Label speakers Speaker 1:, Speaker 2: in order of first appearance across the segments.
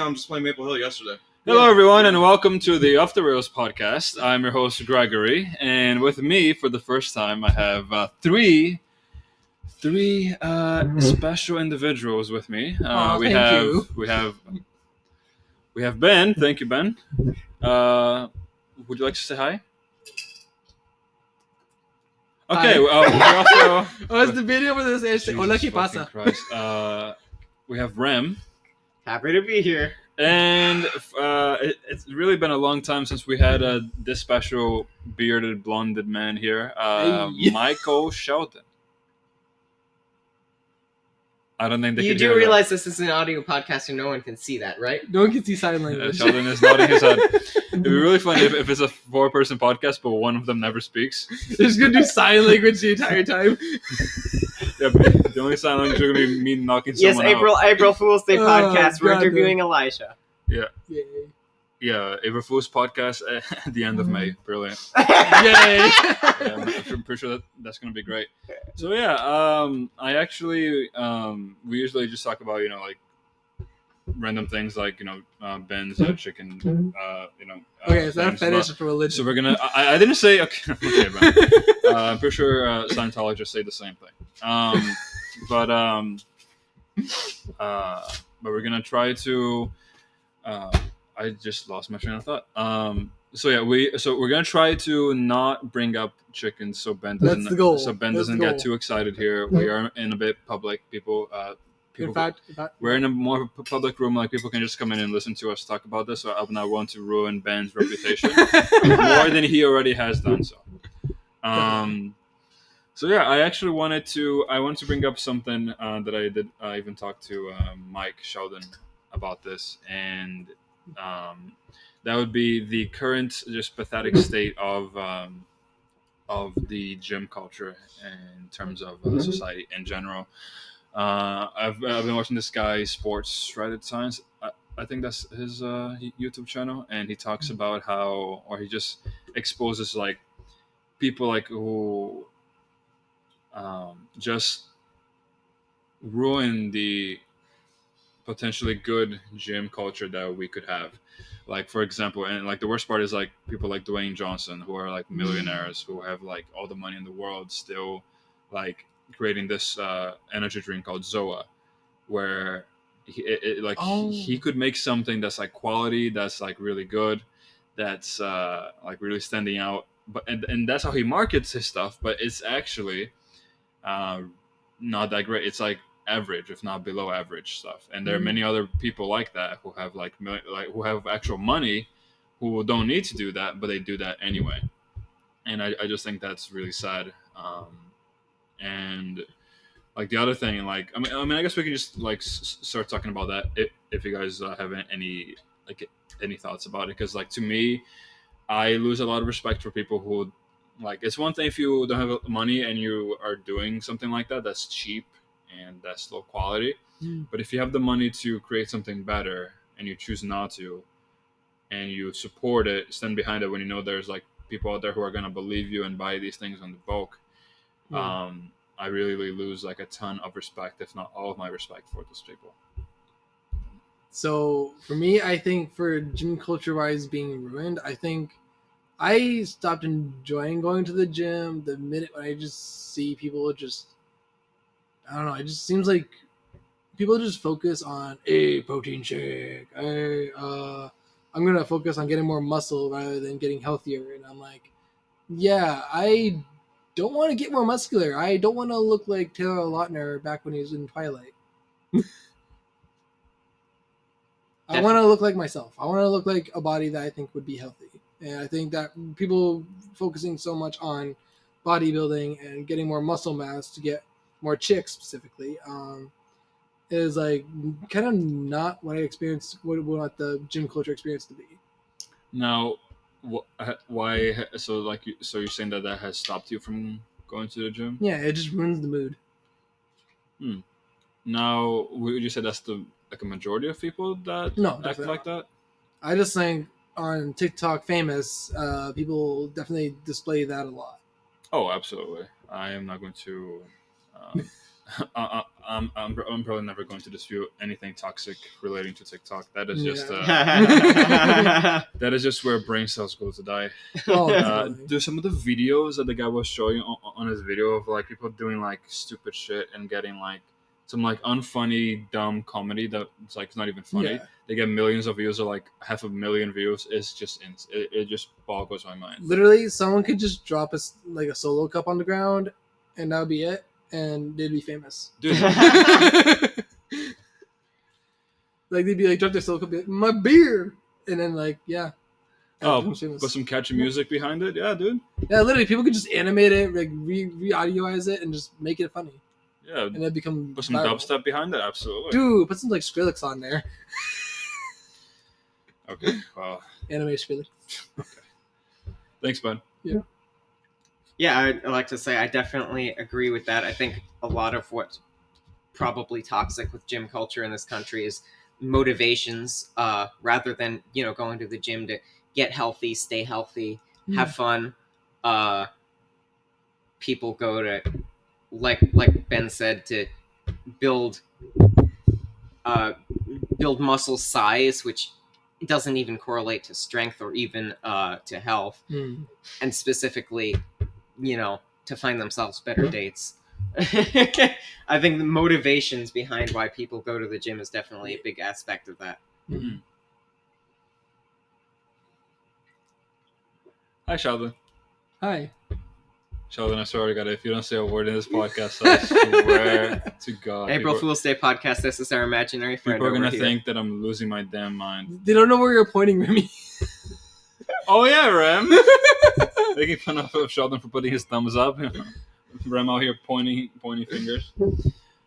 Speaker 1: I'm just playing Maple Hill yesterday.
Speaker 2: Hello, everyone, and welcome to the Off the Rails podcast. I'm your host Gregory, and with me for the first time, I have uh, three, three uh, special individuals with me. Uh,
Speaker 3: Mm-hmm. Aw,
Speaker 2: we
Speaker 3: thank
Speaker 2: have
Speaker 3: you.
Speaker 2: we have we have Ben. Thank you, Ben. Uh, would you like to say hi? Okay.
Speaker 3: Hi.
Speaker 2: Uh, we also
Speaker 3: Was the Oh, video for this este?
Speaker 2: Jesus
Speaker 3: Hola, ¿qué
Speaker 2: fucking
Speaker 3: pasa?
Speaker 2: Christ. Uh, we have Rem.
Speaker 4: Happy to be here.
Speaker 2: And uh, it, it's really been a long time since we had uh, this special bearded, blonded man here, uh,
Speaker 3: Hey.
Speaker 2: Michael Shelton. I don't think they
Speaker 4: You
Speaker 2: can
Speaker 4: do
Speaker 2: hear
Speaker 4: realize this is an audio podcast and no one can see that, right?
Speaker 3: No one can see sign
Speaker 2: That. Uh,
Speaker 3: language.
Speaker 2: Sheldon is nodding his head. It'd be really funny if, if it's a four-person podcast, but one of them never speaks.
Speaker 3: They're just gonna do sign language the entire time.
Speaker 2: Yeah, but the only sign language are gonna be me knocking
Speaker 4: yes,
Speaker 2: someone out.
Speaker 4: April April Fool's Day
Speaker 3: Oh,
Speaker 4: podcast. We're
Speaker 3: God,
Speaker 4: interviewing Elisha.
Speaker 3: Yay!
Speaker 2: Yeah, April Fool's podcast uh, at the end
Speaker 4: Mm-hmm.
Speaker 2: of May. Brilliant.
Speaker 3: Yay!
Speaker 2: yeah, I'm, I'm pretty sure that that's gonna be great. So yeah, um, I actually um, we usually just talk about you know like random things like you know uh, Ben's uh, chicken, uh, you know. Uh,
Speaker 3: okay, is that a
Speaker 2: things,
Speaker 3: fetish for
Speaker 2: but- So
Speaker 3: religion?
Speaker 2: we're gonna. I, I didn't say okay. okay Ben. Uh, I'm pretty sure uh, Scientologists say the same thing. Um, but um, uh, but we're gonna try to. Uh, I just lost my train of thought. Um, so yeah, we so we're gonna try to not bring up chickens so Ben
Speaker 3: That's
Speaker 2: doesn't
Speaker 3: the goal.
Speaker 2: so Ben
Speaker 3: That's
Speaker 2: doesn't
Speaker 3: the
Speaker 2: get
Speaker 3: goal.
Speaker 2: too excited here. We are in a bit public. People, uh, people
Speaker 3: in fact, in fact,
Speaker 2: we're in a more pu- public room. Like people can just come in and listen to us talk about this. So I would not want to ruin Ben's reputation more than he already has done so. Um, so yeah, I actually wanted to I wanted to bring up something uh, that I did. I even talked to uh, Mike Sheldon about this, and um, that would be the current just pathetic state of um, of the gym culture in terms of uh, society in general. Uh, I've, I've been watching this guy sports shredded science. uh, I, I think that's his uh, YouTube channel, and he talks about how, or he just exposes like people like who um, just ruin the potentially good gym culture that we could have. Like for example, and like the worst part is like people like Dwayne Johnson who are like millionaires who have like all the money in the world still like creating this uh, energy drink called Zoa, where he, it, it, like
Speaker 3: Oh.
Speaker 2: he could make something that's like quality, that's like really good, that's uh, like really standing out. But and, and that's how he markets his stuff. But it's actually uh, not that great. It's like average, if not below average stuff. And there are
Speaker 3: Mm.
Speaker 2: many other people like that who have like mil- like who have actual money who don't need to do that, but they do that anyway. And I, I just think that's really sad. Um, and like the other thing, like I mean, I mean, I guess we can just like s- s- start talking about that if, if you guys uh, have any like any thoughts about it, because like to me, I lose a lot of respect for people who like it's one thing if you don't have money and you are doing something like that that's cheap and that's low quality,
Speaker 3: Mm.
Speaker 2: but if you have the money to create something better and you choose not to, and you support it, stand behind it when you know there's like people out there who are gonna believe you and buy these things on the bulk um, I really, really lose like a ton of respect, if not all of my respect for those people.
Speaker 3: So for me, I think for gym culture wise being ruined, I think I stopped enjoying going to the gym the minute when I just see people just I don't know, it just seems like people just focus on a protein shake, a uh I'm gonna focus on getting more muscle rather than getting healthier and I'm like, Yeah, I don't wanna get more muscular. I don't wanna look like Taylor Lautner back when he was in Twilight. I
Speaker 4: Def-
Speaker 3: want to look like myself. I want to look like a body that I think would be healthy. And I think that people focusing so much on bodybuilding and getting more muscle mass to get more chicks specifically um, is like kind of not what I experienced, what I want the gym culture experience to be.
Speaker 2: Now, wh- uh, why? ha- So, like, you, so you're saying that that has stopped you from going to the gym?
Speaker 3: Yeah, it just ruins the mood.
Speaker 2: Now, would you say that's the like a majority of people that
Speaker 3: No,
Speaker 2: act
Speaker 3: definitely
Speaker 2: like that?
Speaker 3: I just think on TikTok famous, uh, people definitely display that a lot.
Speaker 2: Oh, absolutely. I am not going to. Um, I, I, I'm, I'm, I'm probably never going to dispute anything toxic relating to TikTok. That is just uh, that is just where brain cells go to die.
Speaker 3: Oh, that's
Speaker 2: Uh,
Speaker 3: funny.
Speaker 2: there's some of the videos that the guy was showing on, on his video of like people doing like stupid shit and getting like some like unfunny, dumb comedy that's like not even funny.
Speaker 3: Yeah.
Speaker 2: They get millions of views or like half a million views. It's just ins- it, it just boggles my mind.
Speaker 3: Literally, someone could just drop a s- like a solo cup on the ground, and that would be it, and they'd be famous.
Speaker 2: Dude,
Speaker 3: like they'd be like, drop their solo cup, be like, my beer, and then like, yeah.
Speaker 2: Oh,
Speaker 3: Everyone's famous.
Speaker 2: put some catchy music behind it. Yeah, dude.
Speaker 3: yeah, literally, people could just animate it, like re re audioize it, and just make it funny,
Speaker 2: Yeah,
Speaker 3: and then become
Speaker 2: put some
Speaker 3: viral.
Speaker 2: dubstep behind it. Absolutely.
Speaker 3: Dude, put some like Skrillex on there,
Speaker 2: Okay. Well,
Speaker 3: anime Skrillex.
Speaker 2: thanks, bud.
Speaker 4: yeah, I'd like to say I definitely agree with that. I think a lot of what's probably toxic with gym culture in this country is motivations uh, rather than, you know, going to the gym to get healthy, stay healthy, have fun. Uh, people go to like like Ben said to build uh, build muscle size, which doesn't even correlate to strength or even uh, to health,
Speaker 3: Hmm.
Speaker 4: and specifically, you know, to find themselves better
Speaker 2: Mm-hmm.
Speaker 4: dates. I think the motivations behind why people go to the gym is definitely a big aspect of that.
Speaker 2: Hi, Sheldon.
Speaker 3: Hi.
Speaker 2: Sheldon, I swear to God, if you don't say a word in this podcast, I swear to God,
Speaker 4: April
Speaker 2: people,
Speaker 4: Fool's Day podcast. This is our imaginary friend.
Speaker 2: people are
Speaker 4: over
Speaker 2: gonna
Speaker 4: here.
Speaker 2: think that I'm losing my damn mind.
Speaker 3: They don't know where you're pointing, Remy.
Speaker 2: Oh yeah, Rem. Making fun of, of Sheldon for putting his thumbs up. Rem out here pointing, pointing fingers.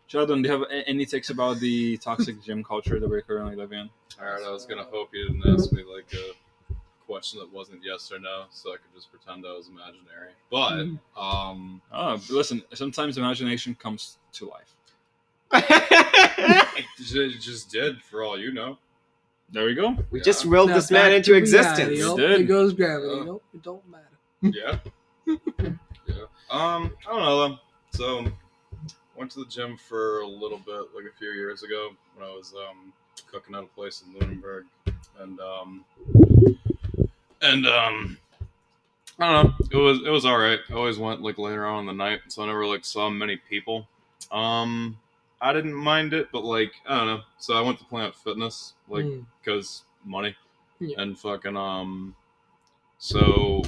Speaker 2: Sheldon, do you have a- any takes about the toxic gym culture that we're currently living in?
Speaker 1: Alright, I was gonna hope you didn't ask me like a question that wasn't yes or no, so I could just pretend I was imaginary. But
Speaker 3: Mm.
Speaker 1: um
Speaker 2: Oh, but listen. Sometimes imagination comes to life.
Speaker 1: it ju- it just did for all you know.
Speaker 2: There we go.
Speaker 4: we
Speaker 1: Yeah.
Speaker 4: just willed
Speaker 3: Now
Speaker 4: this man
Speaker 3: back
Speaker 4: into
Speaker 3: to reality,
Speaker 4: existence.
Speaker 3: yup.
Speaker 2: Did.
Speaker 3: It goes
Speaker 2: Uh,
Speaker 3: gravity.
Speaker 1: Yeah.
Speaker 3: Nope, it don't matter.
Speaker 1: Yeah. yeah. Um, I don't know. So went to the gym for a little bit like a few years ago when I was um cooking at a place in Lunenburg and um and um I don't know. It was it was all right. I always went like later on in the night, so I never like saw many people. Um, I didn't mind it, but like I don't know. So I went to Planet Fitness like
Speaker 3: Hmm.
Speaker 1: because money
Speaker 3: Yeah.
Speaker 1: and fucking um so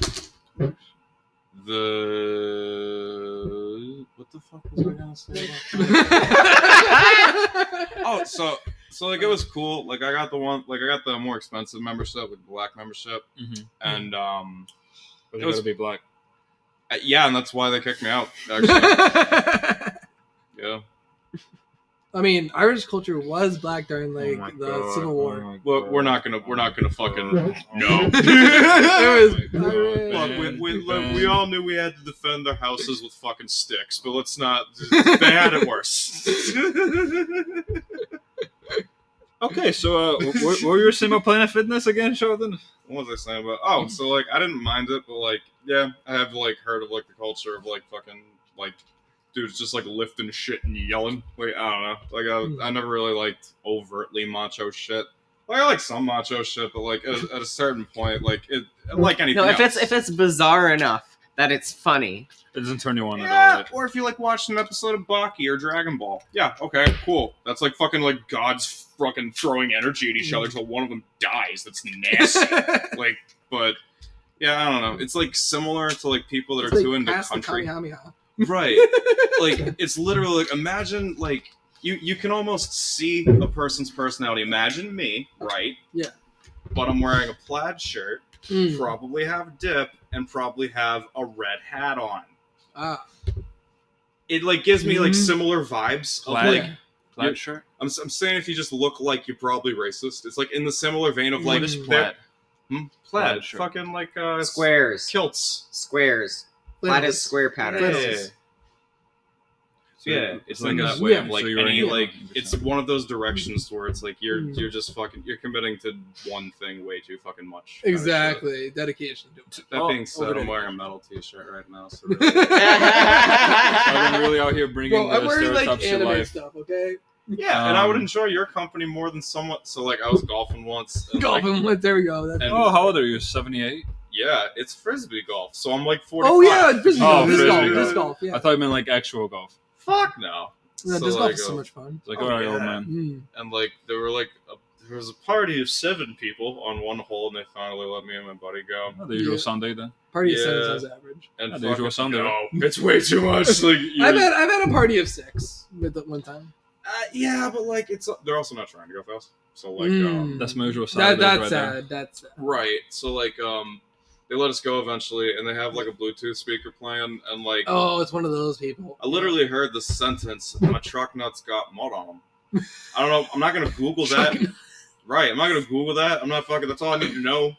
Speaker 1: the what the fuck was i gonna say about that? oh so so like it was cool like i got the one like i got the more expensive membership with black membership
Speaker 2: Mm-hmm.
Speaker 1: and um
Speaker 2: But
Speaker 1: It
Speaker 2: you
Speaker 1: was-
Speaker 2: gotta be black.
Speaker 1: uh, yeah and that's why they kicked me out actually yeah
Speaker 3: I mean, Irish culture was black during
Speaker 2: Oh
Speaker 1: Oh
Speaker 3: like the Civil War.
Speaker 1: well we're not gonna we're not gonna fucking no
Speaker 3: It was-
Speaker 2: Oh my
Speaker 3: Hooray.
Speaker 2: God.
Speaker 1: Look, we, we,
Speaker 2: Ben.
Speaker 1: look, we all knew we had to defend their houses with fucking sticks, but let's not. They had it worse.
Speaker 2: Okay, so uh, wh- wh- what were your saying about Planet Fitness again, Sheldon?
Speaker 1: what was I saying about? Oh, so like I didn't mind it, but like yeah, I have like heard of like the culture of like fucking like dudes just like lifting shit and yelling. Like I don't know.
Speaker 4: Hmm.
Speaker 1: Like I, I never really liked overtly macho shit. Like I like some macho shit, but like at, at a certain point, like it like anything.
Speaker 4: No, if it's
Speaker 1: else.
Speaker 4: if it's bizarre enough that it's funny.
Speaker 2: It doesn't turn you on
Speaker 1: Yeah,
Speaker 2: at all.
Speaker 1: or if you like watched an episode of Baki or Dragon Ball. Yeah, okay, cool. That's like fucking like gods fucking throwing energy at each
Speaker 3: Mm.
Speaker 1: other till one of them dies. That's nasty. like, but yeah, I don't know. It's like similar to like people that
Speaker 3: It's
Speaker 1: are
Speaker 3: like,
Speaker 1: too into
Speaker 3: pass the
Speaker 1: country,
Speaker 3: Kamehameha.
Speaker 1: right? like, it's literally like imagine like you you can almost see a person's personality. Imagine me, right?
Speaker 3: Yeah.
Speaker 1: But I'm wearing a plaid shirt,
Speaker 3: Mm.
Speaker 1: probably have dip, and probably have a red hat on
Speaker 3: Ah,
Speaker 1: it like gives me like
Speaker 3: Mhm.
Speaker 1: similar vibes of
Speaker 2: Plaid.
Speaker 1: like
Speaker 2: Plaid
Speaker 1: Yeah.
Speaker 2: shirt?
Speaker 1: I'm, s- I'm saying if you just look like you're probably racist it's like in the similar vein of like
Speaker 3: What is
Speaker 1: they're- Hmm?
Speaker 2: Plaid.
Speaker 1: plaid,
Speaker 2: Plaid shirt.
Speaker 1: fucking like uh s-
Speaker 4: Squares.
Speaker 1: kilts
Speaker 4: Squares.
Speaker 3: Plaid
Speaker 4: Plaid is square pattern.
Speaker 3: Plaid.
Speaker 1: yeah.
Speaker 3: Flannels.
Speaker 2: So
Speaker 1: Yeah, it's
Speaker 2: so
Speaker 1: like
Speaker 2: it's-
Speaker 1: that way of
Speaker 2: yeah,
Speaker 1: like
Speaker 2: so you're
Speaker 1: any
Speaker 2: right.
Speaker 1: like it's
Speaker 2: 100%.
Speaker 1: one of those directions where it's like you're
Speaker 3: Mm.
Speaker 1: you're just fucking you're committing to one thing way too fucking much. kinda shit.
Speaker 3: Exactly. Dedication to it.
Speaker 1: That
Speaker 2: Oh,
Speaker 1: being said, I'm
Speaker 3: overdone.
Speaker 1: wearing a metal T-shirt right now, so really,
Speaker 2: I've been really out here bringing
Speaker 3: Well, I'm
Speaker 2: the
Speaker 3: wearing like
Speaker 2: stereotypes to
Speaker 3: anime
Speaker 2: life.
Speaker 3: stuff, okay?
Speaker 1: yeah. and I would
Speaker 2: Um,
Speaker 1: enjoy your company more than someone. So like, I was golfing once. And, like,
Speaker 3: Golfing. Like, there we go. That's,
Speaker 1: and-
Speaker 2: Oh, how old are you? Seventy-eight.
Speaker 1: yeah, it's frisbee golf. So I'm like 45.
Speaker 3: oh yeah, disc
Speaker 2: Oh,
Speaker 3: golf, disc
Speaker 2: frisbee
Speaker 3: golf,
Speaker 2: golf.
Speaker 3: disc golf. Yeah,
Speaker 2: I thought you meant like actual golf.
Speaker 1: fuck no.
Speaker 3: no,
Speaker 1: So
Speaker 3: disc golf
Speaker 1: like,
Speaker 3: is so
Speaker 1: uh,
Speaker 3: much fun.
Speaker 2: It's like,
Speaker 1: Oh,
Speaker 2: all right, old
Speaker 1: yeah.
Speaker 2: man.
Speaker 3: Mm.
Speaker 1: and like there were like a, there was a party of seven people on one hole, and they finally let me and my buddy go.
Speaker 2: Oh, the usual
Speaker 3: Yeah.
Speaker 2: Sunday then.
Speaker 3: Party of
Speaker 1: Yeah.
Speaker 3: seven sounds average.
Speaker 1: And
Speaker 2: Yeah, the usual
Speaker 1: fucking-
Speaker 2: Sunday,
Speaker 1: No, it's way too much. Like
Speaker 3: I've
Speaker 1: you're-
Speaker 3: had I've had a party of six with the one time.
Speaker 1: Uh, yeah, but like it's they're also not trying to go fast. So like um,
Speaker 3: Mm.
Speaker 2: That's my usual Sunday.
Speaker 3: That, that's
Speaker 2: right there.
Speaker 3: sad. That's sad.
Speaker 1: right. So like um they let us go eventually and they have like a Bluetooth speaker playing and like
Speaker 3: Oh, it's one of those people.
Speaker 1: I literally heard the sentence my truck nuts got mud on them. I don't know. I'm not gonna Google that. right. I'm not gonna Google that. I'm not fucking. That's all I need to know.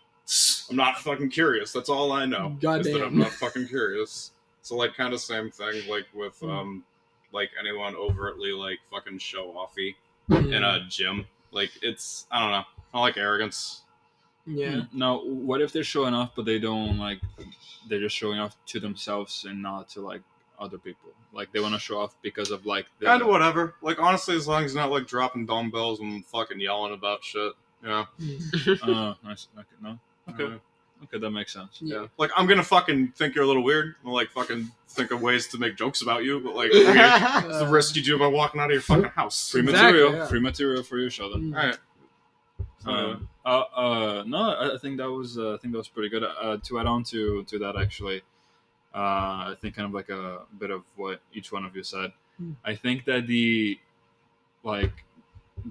Speaker 1: I'm not fucking curious. That's all I know. is that I'm
Speaker 3: Goddamn.
Speaker 1: not fucking curious. So like kind of same thing like with um like anyone overtly like fucking show offy
Speaker 3: Hmm.
Speaker 1: in a gym. Like it's I don't know. I like arrogance.
Speaker 3: yeah.
Speaker 2: Hmm. Now, what if they're showing off, but they don't like? They're just showing off to themselves and not to like other people. Like they want to show off because of like. The,
Speaker 1: Kind of whatever. Like honestly, as long as you're not like dropping dumbbells and fucking yelling about shit. You know?
Speaker 3: Mm.
Speaker 2: Oh, nice. Okay, no. Okay.
Speaker 1: Uh,
Speaker 2: okay, that makes sense.
Speaker 1: yeah.
Speaker 3: Yeah.
Speaker 1: Like I'm gonna fucking think you're a little weird. I'm gonna, like fucking think of ways to make jokes about you. But like, we're gonna- it's the
Speaker 3: Uh,
Speaker 1: risk you do by walking out of your fucking house.
Speaker 2: Free
Speaker 3: Exactly,
Speaker 2: material.
Speaker 3: yeah.
Speaker 2: Free material for you, Sheldon.
Speaker 3: Mm.
Speaker 1: Alright.
Speaker 2: Uh, uh, uh, no, I I think that was uh, I think that was pretty good. Uh, to add on to to that, actually, uh, I think kind of like a bit of what each one of you said.
Speaker 3: Mm.
Speaker 2: I think that the like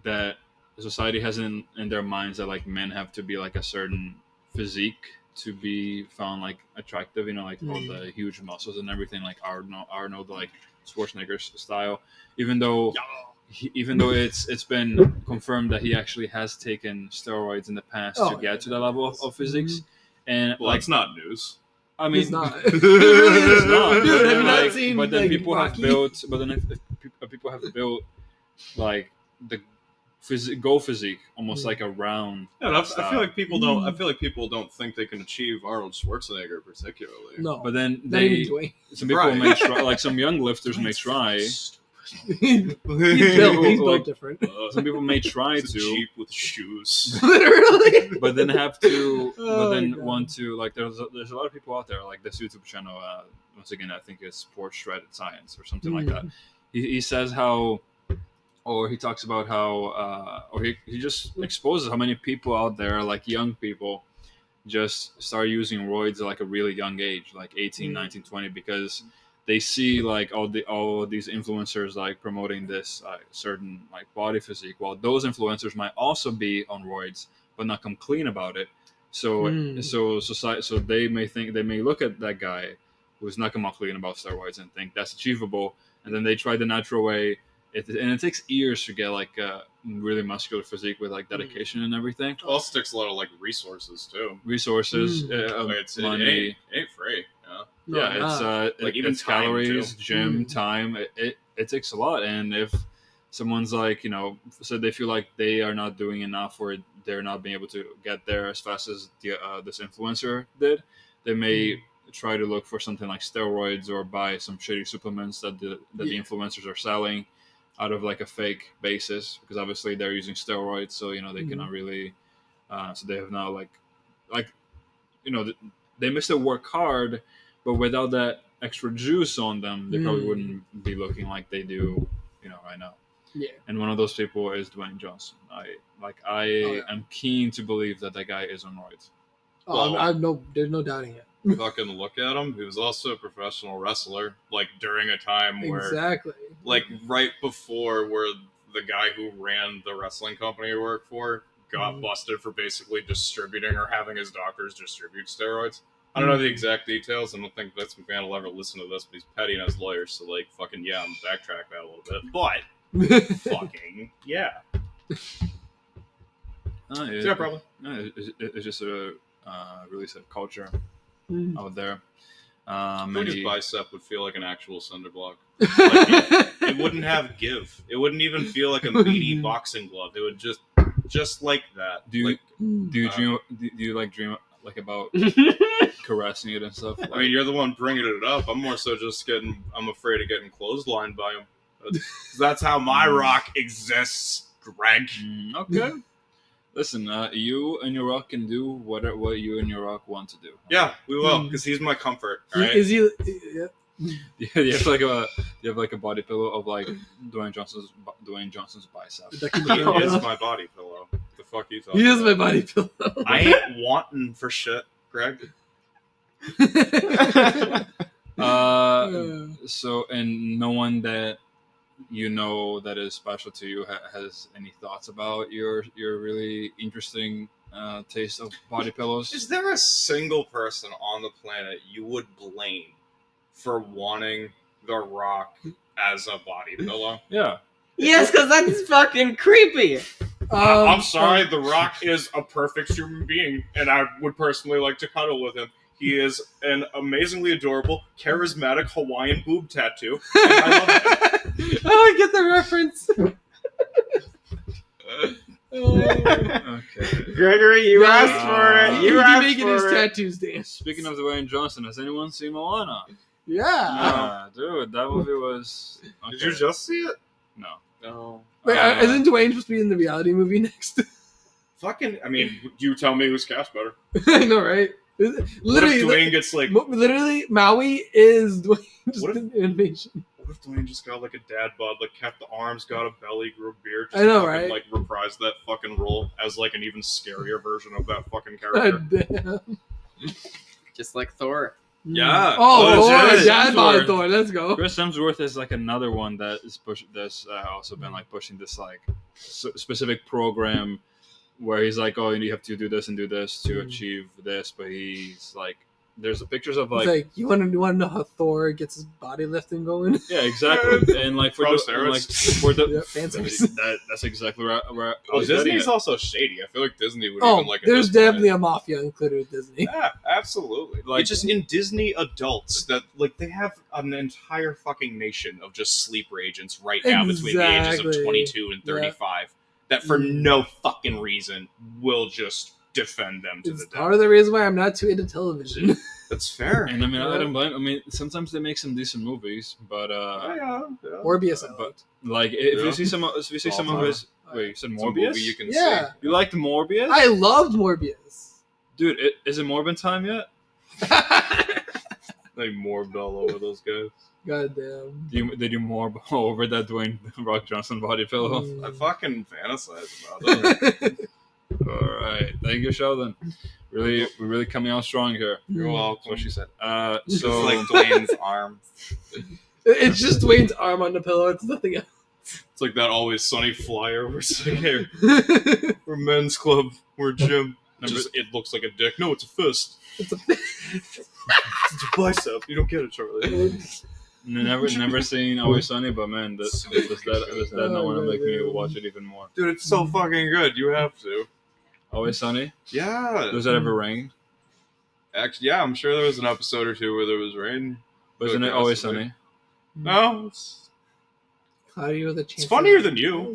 Speaker 2: that society has in in their minds that like men have to be like a certain physique to be found like attractive. You know, like all
Speaker 3: Mm.
Speaker 2: the huge muscles and everything, like Arnold Arnold like Schwarzenegger's style. Even
Speaker 1: Uh,
Speaker 2: though he, even though it's it's been confirmed that he actually has taken steroids in the past
Speaker 3: Oh, Mm-hmm.
Speaker 2: to get to that level of, of physics, and
Speaker 1: Well,
Speaker 2: like
Speaker 1: that's not news.
Speaker 2: I mean,
Speaker 3: He's not.
Speaker 1: It
Speaker 3: really
Speaker 2: it's
Speaker 3: is
Speaker 2: not,
Speaker 3: Dude,
Speaker 2: but
Speaker 3: have you
Speaker 2: then,
Speaker 3: not
Speaker 2: like-
Speaker 3: seen,
Speaker 2: But then
Speaker 3: like,
Speaker 2: people
Speaker 3: Rocky?
Speaker 2: have built. But then if, if peop- uh, people have built like the phys- goal physique almost
Speaker 3: Mm.
Speaker 2: like around.
Speaker 1: Yeah, I, I feel like people don't. I
Speaker 3: Mm.
Speaker 1: feel like people don't think they can achieve Arnold Schwarzenegger particularly.
Speaker 3: No,
Speaker 2: But then
Speaker 3: not
Speaker 2: they
Speaker 3: even Dwayne.
Speaker 2: some people
Speaker 1: Right.
Speaker 2: may try like some young lifters may try.
Speaker 3: he's built,
Speaker 2: Like-
Speaker 3: he's built different.
Speaker 1: Uh,
Speaker 2: Some people may try
Speaker 1: it's a
Speaker 2: to.
Speaker 1: Jeep with shoes.
Speaker 3: Literally.
Speaker 2: but then have to but
Speaker 3: Oh,
Speaker 2: then
Speaker 3: God.
Speaker 2: want to like there's a, there's a lot of people out there like this youtube channel uh, once again i think it's sports shredded science or something like
Speaker 3: Mm.
Speaker 2: that he, he says how or he talks about how uh, or he, he just exposes how many people out there like young people just start using roids at like a really young age like 18
Speaker 3: Mm.
Speaker 2: 19 20 because they see like all the all these influencers like promoting this uh, certain like body physique while those influencers might also be on roids but not come clean about it so
Speaker 3: Mm.
Speaker 2: so society so they may think they may look at that guy who's not come out clean about steroids and think that's achievable and then they try the natural way it, and it takes years to get like a really muscular physique with like dedication and everything
Speaker 1: Also takes a lot of like resources too.
Speaker 2: resources
Speaker 3: Mm.
Speaker 2: uh,
Speaker 1: Like, it's, it
Speaker 2: money
Speaker 1: ain't, ain't free. Yeah.
Speaker 3: No,
Speaker 2: yeah, it's
Speaker 3: not.
Speaker 2: uh,
Speaker 1: Like,
Speaker 2: like
Speaker 1: even
Speaker 2: even it's
Speaker 1: time,
Speaker 2: calories,
Speaker 1: too.
Speaker 2: gym
Speaker 3: Mm.
Speaker 2: time. It, it it takes a lot, and if someone's like you know, so they feel like they are not doing enough, or they're not being able to get there as fast as the uh, this influencer did, they may try to look for something like steroids or buy some shitty supplements that the that the
Speaker 3: Yeah.
Speaker 2: influencers are selling out of like a fake basis because obviously they're using steroids, so you know they
Speaker 3: Mhm.
Speaker 2: cannot really. Uh, so they have now like, like, you know, th- they must have worked hard, but without that extra juice on them, they
Speaker 1: Hmm.
Speaker 2: probably
Speaker 3: Mm.
Speaker 2: wouldn't be looking like they do, you know, right now.
Speaker 3: yeah.
Speaker 2: And one of those people is Dwayne Johnson. I like, I
Speaker 1: Oh,
Speaker 3: yeah.
Speaker 2: am keen to believe that that guy is on roids.
Speaker 3: Oh, I'm-
Speaker 1: Well-
Speaker 3: I'm, no, there's no doubting it.
Speaker 1: Fucking look at him. He was also a professional wrestler. Like during a time where,
Speaker 3: Exactly.
Speaker 1: like right before where the guy who ran the wrestling company he worked for got
Speaker 3: Mhm.
Speaker 1: busted for basically distributing or having his doctors distribute steroids. I don't know the exact details. I don't think Vince McMahon will ever listen to this, but he's petty and his lawyers, so like fucking yeah, I'm backtrack that a little bit. But fucking yeah.
Speaker 2: Uh, it-
Speaker 1: Yeah, probably.
Speaker 2: no, it- it- it's just a uh, really sad uh, culture
Speaker 3: Mm.
Speaker 2: out there.
Speaker 1: I
Speaker 2: Uh,
Speaker 1: think
Speaker 2: many
Speaker 1: his bicep would feel like an actual cinder block. It
Speaker 3: it
Speaker 1: wouldn't have give. It wouldn't even feel like a meaty boxing glove. It would just, just like that.
Speaker 2: Do you-
Speaker 1: Like,
Speaker 2: do you
Speaker 1: uh,
Speaker 2: dream? Do do you like dream like about caressing it and stuff?
Speaker 1: I mean, you're the one bringing it up. I'm more so just getting. I'm afraid of getting clotheslined by him. That's- That's how my
Speaker 3: Mm.
Speaker 1: rock exists, Greg.
Speaker 2: Mm, okay. Listen, uh, you and your rock can do whatever what you and your rock want to do.
Speaker 1: Yeah, we will, because he's my comfort. All right.
Speaker 3: Is Mm. he? Yeah.
Speaker 2: Do you have like a do you have like a body pillow of like Dwayne Johnson's Dwayne Johnson's biceps?
Speaker 3: That could
Speaker 1: He
Speaker 3: be
Speaker 1: is my body pillow. The fuck you talking?
Speaker 3: He is my
Speaker 1: about?
Speaker 3: body pillow.
Speaker 1: I ain't wanting for shit, Greg.
Speaker 2: Uh,
Speaker 3: Uh,
Speaker 2: so and no one that you know that is special to you ha- has any thoughts about your your really interesting uh, taste of body pillows.
Speaker 1: Is there a single person on the planet you would blame for wanting the Rock as a body pillow?
Speaker 2: Yeah,
Speaker 4: yes, because that's fucking creepy.
Speaker 3: um,
Speaker 1: I'm sorry, The Rock is a perfect human being, and I would personally like to cuddle with him. He is an amazingly adorable, charismatic Hawaiian boob tattoo. I
Speaker 3: oh, I get the reference. Oh.
Speaker 2: okay.
Speaker 4: Gregory, you
Speaker 3: Yeah.
Speaker 4: asked for it.
Speaker 3: He'd
Speaker 4: You
Speaker 3: be
Speaker 4: asked
Speaker 3: making his
Speaker 4: for it.
Speaker 3: tattoos dance.
Speaker 2: Speaking of Dwayne Johnson, has anyone seen Moana?
Speaker 3: Yeah.
Speaker 2: Nah, dude, that movie was.
Speaker 1: Uh, Did you
Speaker 2: okay,
Speaker 1: just Oh. see it?
Speaker 2: No.
Speaker 1: No.
Speaker 3: Wait,
Speaker 2: Uh,
Speaker 3: isn't Dwayne supposed to be in the reality movie next?
Speaker 1: Fucking, I mean, you tell me who's cast better.
Speaker 3: I know, right?
Speaker 1: What
Speaker 3: Literally,
Speaker 1: if Dwayne gets like,
Speaker 3: Mo- Literally, Maui is Dwayne just
Speaker 1: What if-
Speaker 3: in animation.
Speaker 1: what if Dwayne just got like a dad bod, like kept the arms, got a belly, grew a beard, just
Speaker 3: I know,
Speaker 1: fucking,
Speaker 3: right?
Speaker 1: like reprised that fucking role as like an even scarier version of that
Speaker 3: Uh,
Speaker 1: fucking character.
Speaker 3: God damn.
Speaker 4: Just like Thor.
Speaker 2: Yeah.
Speaker 3: Oh,
Speaker 2: Oh,
Speaker 3: Lord,
Speaker 2: Jared
Speaker 3: Dad bod
Speaker 2: Hemsworth.
Speaker 3: Thor. Let's go.
Speaker 2: Chris Hemsworth is like another one that is push that's uh, also been like pushing this like s- specific program where he's like, oh, you have to do this and do this to
Speaker 3: Mm.
Speaker 2: achieve this, but he's like, there's the pictures of like,
Speaker 3: It's like, you want to you want to know how Thor gets his body lifting going?
Speaker 2: yeah, exactly, and like for the, and, like
Speaker 1: Procerus.
Speaker 2: for the
Speaker 3: Yeah, fancers.
Speaker 2: that, that's exactly where I- where I
Speaker 1: Well,
Speaker 2: was getting
Speaker 1: Disney's
Speaker 2: at.
Speaker 1: Oh, also shady. I feel like Disney would
Speaker 3: Oh,
Speaker 1: even like.
Speaker 3: there's definitely a mafia included with Disney.
Speaker 1: Yeah, absolutely. Like
Speaker 2: Like-
Speaker 1: it's just in Disney adults that like they have an entire fucking nation of just sleeper agents right now between the ages of
Speaker 3: Exactly.
Speaker 1: 22 and
Speaker 3: Yeah.
Speaker 1: 35 that for
Speaker 3: Mm.
Speaker 1: no fucking reason will just defend them to
Speaker 3: It's
Speaker 1: the
Speaker 3: part
Speaker 1: death.
Speaker 3: of the reason why I'm not too into television.
Speaker 1: That's fair.
Speaker 2: and I mean, I
Speaker 3: Yeah.
Speaker 2: don't blame. I mean, sometimes they make some decent movies, but
Speaker 3: Oh,
Speaker 2: uh,
Speaker 1: yeah, yeah.
Speaker 3: Morbius, I liked.
Speaker 2: like if
Speaker 1: Yeah.
Speaker 2: you see some, if you see some of
Speaker 1: Awesome.
Speaker 2: his, wait, you said
Speaker 1: It's a
Speaker 2: Morbius.
Speaker 1: movie you can
Speaker 3: Yeah.
Speaker 1: see.
Speaker 2: You liked Morbius?
Speaker 3: I loved Morbius.
Speaker 2: Dude, i- is it Morbin time yet?
Speaker 1: They morb all over those guys.
Speaker 3: God damn.
Speaker 2: Do you, they do Morb all over that Dwayne Rock Johnson body pillow?
Speaker 1: Oh, I
Speaker 3: Mm.
Speaker 1: fucking fantasize about them.
Speaker 2: All right, thank you, Sheldon. Really, we're really coming out strong here.
Speaker 3: Mm.
Speaker 1: You're
Speaker 2: That's
Speaker 1: welcome.
Speaker 2: what she said. Uh,
Speaker 1: It's
Speaker 2: so
Speaker 1: like Dwayne's arm.
Speaker 3: It's just Dwayne's arm on the pillow. It's nothing
Speaker 1: It's like that always sunny flyer. We're just like, hey,
Speaker 3: else.
Speaker 1: we're men's club. We're gym.
Speaker 2: Number-
Speaker 1: Just, it looks like a dick. No, it's a fist.
Speaker 3: It's a-
Speaker 1: It's a bicep. You don't get it, Charlie.
Speaker 2: never, never seen Always Sunny, but man, does, does that does that not
Speaker 3: Oh,
Speaker 2: want to
Speaker 3: my
Speaker 2: make me
Speaker 3: God.
Speaker 2: watch it even more?
Speaker 1: Dude, it's so fucking good. You have to.
Speaker 2: Always Sunny.
Speaker 1: Yeah.
Speaker 2: Does that ever rain?
Speaker 1: Actually, yeah, I'm sure there was an episode or two where there was rain.
Speaker 2: Wasn't it
Speaker 1: Okay,
Speaker 2: Always
Speaker 1: that's a
Speaker 2: Sunny?
Speaker 1: No. It's,
Speaker 3: Cloudy with a chance.
Speaker 1: it's funnier than you.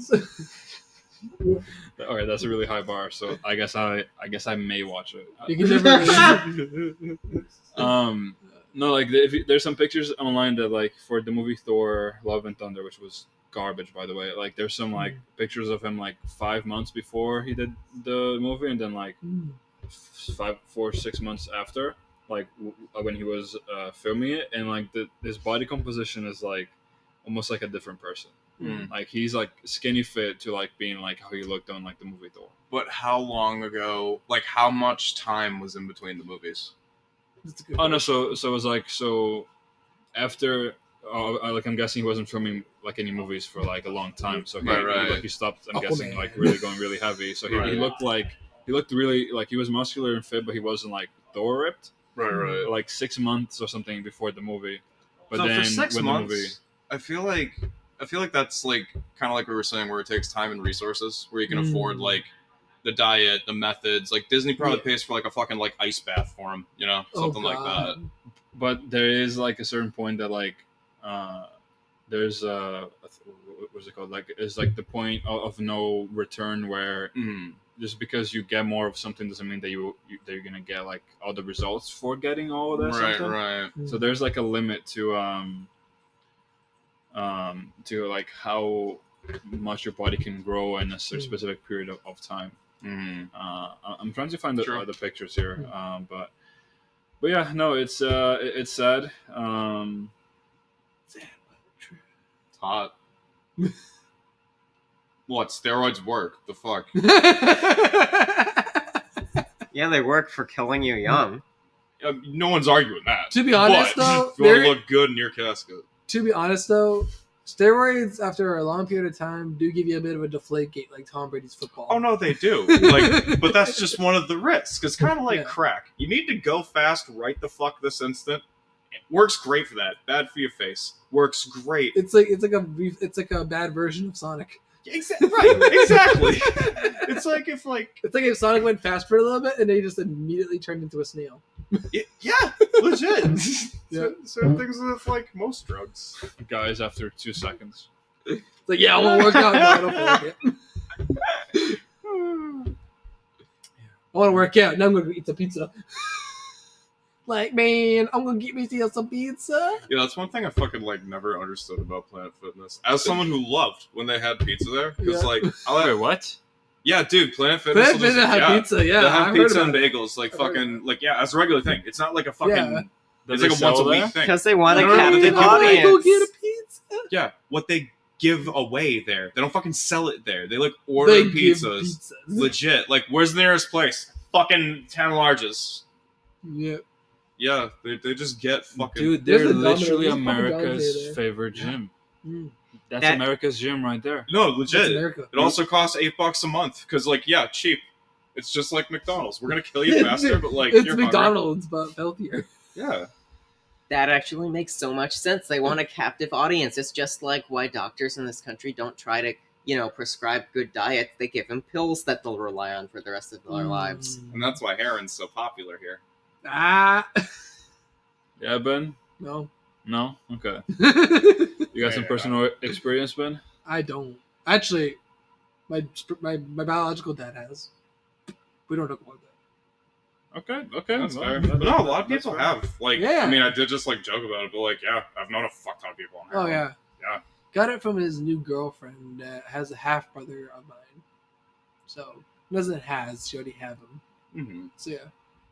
Speaker 2: All right, that's a really high bar. So I guess I, I guess I may watch it.
Speaker 3: You can never.
Speaker 2: um no like if you, there's some pictures online that like for the movie thor love and thunder which was garbage by the way like there's some like pictures of him like five months before he did the movie and then like
Speaker 1: Oh,
Speaker 2: f- five four six months after like w- when he was uh, filming it and like the, his body composition is like almost like a different person
Speaker 1: Hmm.
Speaker 2: like he's like skinny fit to like being like how he looked on like the movie thor
Speaker 1: But how long ago, like, how much time was in between the movies?
Speaker 3: That's a good
Speaker 2: Oh
Speaker 3: one.
Speaker 2: no! So so it was like so after. Uh, I- like I'm guessing he wasn't filming like any movies for like a long time, so he,
Speaker 1: Right,
Speaker 2: he,
Speaker 1: right.
Speaker 2: like he stopped. I'm
Speaker 3: Oh,
Speaker 2: guessing
Speaker 3: man.
Speaker 2: like really going really heavy. So he, he
Speaker 1: Right.
Speaker 2: looked like he looked really like he was muscular and fit, but he wasn't like Thor ripped.
Speaker 1: Right, right.
Speaker 2: Like six months or something before the movie, but
Speaker 1: so
Speaker 2: then
Speaker 1: for six
Speaker 2: when
Speaker 1: months,
Speaker 2: the movie
Speaker 1: I feel like I feel like that's like kind of like we were saying, where it takes time and resources, where you can
Speaker 3: Mm.
Speaker 1: afford like the diet, the methods. Like Disney probably
Speaker 3: Yeah.
Speaker 1: pays for like a fucking like ice bath for him, you know,
Speaker 3: Oh,
Speaker 1: something like that.
Speaker 3: God.
Speaker 2: but there is like a certain point that like uh there's uh what was it called like it's like the point of, of no return where
Speaker 1: Mm.
Speaker 2: just because you get more of something doesn't mean that you, you that you're gonna get like all the results for getting
Speaker 3: Oh,
Speaker 2: all of that
Speaker 1: right,
Speaker 2: something.
Speaker 1: right.
Speaker 2: So there's like a limit to um um to like how much your body can grow in a cer-
Speaker 3: Mm.
Speaker 2: specific period of, of time.
Speaker 1: Mm.
Speaker 2: Uh, I- I'm trying to find the,
Speaker 1: Sure.
Speaker 2: uh, the pictures here,
Speaker 3: Mm.
Speaker 2: um, but but yeah, no, it's uh it- it's sad. Um,
Speaker 1: It's hot. what steroids work? The fuck?
Speaker 3: Hmm.
Speaker 4: Yeah, they work for killing you young.
Speaker 1: Um, no one's arguing that.
Speaker 3: To be honest,
Speaker 1: but,
Speaker 3: though,
Speaker 1: you want
Speaker 3: there-
Speaker 1: to look good in your casket.
Speaker 3: to be honest though, steroids after a long period of time do give you a bit of a deflate gate, like Tom Brady's football.
Speaker 1: Oh no, they do. Like, but that's just one of the risks. It's kind of like
Speaker 3: Yeah.
Speaker 1: crack. You need to go fast, right the fuck this instant. It works great for that. Bad for your face. Works great.
Speaker 3: It's like it's like a brief- it's like a bad version of Sonic.
Speaker 1: Exactly. Right. Exactly. it's like if like
Speaker 3: It's like if Sonic went fast for a little bit and they just immediately turned into a snail.
Speaker 1: it, yeah, legit.
Speaker 3: Yeah.
Speaker 1: So Certain things with like most drugs.
Speaker 2: guys, after two seconds,
Speaker 3: It's like yeah, we'll work out. No, I don't feel like it. I want to work out. Now I'm gonna go eat some pizza. like man, I'm gonna get myself some pizza.
Speaker 1: Yeah, that's one thing I fucking like never understood about Planet Fitness. As someone who loved when they had pizza there, because
Speaker 3: Yeah.
Speaker 1: like, I'll have,
Speaker 2: wait, what?
Speaker 1: yeah, dude, Planet
Speaker 3: But
Speaker 1: Fitness. will
Speaker 3: they
Speaker 1: just-
Speaker 3: have
Speaker 1: yeah.
Speaker 3: pizza. Yeah,
Speaker 1: They'll
Speaker 3: I've
Speaker 1: have
Speaker 3: heard
Speaker 1: pizza
Speaker 3: about
Speaker 1: and
Speaker 3: it.
Speaker 1: bagels, like
Speaker 3: I've heard
Speaker 1: fucking, like yeah, that's a regular thing. It's not like a fucking,
Speaker 3: Yeah.
Speaker 2: That
Speaker 1: it's
Speaker 2: they
Speaker 1: like a
Speaker 2: sell
Speaker 1: once a
Speaker 2: there?
Speaker 1: week thing.
Speaker 4: Because they want to
Speaker 1: No, no, no,
Speaker 4: captive
Speaker 1: they
Speaker 3: Like,
Speaker 1: give
Speaker 3: I wanna
Speaker 1: away-
Speaker 4: audience.
Speaker 3: go get a pizza.
Speaker 1: Yeah, what they give away there, they don't fucking sell it there. They like order
Speaker 3: They give
Speaker 1: pizzas,
Speaker 3: pizzas.
Speaker 1: legit. Like, where's the nearest place? Fucking town largest.
Speaker 3: Yeah.
Speaker 1: Yeah, they, they just get fucking.
Speaker 2: Dude,
Speaker 3: There's
Speaker 2: they're
Speaker 3: a Domino's-
Speaker 2: literally
Speaker 3: there's a Papa John's there,
Speaker 2: America's
Speaker 3: there.
Speaker 2: favorite gym.
Speaker 3: Mm.
Speaker 2: That's
Speaker 4: That-
Speaker 2: America's gym right there.
Speaker 1: No,
Speaker 3: That's
Speaker 1: legit.
Speaker 3: America.
Speaker 1: It also costs eight bucks a month because, like, yeah, cheap. It's just like McDonald's. We're gonna kill you faster, but like,
Speaker 3: it's
Speaker 1: you're hungry.
Speaker 3: McDonald's, but healthier.
Speaker 1: Yeah,
Speaker 4: That actually makes so much sense. They want a captive audience. It's just like why doctors in this country don't try to, you know, prescribe good diets. They give them pills that they'll rely on for the rest of
Speaker 3: Hmm.
Speaker 4: their lives.
Speaker 1: and that's why Heron's so popular here.
Speaker 3: Ah,
Speaker 2: Yeah, Ben.
Speaker 3: no.
Speaker 2: No, okay. You got some
Speaker 1: Yeah.
Speaker 2: personal experience, Ben.
Speaker 3: I don't. Actually, my my my biological dad has. We don't talk about that.
Speaker 2: Okay, okay.
Speaker 1: That's
Speaker 2: well,
Speaker 1: fair.
Speaker 2: that-
Speaker 1: no, a lot of
Speaker 2: that's
Speaker 1: people
Speaker 2: fair.
Speaker 1: have. Like,
Speaker 3: Yeah.
Speaker 1: I mean, I did just like joke about it, but like, yeah, I've known a fuck ton of people on
Speaker 3: Oh
Speaker 1: heroin.
Speaker 3: yeah.
Speaker 1: Yeah.
Speaker 3: Got it from his new girlfriend that has a half brother of mine. So doesn't has she already have him?
Speaker 1: Mhm.
Speaker 3: So yeah.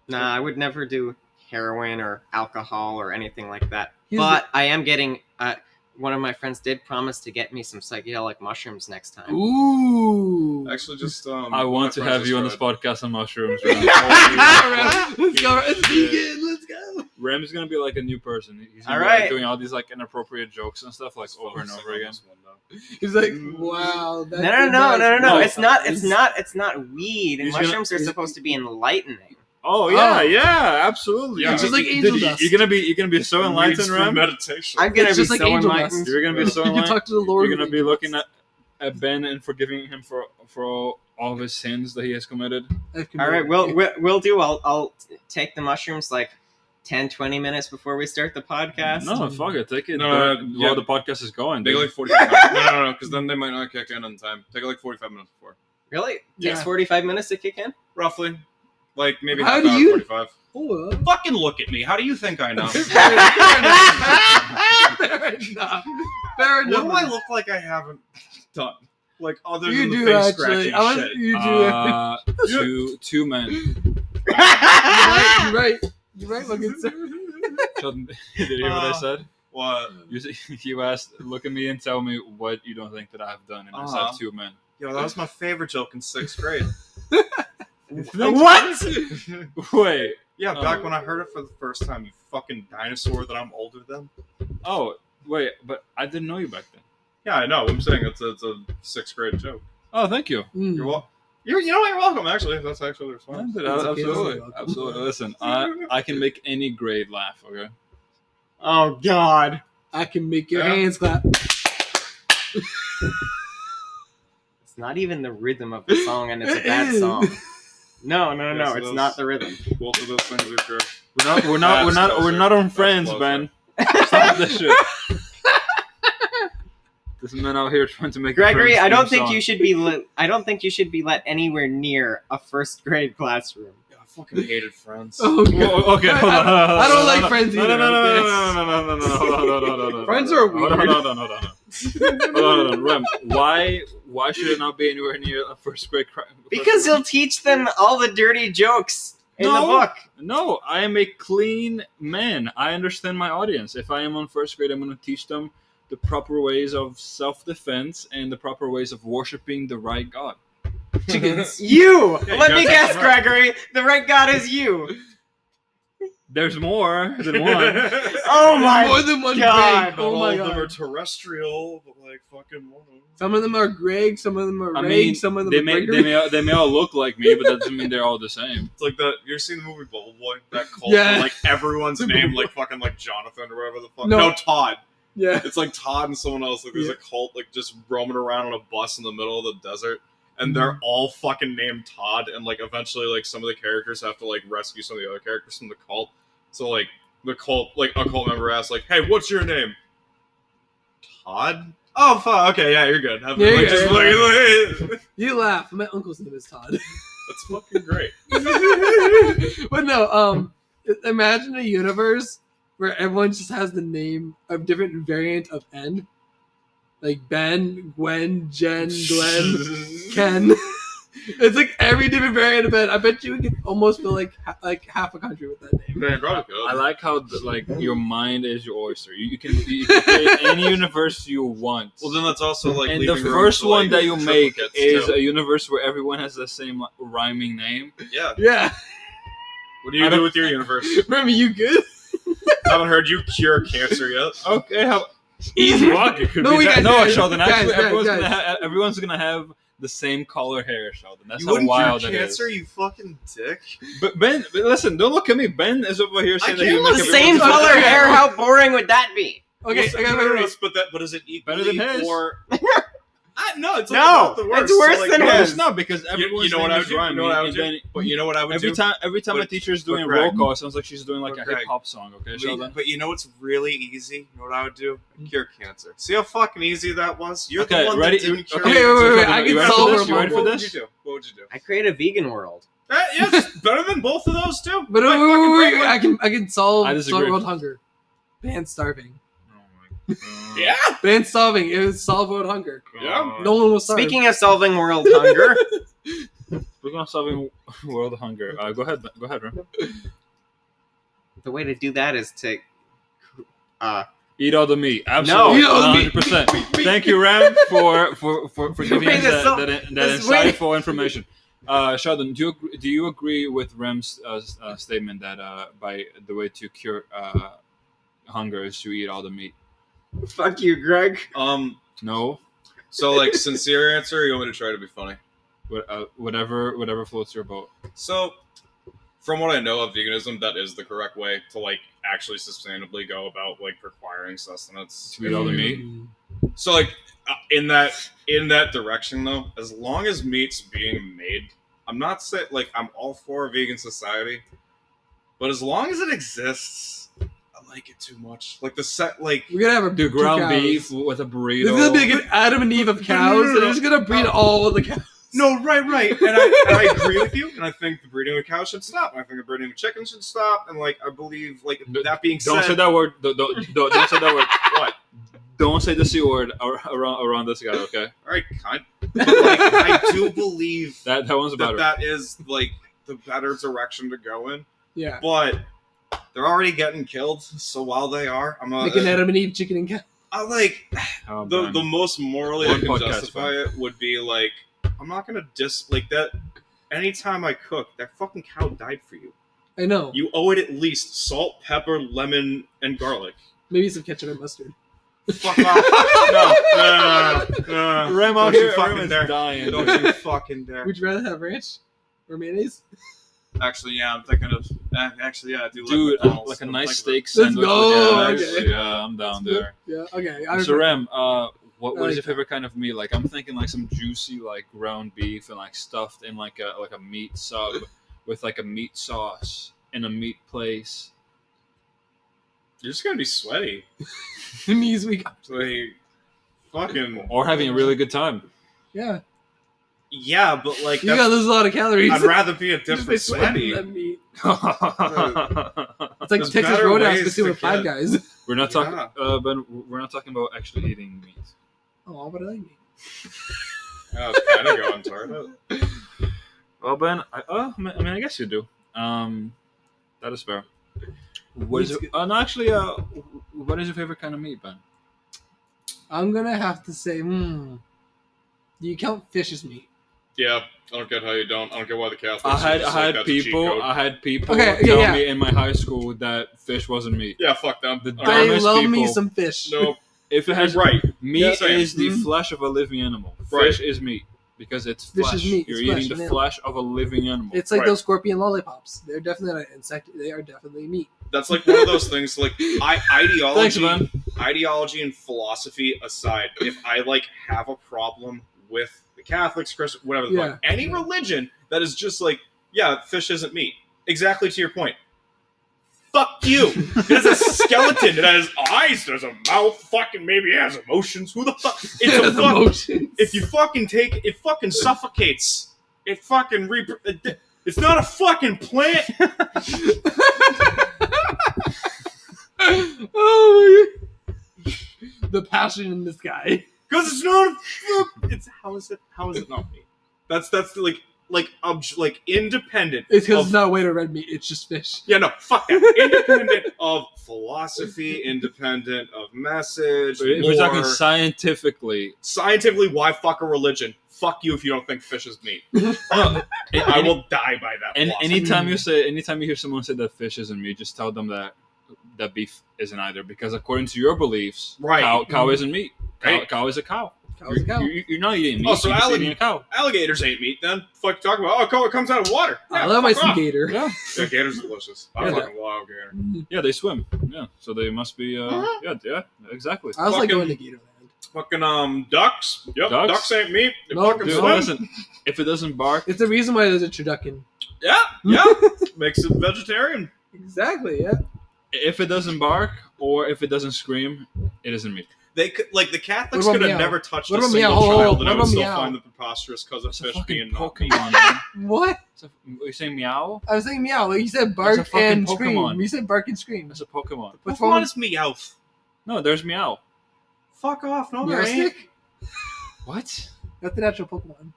Speaker 4: Nah, I would never do heroin or alcohol or anything like that.
Speaker 3: He's
Speaker 4: but I am getting. Uh, one of my friends did promise to get me some psychedelic mushrooms next time.
Speaker 3: Ooh.
Speaker 1: Actually, just um,
Speaker 2: I want to
Speaker 1: my friends
Speaker 2: have you on this
Speaker 1: just
Speaker 2: podcast on mushrooms.
Speaker 3: Let's
Speaker 2: Ram.
Speaker 3: go, Ram. Let's go. It's
Speaker 1: Shit.
Speaker 3: vegan. Let's go.
Speaker 2: Ram is gonna be like a new person. He's gonna
Speaker 4: All
Speaker 2: be like,
Speaker 4: right.
Speaker 2: doing all these like inappropriate jokes and stuff like
Speaker 1: tried-
Speaker 2: over and
Speaker 1: Focus
Speaker 2: over
Speaker 1: on
Speaker 2: again.
Speaker 1: this one, though.
Speaker 3: He's like,
Speaker 1: Mm.
Speaker 3: wow. That,
Speaker 4: No, no, no, no, no, no! It's not. It's not. It's not weed. And
Speaker 2: He's gonna-
Speaker 4: mushrooms are supposed to be enlightening.
Speaker 2: Oh yeah,
Speaker 3: yeah,
Speaker 2: yeah, absolutely.
Speaker 1: Yeah. It's
Speaker 3: just like
Speaker 2: Dude,
Speaker 3: angel
Speaker 2: you-
Speaker 3: dust.
Speaker 2: You're gonna be you're gonna be so
Speaker 1: Reads
Speaker 2: enlightened,
Speaker 1: for
Speaker 2: Ram.
Speaker 1: Meditation.
Speaker 4: I'm gonna
Speaker 3: It's
Speaker 4: be
Speaker 3: just like
Speaker 4: so
Speaker 3: angel
Speaker 4: enlightened.
Speaker 2: You're gonna be so
Speaker 3: You can
Speaker 2: enlightened.
Speaker 3: talk to the Lord.
Speaker 2: You're gonna
Speaker 3: with
Speaker 2: be
Speaker 3: angel
Speaker 2: looking
Speaker 3: dust.
Speaker 2: at, at Ben and forgiving him for for all, all of his sins that he has committed.
Speaker 3: I've
Speaker 4: All right,
Speaker 3: committed.
Speaker 4: we'll we'll, we'll do. I'll I'll t- take the mushrooms like 10, 20 minutes before we start the podcast.
Speaker 2: No, fuck it. Take it.
Speaker 1: No,
Speaker 2: No,
Speaker 1: no, yeah.
Speaker 2: while the podcast is going.
Speaker 1: Take
Speaker 2: dude.
Speaker 1: like 45 minutes. No, no, no, because then they might not kick in on time. Take like 45 minutes before.
Speaker 4: Really? It takes
Speaker 3: Yeah.
Speaker 4: forty five minutes to kick in.
Speaker 1: Roughly. Like, maybe
Speaker 3: How
Speaker 1: half
Speaker 3: do
Speaker 1: hour,
Speaker 3: you-
Speaker 1: 45.
Speaker 3: Hold up.
Speaker 1: Fucking look at me. How do you think I know? what
Speaker 3: Fair enough. Fair
Speaker 1: do
Speaker 3: enough.
Speaker 1: I look like I haven't done? Like, other
Speaker 3: you
Speaker 1: than
Speaker 3: do
Speaker 1: the face
Speaker 3: actually.
Speaker 1: scratching
Speaker 3: I was,
Speaker 1: shit.
Speaker 3: you do.
Speaker 2: Uh, two two men.
Speaker 3: you're right. You're right. You're right. Look at
Speaker 2: Did you hear what I
Speaker 1: Uh,
Speaker 2: said?
Speaker 1: What?
Speaker 2: You, s- you asked, look at me and tell me what you don't think that I've done, and I
Speaker 1: Uh-huh.
Speaker 2: said two men.
Speaker 1: Yo, that was my favorite joke in sixth grade.
Speaker 4: what?
Speaker 2: Wait,
Speaker 1: yeah,
Speaker 2: Oh.
Speaker 1: back when I heard it for the first time, you fucking dinosaur that I'm older than.
Speaker 2: oh wait, but I didn't know you back then.
Speaker 1: Yeah, I know. I'm saying it's a, it's a sixth grade joke.
Speaker 2: Oh, thank you.
Speaker 3: Hmm,
Speaker 1: You're welcome. You're, you know what? You're welcome, actually. That's actually response.
Speaker 2: Absolutely,
Speaker 3: It's okay,
Speaker 2: absolutely.
Speaker 3: you're welcome.
Speaker 2: Listen, I I can make any grade laugh. Okay.
Speaker 4: Oh God!
Speaker 3: I can make your
Speaker 1: Yeah.
Speaker 3: hands clap.
Speaker 4: It's not even the rhythm of the song, and it's a
Speaker 3: It
Speaker 4: bad
Speaker 3: is.
Speaker 4: song. No, no, no,
Speaker 1: Yes,
Speaker 4: it's
Speaker 1: those-
Speaker 4: not the rhythm.
Speaker 1: Both of those things are true.
Speaker 2: We're not. We're not. we're
Speaker 1: That's
Speaker 2: not. We're
Speaker 1: closer.
Speaker 2: not on
Speaker 1: That's
Speaker 2: friends,
Speaker 1: closer.
Speaker 2: Ben. Stop this shit. this man out here trying to make. a
Speaker 4: Gregory,
Speaker 2: Friends
Speaker 4: I
Speaker 2: theme
Speaker 4: don't think
Speaker 2: song.
Speaker 4: you should be. Li- I don't think you should be let anywhere near a first grade classroom.
Speaker 1: Yeah, I fucking hated friends.
Speaker 3: Oh, God.
Speaker 2: Whoa, okay, hold on. hold on,
Speaker 3: I don't
Speaker 2: hold on, hold on.
Speaker 3: like Friends
Speaker 2: No,
Speaker 3: either,
Speaker 2: no, no, no,
Speaker 3: okay?
Speaker 2: no, no, no, no, no, no, hold on, hold on, hold on, hold on.
Speaker 3: Friends are
Speaker 2: Hold on, hold on, hold on, hold on. Hold on, hold on. Rem, why, why should it not be anywhere near a first grade crime?
Speaker 4: Because he'll teach them all the dirty jokes in the
Speaker 2: No.
Speaker 4: book.
Speaker 2: No, I am a clean man. I understand my audience. If I am on first grade, I'm going to teach them the proper ways of self-defense and the proper ways of worshiping the right God.
Speaker 1: Chickens.
Speaker 4: You.
Speaker 1: Yeah, you
Speaker 4: Let me
Speaker 1: gotta
Speaker 4: guess,
Speaker 1: take them out.
Speaker 4: Gregory. The right god is you.
Speaker 2: There's more than one.
Speaker 4: Oh my
Speaker 3: More than one
Speaker 4: God.
Speaker 3: Greg. Oh my
Speaker 1: all of them are
Speaker 3: god.
Speaker 1: terrestrial, but like fucking one of them.
Speaker 3: Some of them are Greg. Some of them are
Speaker 2: I
Speaker 3: Reg.
Speaker 2: mean,
Speaker 3: some of them
Speaker 2: they
Speaker 3: are
Speaker 2: may, they
Speaker 3: Gregory.
Speaker 2: may, all- they may all look like me, but that doesn't mean they're all the same.
Speaker 1: It's like that. You ever seen the movie Bubble Boy? That cult.
Speaker 3: Yeah.
Speaker 1: where, Like everyone's name, like fucking like Jonathan or whatever the fuck. No,
Speaker 3: No.
Speaker 1: Todd.
Speaker 3: yeah.
Speaker 1: It's like Todd and someone else. Like there's
Speaker 3: Yeah.
Speaker 1: a cult like just roaming around on a bus in the middle of the desert, and
Speaker 2: Mm-hmm.
Speaker 1: they're all fucking named Todd. And like eventually, like some of the characters have to like rescue some of the other characters from the cult. So like the cult, like a cult member asks, like, "Hey, what's your name?" Todd. Oh fuck. Okay, yeah, you're good. Have
Speaker 3: Yeah,
Speaker 1: like,
Speaker 3: yeah,
Speaker 1: just
Speaker 3: yeah.
Speaker 1: like-
Speaker 3: You laugh. My uncle's name is Todd.
Speaker 1: That's fucking great.
Speaker 3: but no, um, imagine a universe where everyone just has the name of different variant of N, like Ben, Gwen, Jen, Glenn, Ken. it's like every different variant of Ben. I bet you we could almost fill like ha- like half a country with that name.
Speaker 1: Man, probably good.
Speaker 2: I like how like your mind is your oyster. You, you can you can create any universe you want.
Speaker 1: Well, then that's also like.
Speaker 2: and the
Speaker 1: leaving room
Speaker 2: first
Speaker 1: for,
Speaker 2: one
Speaker 1: like,
Speaker 2: that you make
Speaker 1: triplicates,
Speaker 2: is
Speaker 1: too.
Speaker 2: a universe where everyone has the same like, rhyming name.
Speaker 1: yeah.
Speaker 3: Yeah,
Speaker 1: What do
Speaker 2: I
Speaker 1: you
Speaker 2: don't-
Speaker 1: do with your universe?
Speaker 3: Remy, you good?
Speaker 1: I haven't heard you cure cancer yet.
Speaker 2: Okay, how
Speaker 3: Easy.
Speaker 2: Fuck, it could
Speaker 3: No,
Speaker 2: be
Speaker 3: we
Speaker 2: that.
Speaker 3: got-
Speaker 2: no,
Speaker 3: guys,
Speaker 2: Sheldon. Actually,
Speaker 3: guys, guys,
Speaker 2: everyone's,
Speaker 3: guys.
Speaker 2: Gonna ha- everyone's gonna have the same color hair, Sheldon. That's
Speaker 1: you
Speaker 2: how
Speaker 1: wouldn't
Speaker 2: wild
Speaker 1: cure
Speaker 2: it is.
Speaker 1: cancer, you fucking dick.
Speaker 2: But Ben, but listen, don't look at me. Ben is over here saying that
Speaker 1: can't
Speaker 2: you
Speaker 1: look
Speaker 2: make
Speaker 1: at
Speaker 2: everyone
Speaker 4: Same
Speaker 2: the
Speaker 3: everyone's-
Speaker 4: color
Speaker 2: same.
Speaker 4: hair. How boring would that be?
Speaker 3: Okay,
Speaker 1: Well,
Speaker 3: I
Speaker 1: no,
Speaker 3: got
Speaker 1: no, no,
Speaker 3: it.
Speaker 1: it's- But that, but is it
Speaker 2: Better than
Speaker 1: equally
Speaker 2: his.
Speaker 1: Or I, no, it's like
Speaker 4: No,
Speaker 1: about the worst.
Speaker 4: it's worse
Speaker 1: so, like,
Speaker 4: than
Speaker 2: No,
Speaker 4: his.
Speaker 2: it's not because everyone's
Speaker 1: you know what
Speaker 2: name
Speaker 1: I
Speaker 2: is
Speaker 1: would do? You know
Speaker 2: rhyming,
Speaker 1: what I would
Speaker 2: and
Speaker 1: do?
Speaker 2: then-
Speaker 1: But you know what I would
Speaker 2: Every
Speaker 1: do.
Speaker 2: time, every time a
Speaker 1: But-
Speaker 2: teacher's
Speaker 1: but
Speaker 2: doing
Speaker 1: Greg-
Speaker 2: roll call, it sounds like she's doing like
Speaker 1: but
Speaker 2: a
Speaker 1: Greg-
Speaker 2: hip hop song. Okay,
Speaker 1: But-
Speaker 2: Sheldon.
Speaker 1: but you know what's really easy? You know what I would do? Cure cancer. See how fucking easy that was? You're
Speaker 2: Okay,
Speaker 1: the one
Speaker 2: ready?
Speaker 1: that didn't cure
Speaker 2: Okay,
Speaker 3: wait, wait,
Speaker 2: so
Speaker 3: wait,
Speaker 2: Sheldon,
Speaker 3: I
Speaker 2: are
Speaker 3: can
Speaker 2: you ready
Speaker 3: solve
Speaker 2: for
Speaker 3: it.
Speaker 2: this? You ready for
Speaker 1: what
Speaker 2: this?
Speaker 1: Would you do? What would you do?
Speaker 4: I create a vegan world.
Speaker 1: That, yes, better than both of those two.
Speaker 3: But
Speaker 1: My
Speaker 3: wait, wait,
Speaker 1: fucking
Speaker 3: wait, wait,
Speaker 1: brain went-
Speaker 3: I can I can solve
Speaker 2: I disagree.
Speaker 3: solve world hunger. Ban starving.
Speaker 2: Oh
Speaker 1: Yeah.
Speaker 3: Ban starving. It was solve world hunger.
Speaker 1: Yeah.
Speaker 3: No one was starving.
Speaker 4: Speaking of solving world hunger,
Speaker 2: We're gonna solving world hunger. Uh, go ahead, go ahead, Ram.
Speaker 4: the way to do that is to. Uh,
Speaker 2: Eat all the meat.
Speaker 4: No.
Speaker 2: Absolutely,
Speaker 3: Eat all the meat.
Speaker 2: 100%. Thank you, Ram, for for for, for giving
Speaker 4: Wait,
Speaker 2: us
Speaker 4: this
Speaker 2: that,
Speaker 4: so-
Speaker 2: that, that
Speaker 4: this- wait.
Speaker 2: insightful information. Uh, Sheldon, do you agree, do you agree with Ram's uh, s- uh, statement that uh, by the way to cure uh, hunger is to eat all the meat?
Speaker 4: fuck you, Greg.
Speaker 1: Um.
Speaker 2: No,
Speaker 1: So, like, sincere answer, or you want me to try to be funny?
Speaker 2: What, uh, whatever whatever floats your boat.
Speaker 1: So, from what I know of veganism, that is the correct way to, like, actually sustainably go about, like, requiring sustenance.
Speaker 2: To eat all the meat.
Speaker 1: So, like, uh, in that in that direction, though, as long as meat's being made, I'm not saying like I'm all for a vegan society, but as long as it exists, I like it too much. Like the set, like
Speaker 3: We're gonna have a
Speaker 2: Do
Speaker 3: two
Speaker 2: ground
Speaker 3: cows.
Speaker 2: beef with a burrito.
Speaker 3: It's gonna be like an Adam and Eve of cows. and They're just gonna breed all the cows.
Speaker 1: No, right, right. And I, and I agree with you. And I think the breeding of cows should stop. I think the breeding of chickens should stop. And like I believe, like
Speaker 2: D-
Speaker 1: that being
Speaker 2: Don't say
Speaker 1: said,
Speaker 2: that word. Don't, don't, don't, don't say that word.
Speaker 1: what?
Speaker 2: Don't say the c word ar- around around this guy. Okay,
Speaker 1: All right, kind. But like I do believe
Speaker 2: that that one's
Speaker 1: that
Speaker 2: better.
Speaker 1: that is like the better direction to go in.
Speaker 3: yeah.
Speaker 1: But they're already getting killed. So while they are, I'm
Speaker 3: Like an
Speaker 1: a,
Speaker 3: Adam and Eve chicken and cow.
Speaker 1: I like
Speaker 2: Oh,
Speaker 1: the
Speaker 2: man.
Speaker 1: the most morally
Speaker 2: One
Speaker 1: I can
Speaker 2: podcast,
Speaker 1: justify it would be like I'm not gonna dis like that. Anytime I cook, that fucking cow died for you.
Speaker 3: I know.
Speaker 1: You owe it at least salt, pepper, lemon, and garlic.
Speaker 3: Maybe some ketchup and mustard.
Speaker 1: Fuck off. no, no, no, no, no, no.
Speaker 2: Ram
Speaker 1: Don't
Speaker 2: out
Speaker 1: you
Speaker 2: here,
Speaker 1: fucking
Speaker 2: Ram is
Speaker 1: dare.
Speaker 2: dying.
Speaker 1: Don't you fucking dare.
Speaker 3: Would you rather have ranch or mayonnaise?
Speaker 1: Actually, yeah, I'm thinking of. uh, Actually, yeah, I do
Speaker 2: Dude,
Speaker 1: like McDonald's.
Speaker 2: like a
Speaker 1: I'm
Speaker 2: nice
Speaker 1: thinking
Speaker 2: steak sandwich.
Speaker 3: go,
Speaker 2: with eggs.
Speaker 3: okay.
Speaker 2: Yeah, I'm down there.
Speaker 3: Yeah. Okay. I
Speaker 2: So Ram, uh, What what is
Speaker 3: I like
Speaker 2: your favorite kind of meat? Like I'm thinking like some juicy like ground beef and like stuffed in like a like a meat sub with like a meat sauce in a meat place.
Speaker 1: You're just gonna be sweaty.
Speaker 3: Knees weak.
Speaker 1: It's like fucking
Speaker 2: Or having a really good time.
Speaker 3: Yeah,
Speaker 1: yeah, but like
Speaker 3: you
Speaker 1: that's-
Speaker 3: got lose a lot of calories.
Speaker 1: I'd rather be a
Speaker 3: Just by
Speaker 1: different
Speaker 3: sweating
Speaker 1: sweaty.
Speaker 3: that meat.
Speaker 2: we're
Speaker 3: It's like
Speaker 1: There's
Speaker 3: Texas
Speaker 1: better
Speaker 3: Roadhouse
Speaker 1: ways
Speaker 3: but
Speaker 1: to
Speaker 3: with Five
Speaker 1: get-
Speaker 3: Guys.
Speaker 2: not talking
Speaker 1: Yeah.
Speaker 2: uh, Ben we're not talking about actually eating meat.
Speaker 3: Oh, but I like meat.
Speaker 1: Oh, I was kind of going toward it.
Speaker 2: Well Ben, I, uh, I mean I mean, I guess you do. Um that is fair. What is
Speaker 3: Meat's
Speaker 2: your- uh, no, actually uh what is your favorite kind of meat, Ben?
Speaker 3: I'm gonna have to say, hmm. Do you count fish as meat?
Speaker 1: Yeah, I don't get how you don't. I don't get why the Catholics.
Speaker 2: I had
Speaker 1: are just
Speaker 2: I
Speaker 1: like,
Speaker 2: had
Speaker 1: "That's a cheat
Speaker 2: people
Speaker 1: code."
Speaker 2: I had people
Speaker 3: Okay, yeah,
Speaker 2: tell
Speaker 3: yeah.
Speaker 2: me in my high school that fish wasn't meat.
Speaker 1: yeah, fuck them.
Speaker 2: The
Speaker 1: All
Speaker 2: I
Speaker 1: right.
Speaker 3: I
Speaker 2: miss
Speaker 3: love me
Speaker 2: people.
Speaker 3: some fish.
Speaker 1: No,
Speaker 2: If it has
Speaker 1: right.
Speaker 2: meat
Speaker 1: Yeah, same.
Speaker 2: is the
Speaker 3: Mhm.
Speaker 2: flesh of a living animal.
Speaker 1: Right.
Speaker 2: Fish is meat because it's
Speaker 3: Fish
Speaker 2: flesh.
Speaker 3: is meat,
Speaker 2: You're
Speaker 3: it's
Speaker 2: eating
Speaker 3: flesh,
Speaker 2: the
Speaker 3: yeah.
Speaker 2: flesh of a living animal.
Speaker 3: It's like
Speaker 1: Right.
Speaker 3: those scorpion lollipops. They're definitely not an insect. They are definitely meat.
Speaker 1: That's like one of those things. Like I
Speaker 2: Thanks,
Speaker 1: ideology,
Speaker 2: man.
Speaker 1: ideology and philosophy aside, if I like have a problem with the Catholics, Christians, whatever, the fuck, any religion that is just like, yeah, fish isn't meat. Exactly to your point. Fuck you. It has a skeleton. It has eyes. There's a mouth. Fucking maybe it has emotions. Who the fuck? It's a
Speaker 3: The
Speaker 1: fuck.
Speaker 3: emotions.
Speaker 1: If you fucking take it, fucking suffocates. It fucking re. it- It's not a fucking plant.
Speaker 3: oh my god. The passion in this guy.
Speaker 1: Because it's not. It's how is it? How is it not me? That's that's like like obj, like independent.
Speaker 3: It's because it's
Speaker 1: of-
Speaker 3: not a way to red meat. It's just fish.
Speaker 1: yeah, no, fuck that. Independent of philosophy, independent of message.
Speaker 2: If We're talking
Speaker 1: lore.
Speaker 2: scientifically.
Speaker 1: scientifically. Why fuck a religion? Fuck you if you don't think fish is meat.
Speaker 2: No, and,
Speaker 1: I will die by that.
Speaker 2: and
Speaker 1: philosophy.
Speaker 2: anytime
Speaker 3: Mm.
Speaker 2: you say, anytime you hear someone say that fish isn't meat, just tell them that that beef isn't either. Because according to your beliefs,
Speaker 1: Right.
Speaker 2: cow, cow isn't meat. Cow,
Speaker 1: Right.
Speaker 2: cow is a cow.
Speaker 3: Cow's a
Speaker 2: You're-
Speaker 3: Mm-hmm. cow.
Speaker 2: You're, you're not eating meat.
Speaker 1: Oh, so
Speaker 2: you're just
Speaker 1: Alan-
Speaker 2: eating a cow.
Speaker 1: alligators ain't meat. Then fuck you talking about. Oh, co- it comes out of water.
Speaker 3: I
Speaker 1: Yeah,
Speaker 3: love my
Speaker 1: fuck
Speaker 3: sea
Speaker 1: off.
Speaker 3: gator.
Speaker 2: Yeah.
Speaker 1: Yeah, gators are delicious. I
Speaker 3: Yeah,
Speaker 1: fucking love gator.
Speaker 2: Yeah, they swim. Yeah, so they must be. Uh,
Speaker 1: Uh-huh.
Speaker 2: Yeah, yeah, exactly.
Speaker 3: I was like
Speaker 1: Fucking-
Speaker 3: going to Gatorland.
Speaker 1: Fucking um ducks. Yep,
Speaker 2: Ducks?
Speaker 1: ducks, ain't meat. They
Speaker 3: No,
Speaker 1: fucking
Speaker 2: Dude,
Speaker 1: swim.
Speaker 2: listen, if it doesn't bark,
Speaker 3: It's the reason why there's a turducken.
Speaker 1: Yeah, yeah. Makes it vegetarian.
Speaker 3: Exactly, yeah.
Speaker 2: if it doesn't bark, or if it doesn't scream, it isn't meat.
Speaker 1: They could like the Catholics
Speaker 3: What about
Speaker 1: could have
Speaker 3: meow?
Speaker 1: never touched
Speaker 3: What
Speaker 1: a
Speaker 3: about
Speaker 1: single
Speaker 3: meow? Hold on,
Speaker 1: child, and
Speaker 3: what
Speaker 1: I would
Speaker 3: about
Speaker 1: still
Speaker 3: meow?
Speaker 1: find the preposterous because of
Speaker 2: It's a
Speaker 1: fish
Speaker 2: fucking
Speaker 1: being not.
Speaker 2: Pokemon. man.
Speaker 3: What?
Speaker 2: It's a, you say meow?
Speaker 3: I was saying meow. Like you said bark
Speaker 2: fucking
Speaker 3: and
Speaker 2: Pokemon.
Speaker 3: scream. You said bark and scream.
Speaker 2: That's a Pokemon.
Speaker 3: What's wrong with
Speaker 1: is meowth?
Speaker 2: No, there's meow.
Speaker 1: Fuck off! No,
Speaker 3: meow
Speaker 1: there ain't.
Speaker 3: stick?
Speaker 2: What?
Speaker 3: That's the natural Pokemon.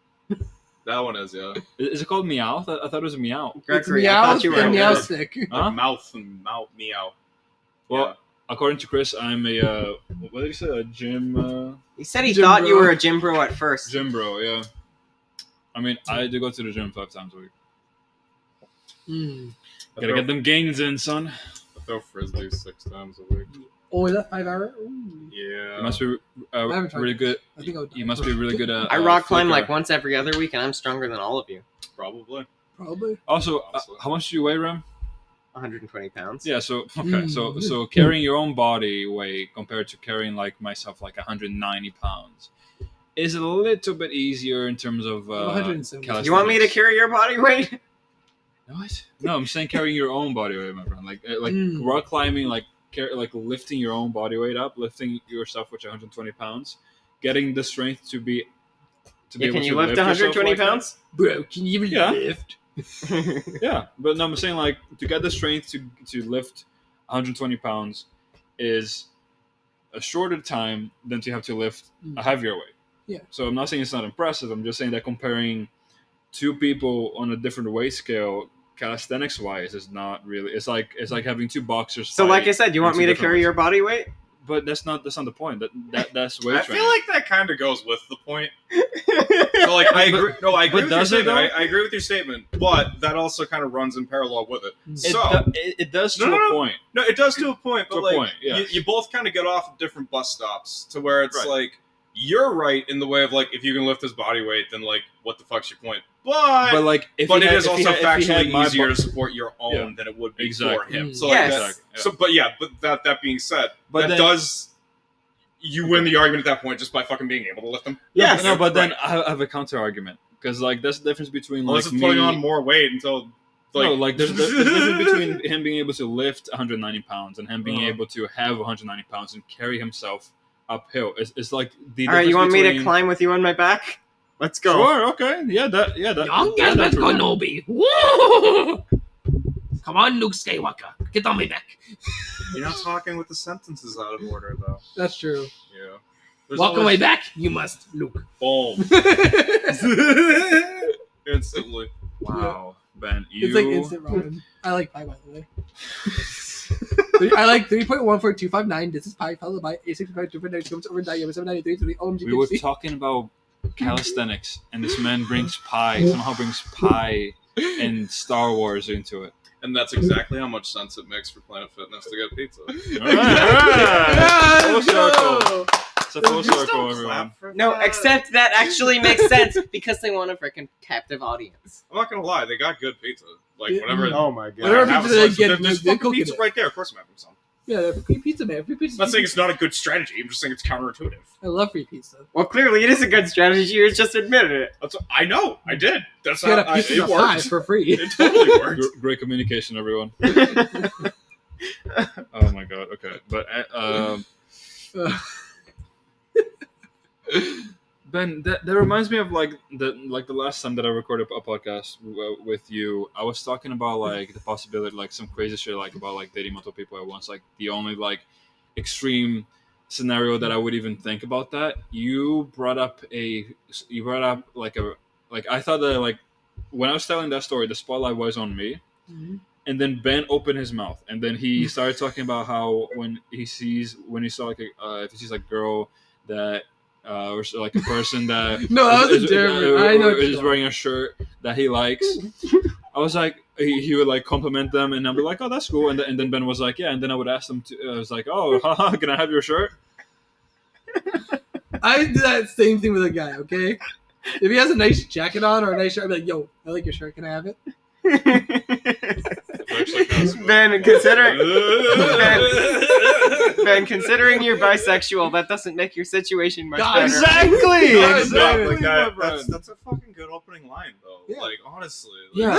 Speaker 1: That one is yeah. Like
Speaker 2: Is, is it called meow? I thought it was meow.
Speaker 4: Gregory,
Speaker 3: it's
Speaker 4: I
Speaker 3: meow
Speaker 4: thought you were
Speaker 1: a
Speaker 3: and meow
Speaker 1: nerd.
Speaker 3: stick.
Speaker 2: Huh?
Speaker 1: mouth and mouth meow.
Speaker 2: Well,
Speaker 1: Yeah.
Speaker 2: according to Chris, I'm a uh, what did he say? A gym uh,
Speaker 4: He said he
Speaker 3: Jim
Speaker 4: thought you
Speaker 3: Bro.
Speaker 4: were a gym bro at first.
Speaker 2: gym bro. Yeah. I mean, I do go to the gym five times a week.
Speaker 3: Mm.
Speaker 1: I
Speaker 2: Gotta
Speaker 1: throw-
Speaker 2: get them gains in, son.
Speaker 1: I throw frisbees six times a week.
Speaker 3: Oh, is that five hour? Ooh.
Speaker 1: Yeah.
Speaker 2: You must be uh,
Speaker 3: haven't tried
Speaker 2: really
Speaker 3: this.
Speaker 2: good.
Speaker 3: I think I would die.
Speaker 2: You must be really good at.
Speaker 4: I
Speaker 2: uh,
Speaker 4: rock climb
Speaker 2: flicker.
Speaker 4: like once every other week, and I'm stronger than all of you.
Speaker 1: probably.
Speaker 3: Probably.
Speaker 2: Also, uh, how much do you weigh, Ram?
Speaker 4: 120 pounds.
Speaker 2: Yeah, so okay, so
Speaker 3: Mm.
Speaker 2: so carrying your own body weight compared to carrying like myself, like 190 pounds, is a little bit easier in terms of uh,
Speaker 3: 170.
Speaker 2: calisthenics.
Speaker 4: You want me to carry your body weight?
Speaker 2: what? No, I'm saying carrying your own body weight, my friend. Like uh, like
Speaker 3: Mm.
Speaker 2: rock climbing, like car- like lifting your own body weight up, lifting yourself with 120 pounds, getting the strength to be to be
Speaker 4: Yeah,
Speaker 2: able
Speaker 4: can
Speaker 2: to
Speaker 4: you lift
Speaker 2: yourself
Speaker 4: 120
Speaker 2: like that.
Speaker 4: pounds?
Speaker 3: Bro, can you even
Speaker 2: Yeah.
Speaker 3: lift?
Speaker 2: Yeah, but no, I'm saying like to get the strength to to lift 120 pounds is a shorter time than to have to lift a heavier weight.
Speaker 3: Yeah.
Speaker 2: So I'm not saying it's not impressive. I'm just saying that comparing two people on a different weight scale, calisthenics wise, is not really. It's like it's like having two boxers.
Speaker 4: so, like I said, you want
Speaker 2: Two
Speaker 4: me to
Speaker 2: different
Speaker 4: carry
Speaker 2: ways.
Speaker 4: your body weight?
Speaker 2: but that's not that's not the point. That, that that's weight
Speaker 1: I
Speaker 2: training.
Speaker 1: feel like that kind of goes with the point. So like I
Speaker 2: But-
Speaker 1: agree. No, I agree
Speaker 2: but
Speaker 1: with your
Speaker 2: does it,
Speaker 1: statement. I, I agree with your statement, but that also kind of runs in parallel with it.
Speaker 3: Mm.
Speaker 2: it,
Speaker 1: so-
Speaker 2: do- it, it does
Speaker 1: No,
Speaker 2: to
Speaker 1: no,
Speaker 2: a
Speaker 1: no.
Speaker 2: point.
Speaker 1: No, it does to a point, but
Speaker 2: To a
Speaker 1: like
Speaker 2: point, yeah.
Speaker 1: you, you both kind of get off at different bus stops to where it's
Speaker 2: Right.
Speaker 1: like you're right in the way of like if you can lift his body weight, then like what the fuck's your point? But
Speaker 2: But
Speaker 1: but,
Speaker 2: like, if
Speaker 1: it
Speaker 2: he had-
Speaker 1: is
Speaker 2: if he
Speaker 1: also
Speaker 2: had- if he had
Speaker 1: factually
Speaker 2: my
Speaker 1: easier
Speaker 2: bo-
Speaker 1: to support your own
Speaker 2: Yeah.
Speaker 1: than it would be
Speaker 2: Exactly.
Speaker 1: for him.
Speaker 3: Mm.
Speaker 1: So
Speaker 4: Yes.
Speaker 1: like that,
Speaker 2: Exactly, yeah.
Speaker 1: so but yeah, but that that being said,
Speaker 2: But
Speaker 1: that
Speaker 2: then-
Speaker 1: does you win the argument at that point just by fucking being able to lift them.
Speaker 4: Yes.
Speaker 2: No, but then
Speaker 1: Right.
Speaker 2: I have- I have a counter argument because like that's the difference between
Speaker 1: unless
Speaker 2: like
Speaker 1: it's
Speaker 2: me.
Speaker 1: putting on more weight until like,
Speaker 2: no, like there's the, the difference between him being able to lift 190 pounds and him being
Speaker 1: Uh-huh.
Speaker 2: able to have 190 pounds and carry himself uphill. It's, it's like the.
Speaker 4: All right, you want
Speaker 2: difference
Speaker 4: me to
Speaker 2: between-
Speaker 4: climb with you on my back? Let's go.
Speaker 2: Sure. Okay. Yeah. That. Yeah. That.
Speaker 5: Young
Speaker 2: yeah,
Speaker 5: Gamma
Speaker 2: that's right.
Speaker 5: Kenobi. Woo! Come on, Luke Skywalker. Get on my back.
Speaker 1: you're not talking with the sentences out of order though.
Speaker 3: That's true.
Speaker 1: Yeah.
Speaker 5: Walk away back. You must, Luke.
Speaker 1: Boom.
Speaker 3: it's
Speaker 1: Instantly.
Speaker 2: Wow, Ben, you.
Speaker 3: like instant ramen. I like pie, by the way. Three- I like 3.14259. This is pi followed by a 6529 comes over diameter 793 to the OMG.
Speaker 2: we were talking about calisthenics, and this man brings pie. Somehow brings pie and Star Wars into it.
Speaker 1: And that's exactly how much sense it makes for Planet Fitness to get pizza.
Speaker 2: All right, all right. Full circle. It's a full circle, everyone.
Speaker 4: No, except that actually makes sense because they want a freaking captive audience.
Speaker 1: I'm not gonna lie, they got good pizza. Like
Speaker 3: Yeah.
Speaker 1: whatever.
Speaker 4: Oh my god.
Speaker 3: Whatever
Speaker 1: have a
Speaker 3: pizza they
Speaker 1: slice,
Speaker 3: get,
Speaker 1: there- there's
Speaker 3: they- they
Speaker 1: fucking
Speaker 3: cook it.
Speaker 1: pizza right there. Of course, I'm having some.
Speaker 3: Yeah, they're free pizza, man. Free pizza.
Speaker 1: I'm not saying it's not a good strategy. I'm just saying it's counterintuitive.
Speaker 3: I love free pizza.
Speaker 4: Well, clearly it is a good strategy. You just admitted it.
Speaker 1: That's I know. I did. That's
Speaker 3: Get
Speaker 1: not.
Speaker 3: a
Speaker 1: I,
Speaker 3: pizza
Speaker 1: it
Speaker 3: pie
Speaker 1: worked.
Speaker 3: for free.
Speaker 1: It totally worked.
Speaker 2: Gr- Great communication, everyone. Oh my god. Okay, but uh, um,
Speaker 3: Uh,
Speaker 2: Ben, that, that reminds me of like the like the last time that I recorded a podcast w- with you. I was talking about like the possibility, like some crazy shit, like about like dating multiple people at once. Like the only like extreme scenario that I would even think about that. You brought up a you brought up like a like I thought that like when I was telling that story, the spotlight was on me and then Ben opened his mouth, and then he started talking about how when he sees when he saw like a, uh, if he sees like a girl that uh, or so, like a person that
Speaker 3: No, that was
Speaker 2: is-
Speaker 3: a
Speaker 2: is-
Speaker 3: different.
Speaker 2: uh,
Speaker 3: I know.
Speaker 2: or
Speaker 3: what you're
Speaker 2: is wearing a shirt that he likes. I was like, he, he would like compliment them, and I'd be like, oh, that's cool. And, th- and then Ben was like, yeah. And then I would ask them to, I was like, oh, haha, can I have your shirt?
Speaker 3: I do that same thing with a guy, okay? If he has a nice jacket on or a nice shirt, I'd be like, yo, I like your shirt. Can I have it?
Speaker 4: Ben, consider- ben, considering you're bisexual, that doesn't make your situation much
Speaker 3: God,
Speaker 4: better.
Speaker 2: Exactly.
Speaker 3: Yeah,
Speaker 1: That's not
Speaker 3: exactly,
Speaker 1: like I-
Speaker 2: my
Speaker 1: that's,
Speaker 2: friend.
Speaker 1: that's a fucking good opening line, though.
Speaker 3: Yeah.
Speaker 1: Like honestly, like,
Speaker 3: Yeah.
Speaker 1: and,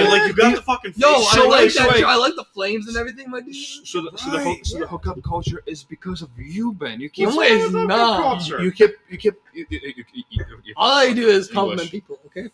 Speaker 3: Literally.
Speaker 1: like you got the fucking
Speaker 3: Yo,
Speaker 1: face
Speaker 3: I
Speaker 2: So
Speaker 1: shit.
Speaker 3: like
Speaker 2: wait,
Speaker 3: that
Speaker 2: so wait.
Speaker 3: shirt. I like the flames and everything, my dude.
Speaker 2: So the, so the whole, so the
Speaker 1: Right,
Speaker 2: hookup culture is because of you, Ben. You keep
Speaker 3: No, it's
Speaker 1: Fucking
Speaker 3: not.
Speaker 1: culture.
Speaker 2: You kept. You kept. You, you, you, you, you, you-
Speaker 3: All I do is
Speaker 2: English.
Speaker 3: compliment people, okay?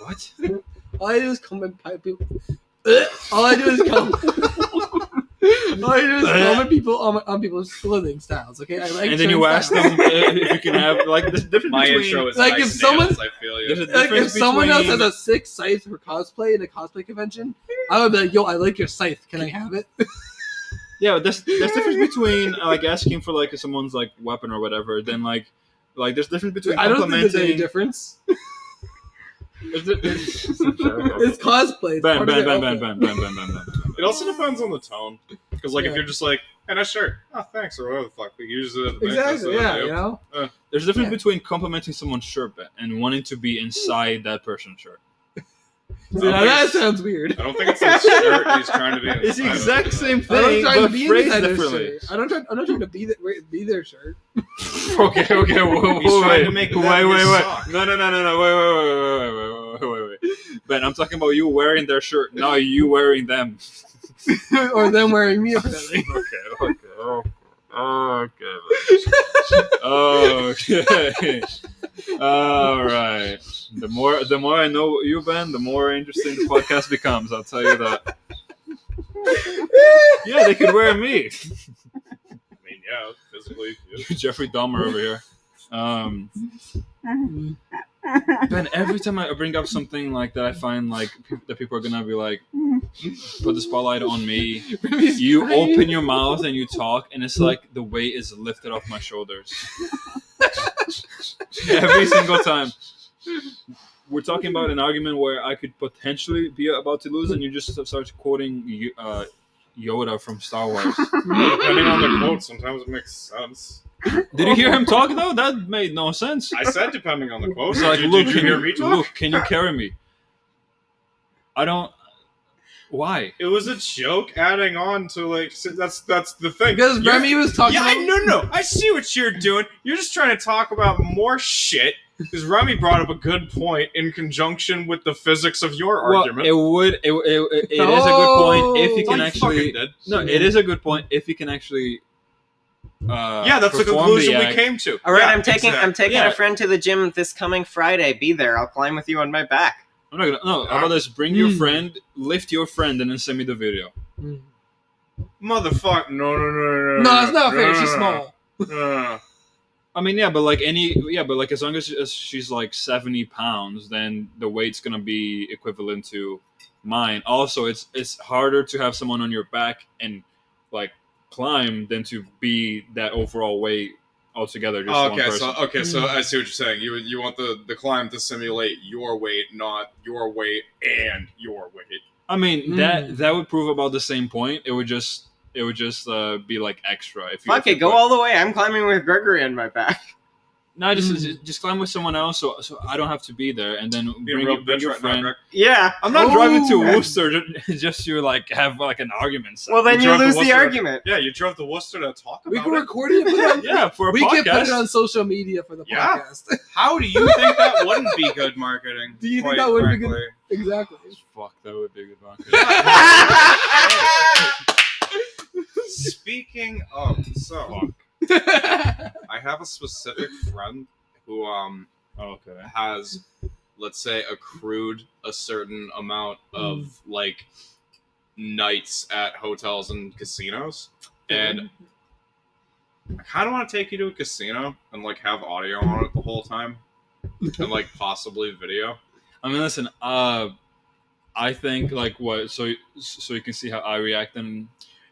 Speaker 2: What?
Speaker 3: All I do is compliment pi- people. Ugh. All I do is compliment. All I do is comment people on, my, on people's clothing styles, okay? I like
Speaker 2: and then you
Speaker 3: certain
Speaker 2: ask
Speaker 3: styles.
Speaker 2: them uh, if you can have like this difference
Speaker 1: My
Speaker 2: between.
Speaker 1: intro is
Speaker 3: like,
Speaker 1: nice nails,
Speaker 3: if someone-
Speaker 1: I feel
Speaker 2: There's
Speaker 1: you.
Speaker 2: a
Speaker 3: Like, if
Speaker 2: difference
Speaker 3: someone else
Speaker 2: between-
Speaker 3: has a sick scythe for cosplay in a cosplay convention, I would be like, yo, I like your scythe. Can I have it?
Speaker 2: Yeah, but that's that's difference between uh, like asking for like someone's like weapon or whatever. Then like like there's difference between
Speaker 3: I don't think there's any
Speaker 2: complimenting.
Speaker 3: difference.
Speaker 2: there's di- there's-
Speaker 3: It's cosplay. It's
Speaker 2: Ben,
Speaker 3: part
Speaker 2: ben, ben,
Speaker 3: of their
Speaker 2: ben, ben,
Speaker 3: outfit.
Speaker 2: ben, ben, ben, ben, ben, ben.
Speaker 1: It also depends on the tone, because like
Speaker 3: Yeah.
Speaker 1: if you're just like, "And a shirt, oh thanks," or whatever the fuck we use it.
Speaker 3: Exactly. Yeah. You know.
Speaker 2: There's a difference
Speaker 3: Yeah.
Speaker 2: between complimenting someone's shirt Ben, and wanting to be inside that person's shirt.
Speaker 3: See, now
Speaker 1: Okay.
Speaker 3: that sounds weird.
Speaker 1: I don't think it's the shirt he's trying to be.
Speaker 2: It's
Speaker 1: inside
Speaker 2: the
Speaker 1: of,
Speaker 2: exact
Speaker 1: you know?
Speaker 2: same
Speaker 3: I don't
Speaker 2: thing,
Speaker 3: try to
Speaker 2: but
Speaker 3: be
Speaker 2: phrased
Speaker 3: inside their
Speaker 2: differently.
Speaker 3: shirt. I don't try. I'm not trying to be their be their shirt.
Speaker 2: okay, okay, whoa, whoa,
Speaker 1: He's
Speaker 2: whoa,
Speaker 1: trying
Speaker 2: wait,
Speaker 1: to make
Speaker 2: wait,
Speaker 1: that
Speaker 2: wait,
Speaker 1: his
Speaker 2: wait.
Speaker 1: sock.
Speaker 2: No, no, no, no, no, wait, wait, wait, wait, wait, wait, wait, wait, wait. Ben, I'm talking about you wearing their shirt, not you wearing them.
Speaker 3: or them wearing me.
Speaker 2: okay,
Speaker 3: Apparently.
Speaker 2: okay, okay, okay. okay. All right. The more, the more I know you, Ben, the more interesting the podcast becomes. I'll tell you that. Yeah, they could wear me.
Speaker 1: I mean, yeah, physically. yeah.
Speaker 2: Jeffrey Dahmer over here. Um, Ben, every time I bring up something like that, I find like pe- that people are gonna be like, "Hmm, put the spotlight on me. You open your mouth and you talk, and it's like the weight is lifted off my shoulders every single time. We're talking about an argument where I could potentially be about to lose, and you just start quoting Yo- uh, Yoda from Star Wars.
Speaker 1: Depending on the quote, sometimes it makes sense.
Speaker 2: Did you hear him talk though? That made no sense.
Speaker 1: I said depending on the quote.
Speaker 2: It's like,
Speaker 1: did,
Speaker 2: look,
Speaker 1: did you
Speaker 2: can
Speaker 1: hear me
Speaker 2: you,
Speaker 1: talk?
Speaker 2: look, can you carry me? I don't. Why?
Speaker 1: It was a joke adding on to like so that's that's the thing.
Speaker 3: Because
Speaker 1: You're-
Speaker 3: Remy was talking
Speaker 1: Yeah, I,
Speaker 3: about
Speaker 1: no, no, I see what you're doing. You're just trying to talk about more shit. Because Remy brought up a good point in conjunction with the physics of your argument.
Speaker 2: It would. It, it, it- it is a good point if you
Speaker 1: It's all you fucking
Speaker 2: can actually.
Speaker 1: did.
Speaker 2: No, it is a good point if you can actually. Uh,
Speaker 1: yeah, that's the
Speaker 2: perform
Speaker 1: conclusion we
Speaker 2: act.
Speaker 1: came to.
Speaker 4: All right,
Speaker 1: Yeah,
Speaker 4: I'm taking I'm
Speaker 1: exactly.
Speaker 4: taking
Speaker 2: Yeah.
Speaker 4: a friend to the gym this coming Friday. Be there. I'll climb with you on my back.
Speaker 2: I'm not gonna. No, how about this? Bring your
Speaker 3: Mm.
Speaker 2: friend, lift your friend, and then send me the video.
Speaker 3: Mm.
Speaker 1: Motherfucker! No, no, no, no, no.
Speaker 3: No, it's not
Speaker 1: no,
Speaker 3: fair.
Speaker 1: no,
Speaker 3: She's
Speaker 1: no,
Speaker 3: small.
Speaker 1: No, no, no, no.
Speaker 2: I mean, yeah, but like any, yeah, but like as long as as she's like seventy pounds, then the weight's gonna be equivalent to mine. Also, it's it's harder to have someone on your back and like climb than to be that overall weight altogether. Just
Speaker 1: Oh,
Speaker 2: one
Speaker 1: okay,
Speaker 2: person.
Speaker 1: so okay, so I see what you're saying. You you want the the climb to simulate your weight, not your weight and your weight.
Speaker 2: I mean
Speaker 3: Mm.
Speaker 2: that that would prove about the same point. It would just it would just uh, be like extra. If you
Speaker 4: Fuck it, go all the way. I'm climbing with Gregory on my back.
Speaker 2: No, just
Speaker 3: Mm.
Speaker 2: just climb with someone else, so, so I don't have to be there, and then
Speaker 1: Being
Speaker 2: bring,
Speaker 1: real
Speaker 2: your- bring
Speaker 1: bitch
Speaker 2: your
Speaker 1: right now,
Speaker 2: friend.
Speaker 1: Greg.
Speaker 4: Yeah.
Speaker 2: I'm not
Speaker 3: Oh.
Speaker 2: driving to Worcester ju- just to like have like an argument.
Speaker 4: Well, then
Speaker 1: You
Speaker 4: you
Speaker 1: drove to
Speaker 4: lose the
Speaker 1: Worcester.
Speaker 4: argument.
Speaker 1: Yeah, you drove to Worcester to talk about
Speaker 3: We can
Speaker 1: it.
Speaker 3: record it. and put it on-
Speaker 2: yeah, for a
Speaker 3: we
Speaker 2: podcast.
Speaker 3: can put it on social media for the
Speaker 1: Yeah.
Speaker 3: podcast.
Speaker 1: How do you think that wouldn't be good marketing?
Speaker 3: Do you think
Speaker 1: quite
Speaker 3: that would be good-
Speaker 1: frankly?
Speaker 3: exactly.
Speaker 2: Fuck, that would be a good
Speaker 1: Speaking of, so I have a specific friend who um
Speaker 2: okay.
Speaker 1: has, let's say, accrued a certain amount of
Speaker 3: Hmm.
Speaker 1: like nights at hotels and casinos, and I kind of want to take you to a casino and like have audio on it the whole time, and like possibly video.
Speaker 2: I mean, listen. Uh, I think like what so so you can see how I react and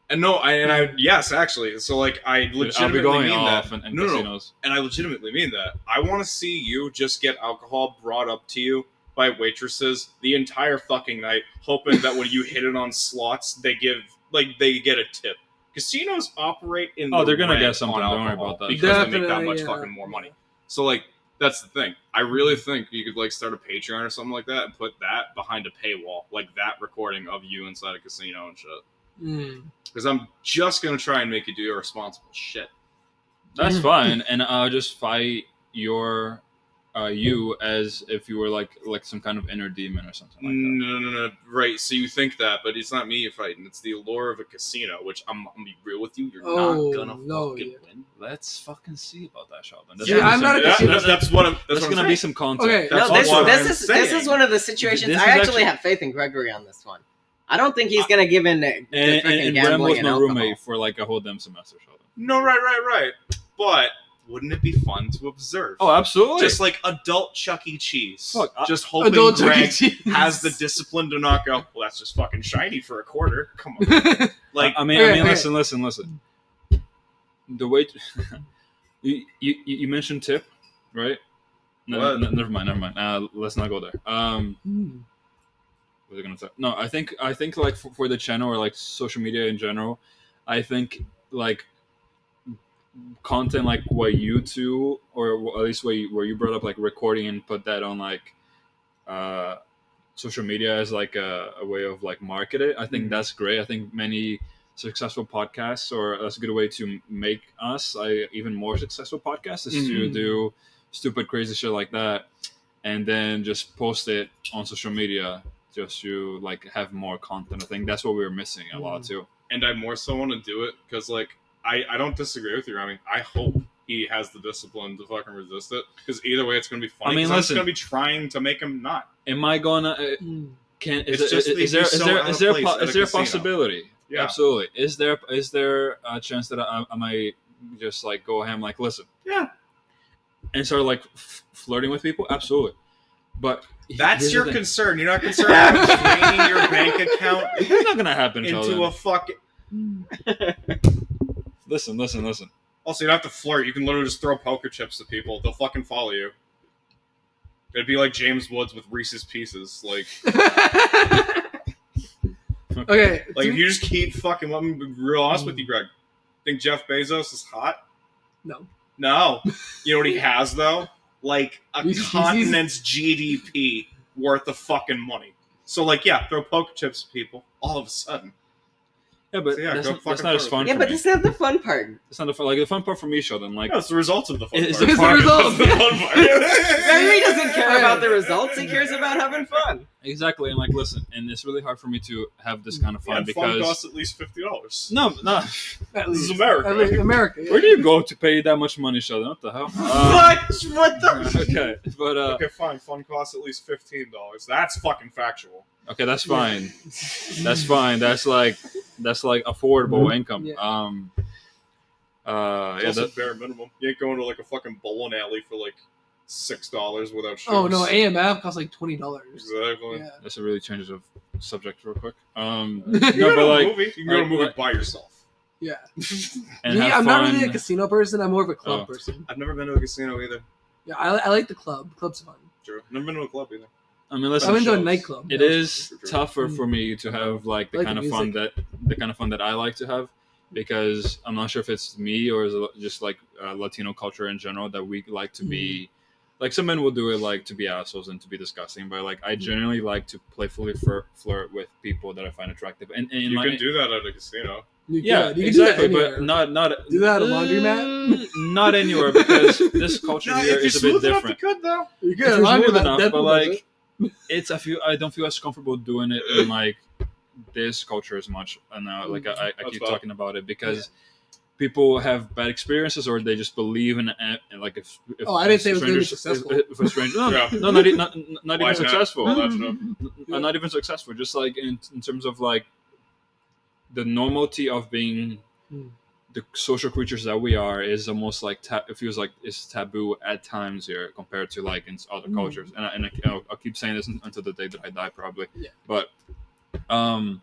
Speaker 1: And no, I and I yes, actually. So like I
Speaker 2: I'll
Speaker 1: legitimately
Speaker 2: be going
Speaker 1: mean
Speaker 2: off
Speaker 1: that.
Speaker 2: and, and
Speaker 1: no, no, no,
Speaker 2: casinos.
Speaker 1: and I legitimately mean that. I want to see you just get alcohol brought up to you by waitresses the entire fucking night, hoping that when you hit it on slots, they give like they get a tip. Casinos operate in
Speaker 2: Oh,
Speaker 1: the
Speaker 2: they're gonna
Speaker 1: red
Speaker 2: get
Speaker 1: on
Speaker 2: something, don't worry
Speaker 1: alcohol
Speaker 2: about that.
Speaker 1: because they make that
Speaker 3: Definitely,
Speaker 1: much
Speaker 3: yeah.
Speaker 1: fucking more money. So like that's the thing. I really think you could like start a Patreon or something like that and put that behind a paywall, like that recording of you inside a casino and shit
Speaker 3: Mm.
Speaker 1: because I'm just gonna try and make you do irresponsible shit.
Speaker 2: That's fine, and I'll just fight your uh you as if you were like like some kind of inner demon or something like that.
Speaker 1: No, no, no, right. So you think that, but it's not me you're fighting. It's the allure of a casino, which I'm, I'm gonna be real with you. You're
Speaker 3: Oh,
Speaker 1: not gonna
Speaker 3: no,
Speaker 1: fucking
Speaker 3: yeah.
Speaker 1: win.
Speaker 2: Let's fucking see about that, Sheldon.
Speaker 3: See,
Speaker 2: gonna be
Speaker 3: I'm
Speaker 2: some-
Speaker 3: not a
Speaker 1: That-
Speaker 3: casino-
Speaker 1: that- that's what I'm. That's,
Speaker 2: That's,
Speaker 1: what I'm
Speaker 2: gonna be some content.
Speaker 3: Okay.
Speaker 1: That's
Speaker 4: no, this,
Speaker 1: what
Speaker 4: this
Speaker 1: I'm
Speaker 4: is this
Speaker 1: saying.
Speaker 4: is one of the situations.
Speaker 2: This
Speaker 4: I
Speaker 2: is
Speaker 4: actually,
Speaker 2: actually-
Speaker 4: have faith in Gregory on this one. I don't think he's gonna give in to to
Speaker 2: Uh, And,
Speaker 4: freaking
Speaker 2: Eh, and, and Ram
Speaker 4: gambling
Speaker 2: was
Speaker 4: and
Speaker 2: my
Speaker 4: alcohol.
Speaker 2: roommate for like a whole damn semester, Sheldon.
Speaker 1: No, right, right, right. But wouldn't it be fun to observe?
Speaker 2: Oh, absolutely.
Speaker 1: just like adult Chuck E. Cheese.
Speaker 2: Fuck, I-
Speaker 1: just hoping
Speaker 3: Adult Chuck E.
Speaker 1: Greg
Speaker 3: Cheese.
Speaker 1: has the discipline to not go. Well, that's just fucking shiny for a quarter. Come on, like
Speaker 2: I I mean, I
Speaker 3: Okay,
Speaker 2: mean,
Speaker 3: okay.
Speaker 2: listen, listen, listen. The way you, you you mentioned tip, right? No,
Speaker 1: What?
Speaker 2: no, never mind, never mind. Uh, let's not go there. Um,
Speaker 3: Mm.
Speaker 2: what was I gonna say? No, I think I think like for, for the channel or like social media in general, I think like content like what you two or wh- at least where you, where you brought up like recording and put that on like uh social media as like a, a way of like market it i think that's great i think many successful podcasts or that's a good way to m- make us i even more successful podcasts is to
Speaker 3: Mhm.
Speaker 2: do stupid crazy shit like that and then just post it on social media just to like have more content i think that's what we were missing a lot
Speaker 3: Mhm.
Speaker 2: too
Speaker 1: and I more so want to do it because like I I don't disagree with you, Rami. I hope he has the discipline to fucking resist it because either way, it's gonna be funny.
Speaker 2: I mean,
Speaker 1: 'cause I'm just
Speaker 2: listen.
Speaker 1: gonna be trying to make him not.
Speaker 2: am i gonna uh,
Speaker 3: Mm.
Speaker 2: Can is,
Speaker 1: It's
Speaker 2: there-
Speaker 1: just
Speaker 2: is-
Speaker 1: that
Speaker 2: is there
Speaker 1: he's
Speaker 2: is
Speaker 1: so
Speaker 2: there
Speaker 1: out
Speaker 2: is
Speaker 1: of
Speaker 2: there
Speaker 1: place
Speaker 2: po-
Speaker 1: at
Speaker 2: is
Speaker 1: a
Speaker 2: there a
Speaker 1: casino.
Speaker 2: possibility?
Speaker 1: Yeah.
Speaker 2: absolutely. Is there is there a chance that I, I might just like go ham like listen?
Speaker 1: Yeah.
Speaker 2: and start like f- flirting with people. Absolutely, but he-
Speaker 1: That's
Speaker 2: here's
Speaker 1: your
Speaker 2: the thing.
Speaker 1: concern. You're not concerned about draining your bank account
Speaker 2: It's not gonna happen,
Speaker 1: into
Speaker 2: Sheldon.
Speaker 1: a fucking. Mm.
Speaker 2: listen, listen, listen.
Speaker 1: Also, you don't have to flirt. You can literally just throw poker chips at people. They'll fucking follow you. It'd be like James Woods with Reese's Pieces. Like,
Speaker 3: okay.
Speaker 1: like
Speaker 3: do-
Speaker 1: if you just keep fucking. Let me be real honest
Speaker 2: Mm.
Speaker 1: with you, Greg. Think Jeff Bezos is hot?
Speaker 3: no.
Speaker 1: No. You know what he has though? Like a
Speaker 3: Reese's Pieces?
Speaker 1: continent's GDP worth of fucking money. So like, yeah, throw poker chips at people. All of a sudden,
Speaker 2: Yeah, but
Speaker 1: So, yeah,
Speaker 2: that's,
Speaker 1: go
Speaker 2: not,
Speaker 1: fucking
Speaker 2: that's not as
Speaker 1: further.
Speaker 2: fun.
Speaker 4: Yeah,
Speaker 2: for
Speaker 4: but
Speaker 2: me.
Speaker 4: that's not the fun part.
Speaker 2: it's not the fun. Like the fun part for me, Sheldon. Like
Speaker 1: no, it's the results of the fun
Speaker 2: It's
Speaker 1: part.
Speaker 2: the part-
Speaker 1: It's the fun part.
Speaker 4: Zachary doesn't care about the results. He cares about having fun.
Speaker 2: exactly, and like listen, and it's really hard for me to have this kind of
Speaker 1: Yeah, fun
Speaker 2: fun because
Speaker 1: costs at least fifty dollars.
Speaker 2: no, no.
Speaker 3: At
Speaker 1: This is
Speaker 3: least.
Speaker 1: America.
Speaker 3: At least America.
Speaker 2: Where do you go to pay that much money, Sheldon? What the hell? Uh,
Speaker 4: What? What the?
Speaker 2: okay, but uh,
Speaker 1: okay, fine. Fun costs at least fifteen dollars. That's fucking factual.
Speaker 2: okay, that's fine. That's fine. That's like that's like
Speaker 1: Mm-hmm.
Speaker 2: affordable income.
Speaker 3: Yeah.
Speaker 2: Um. Uh,
Speaker 1: It's
Speaker 2: yeah,
Speaker 1: also
Speaker 2: that-
Speaker 1: bare minimum. You ain't going to like a fucking bowling alley for like six dollars without shoes.
Speaker 3: Oh no, AMF costs like twenty dollars.
Speaker 1: exactly.
Speaker 3: Yeah.
Speaker 2: that's a really change of subject, real quick. Um,
Speaker 1: You can
Speaker 2: no,
Speaker 1: go to
Speaker 2: but
Speaker 1: a
Speaker 2: like,
Speaker 1: movie. You can go to a
Speaker 2: like-
Speaker 1: movie
Speaker 2: like-
Speaker 1: by yourself.
Speaker 3: Yeah.
Speaker 2: and
Speaker 3: Me,
Speaker 2: have
Speaker 3: I'm not really
Speaker 2: fun.
Speaker 3: a casino person. I'm more of a club
Speaker 2: Oh.
Speaker 3: person.
Speaker 1: I've never been to a casino either.
Speaker 3: Yeah, I, I like the club. Club's fun.
Speaker 1: Drew. Never been to a club either.
Speaker 2: I mean, listen,
Speaker 3: I'm into a
Speaker 1: shows.
Speaker 3: nightclub.
Speaker 2: it
Speaker 3: Yeah.
Speaker 2: is
Speaker 1: Sure.
Speaker 2: tougher
Speaker 3: Mm.
Speaker 2: for me to have like the
Speaker 3: Like
Speaker 2: kind
Speaker 3: the
Speaker 2: of fun that the kind of fun that I like to have because I'm not sure if it's me or is it just like uh, Latino culture in general that we like to be
Speaker 3: Mm-hmm.
Speaker 2: like some men will do it like to be assholes and to be disgusting, but like I generally like to playfully flir- flirt with people that I find attractive and, and
Speaker 1: You
Speaker 2: my,
Speaker 1: can do that at a casino.
Speaker 3: You
Speaker 2: yeah,
Speaker 3: could- you could do that
Speaker 2: exactly,
Speaker 3: anywhere.
Speaker 2: but not not
Speaker 3: Do that at a laundromat?
Speaker 2: Mm, not anywhere because this culture
Speaker 1: No,
Speaker 2: here is a bit different.
Speaker 1: you could though.
Speaker 3: you could
Speaker 2: Yeah,
Speaker 3: at
Speaker 2: it's smooth
Speaker 3: laundromat,
Speaker 2: enough, but
Speaker 3: definitely,
Speaker 2: like, it's I feel I don't feel as comfortable doing it in like this culture as much. And
Speaker 3: Mm,
Speaker 2: now, like I, I- I
Speaker 1: That's
Speaker 2: keep
Speaker 1: valid.
Speaker 2: talking about it because people have bad experiences or they just believe in it. And like if, if
Speaker 3: Oh, I didn't say it
Speaker 2: if
Speaker 3: was gonna be
Speaker 2: strangers-
Speaker 3: successful.
Speaker 2: If, if a stranger, no,
Speaker 1: Yeah.
Speaker 2: no, not, e- not, not
Speaker 1: Why
Speaker 2: even
Speaker 1: not?
Speaker 2: successful.
Speaker 1: Well, that's enough.
Speaker 3: Yeah.
Speaker 2: Uh, Not even successful. Just like in, in terms of like the normalty of being
Speaker 3: Mm.
Speaker 2: the social creatures that we are is almost like ta- it feels like it's taboo at times here compared to like in other
Speaker 3: Mm.
Speaker 2: cultures. And I, and I, I'll, I'll keep saying this un- until the day that I die, probably.
Speaker 3: Yeah.
Speaker 2: But um,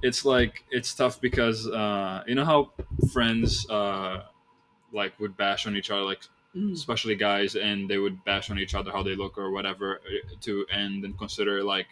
Speaker 2: it's like it's tough because uh, you know how friends uh, like would bash on each other, like
Speaker 3: Mm.
Speaker 2: especially guys, and they would bash on each other how they look or whatever uh, to and then consider like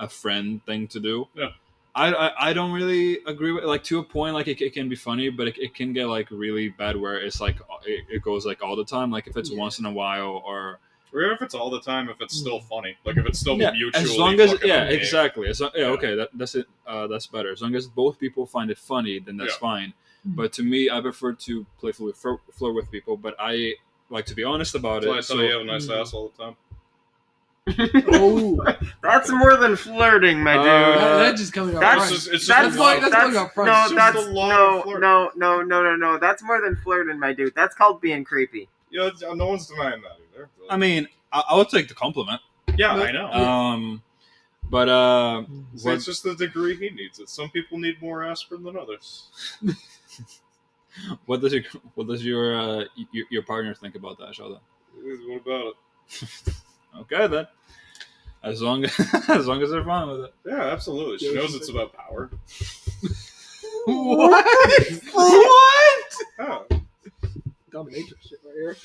Speaker 2: a friend thing to do.
Speaker 1: Yeah.
Speaker 2: I, I, I don't really agree with like to a point like it, it can be funny but it, it can get like really bad where it's like uh, it, it goes like all the time like if it's
Speaker 3: Yeah.
Speaker 2: once in a while or
Speaker 1: Or even if it's all the time, if it's still funny, like if it's still
Speaker 2: Mm. yeah,
Speaker 1: mutually.
Speaker 2: as long as
Speaker 1: fucking
Speaker 2: yeah
Speaker 1: annoying.
Speaker 2: exactly as, long- yeah,
Speaker 1: Yeah.
Speaker 2: okay that, that's it uh, that's better as long as both people find it funny then that's
Speaker 1: Yeah.
Speaker 2: fine
Speaker 3: Mm.
Speaker 2: but to me I prefer to playfully flir- flirt with people but I like to be honest about
Speaker 1: That's why I
Speaker 2: it
Speaker 1: tell
Speaker 2: so-
Speaker 1: you, you have a nice
Speaker 3: Mm.
Speaker 1: ass all the time.
Speaker 3: Oh, that,
Speaker 4: That's more than flirting, my dude.
Speaker 2: Uh,
Speaker 3: that's just coming out
Speaker 1: That's
Speaker 3: front.
Speaker 1: just- it's just
Speaker 3: that's
Speaker 1: a
Speaker 3: why
Speaker 1: lot.
Speaker 3: that's
Speaker 4: That's-
Speaker 3: coming out front.
Speaker 4: No,
Speaker 1: It's
Speaker 4: that's
Speaker 1: just a lot
Speaker 4: no,
Speaker 1: of flirt.
Speaker 4: no, no, no, no, no. That's more than flirting, my dude. That's called being creepy.
Speaker 1: Yeah, it's- no one's denying that either. but-
Speaker 2: I mean I, I would take the compliment
Speaker 1: Oh, yeah,
Speaker 3: no.
Speaker 1: I know.
Speaker 2: um but uh
Speaker 1: See,
Speaker 2: what
Speaker 1: it's just the degree he needs it. Some people need more aspirin than others.
Speaker 2: What does your what does your uh, your, your partner think about that, Sheldon?
Speaker 1: What about it?
Speaker 2: Okay then. As long as long as they're fine with it.
Speaker 1: Yeah, absolutely. She
Speaker 3: Yeah,
Speaker 1: knows
Speaker 3: she's
Speaker 1: it's
Speaker 3: like-
Speaker 1: about power.
Speaker 3: what?
Speaker 4: What?
Speaker 1: Yeah.
Speaker 3: Dominatrix shit right here.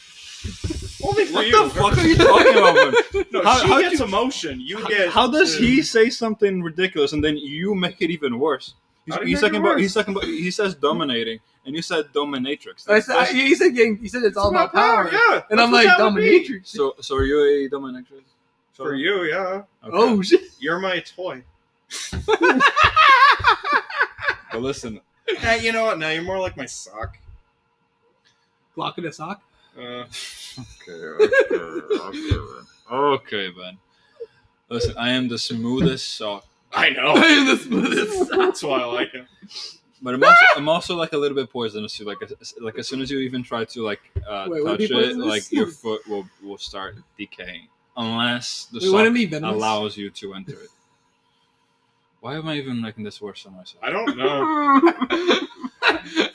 Speaker 1: Only for
Speaker 2: What
Speaker 1: you.
Speaker 2: the fuck are you talking about? man?
Speaker 1: No,
Speaker 2: How-
Speaker 1: she
Speaker 2: how
Speaker 1: gets emotion. You
Speaker 2: How-
Speaker 1: get.
Speaker 2: How does he say something ridiculous and then you make it even worse? He's,
Speaker 1: How did it
Speaker 2: he's
Speaker 1: make it
Speaker 2: talking about
Speaker 1: worse?
Speaker 2: he's talking about he says dominating and you said dominatrix.
Speaker 3: I
Speaker 2: That's-
Speaker 3: said, I,
Speaker 2: that's-
Speaker 3: he said, getting, he said it's, all about power.
Speaker 1: Yeah.
Speaker 3: And
Speaker 1: that's
Speaker 3: I'm
Speaker 1: what
Speaker 3: like,
Speaker 1: that would be.
Speaker 3: Dominatrix.
Speaker 2: so so are you a dominatrix?
Speaker 1: For you, yeah.
Speaker 2: Okay.
Speaker 3: Oh, shit.
Speaker 1: You're my toy.
Speaker 2: but listen,
Speaker 1: Now, you know what? Now you're more like my sock.
Speaker 3: Glock in a sock?
Speaker 1: Uh,
Speaker 2: okay, okay, okay, man. okay, man. Listen, I am the smoothest sock
Speaker 1: I
Speaker 3: I
Speaker 1: know.
Speaker 3: am the smoothest.
Speaker 1: That's why I like him.
Speaker 2: But I'm also, I'm also like a little bit poisonous too. Like as- like as soon as you even try to like uh,
Speaker 3: Wait,
Speaker 2: touch
Speaker 3: what would
Speaker 2: it,
Speaker 3: be poisonous?
Speaker 2: like your foot will will start decaying unless the
Speaker 3: Wait, wouldn't
Speaker 2: sock
Speaker 3: it be venomous?
Speaker 2: allows you to enter it. Why am I even making this worse on myself?
Speaker 1: I don't know. Oh,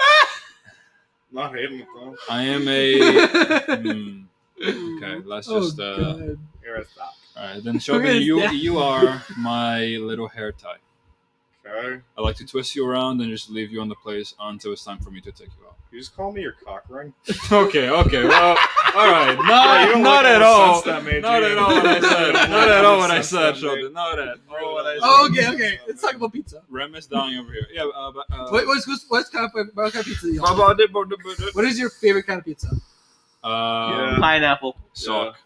Speaker 1: Not hating it though.
Speaker 2: I am a. Hmm, okay, let's
Speaker 3: Oh,
Speaker 2: just. Uh,
Speaker 3: God.
Speaker 1: You're a sock.
Speaker 2: all right, then
Speaker 3: Where
Speaker 2: Shogun,
Speaker 3: is
Speaker 2: you
Speaker 3: that?
Speaker 2: you are my little hair tie.
Speaker 1: Okay.
Speaker 2: I like to twist you around and just leave you on the place until it's time for me to take you out.
Speaker 1: You just call me your cock ring.
Speaker 2: Okay, okay, well, all right, not
Speaker 1: Yeah, you don't
Speaker 2: not
Speaker 1: like
Speaker 2: at
Speaker 1: how much
Speaker 2: all.
Speaker 1: sense that made,
Speaker 2: Not
Speaker 1: do you?
Speaker 2: at all what I said.
Speaker 1: You don't like
Speaker 2: Not at
Speaker 1: how
Speaker 2: all
Speaker 1: much
Speaker 2: what I
Speaker 1: sense
Speaker 2: said,
Speaker 1: that
Speaker 2: Sheldon. Not at all what I said.
Speaker 3: Oh, okay, okay. Let's talk about pizza.
Speaker 2: Rem is dying over here. Yeah. Uh, but, uh,
Speaker 3: What, what's, what's, what's kind of, what kind of pizza do you
Speaker 2: How
Speaker 3: like?
Speaker 2: about it, bro, bro, bro, bro? uh,
Speaker 3: What is your favorite kind of pizza?
Speaker 2: Um,
Speaker 1: Yeah.
Speaker 4: Pineapple.
Speaker 2: Sock.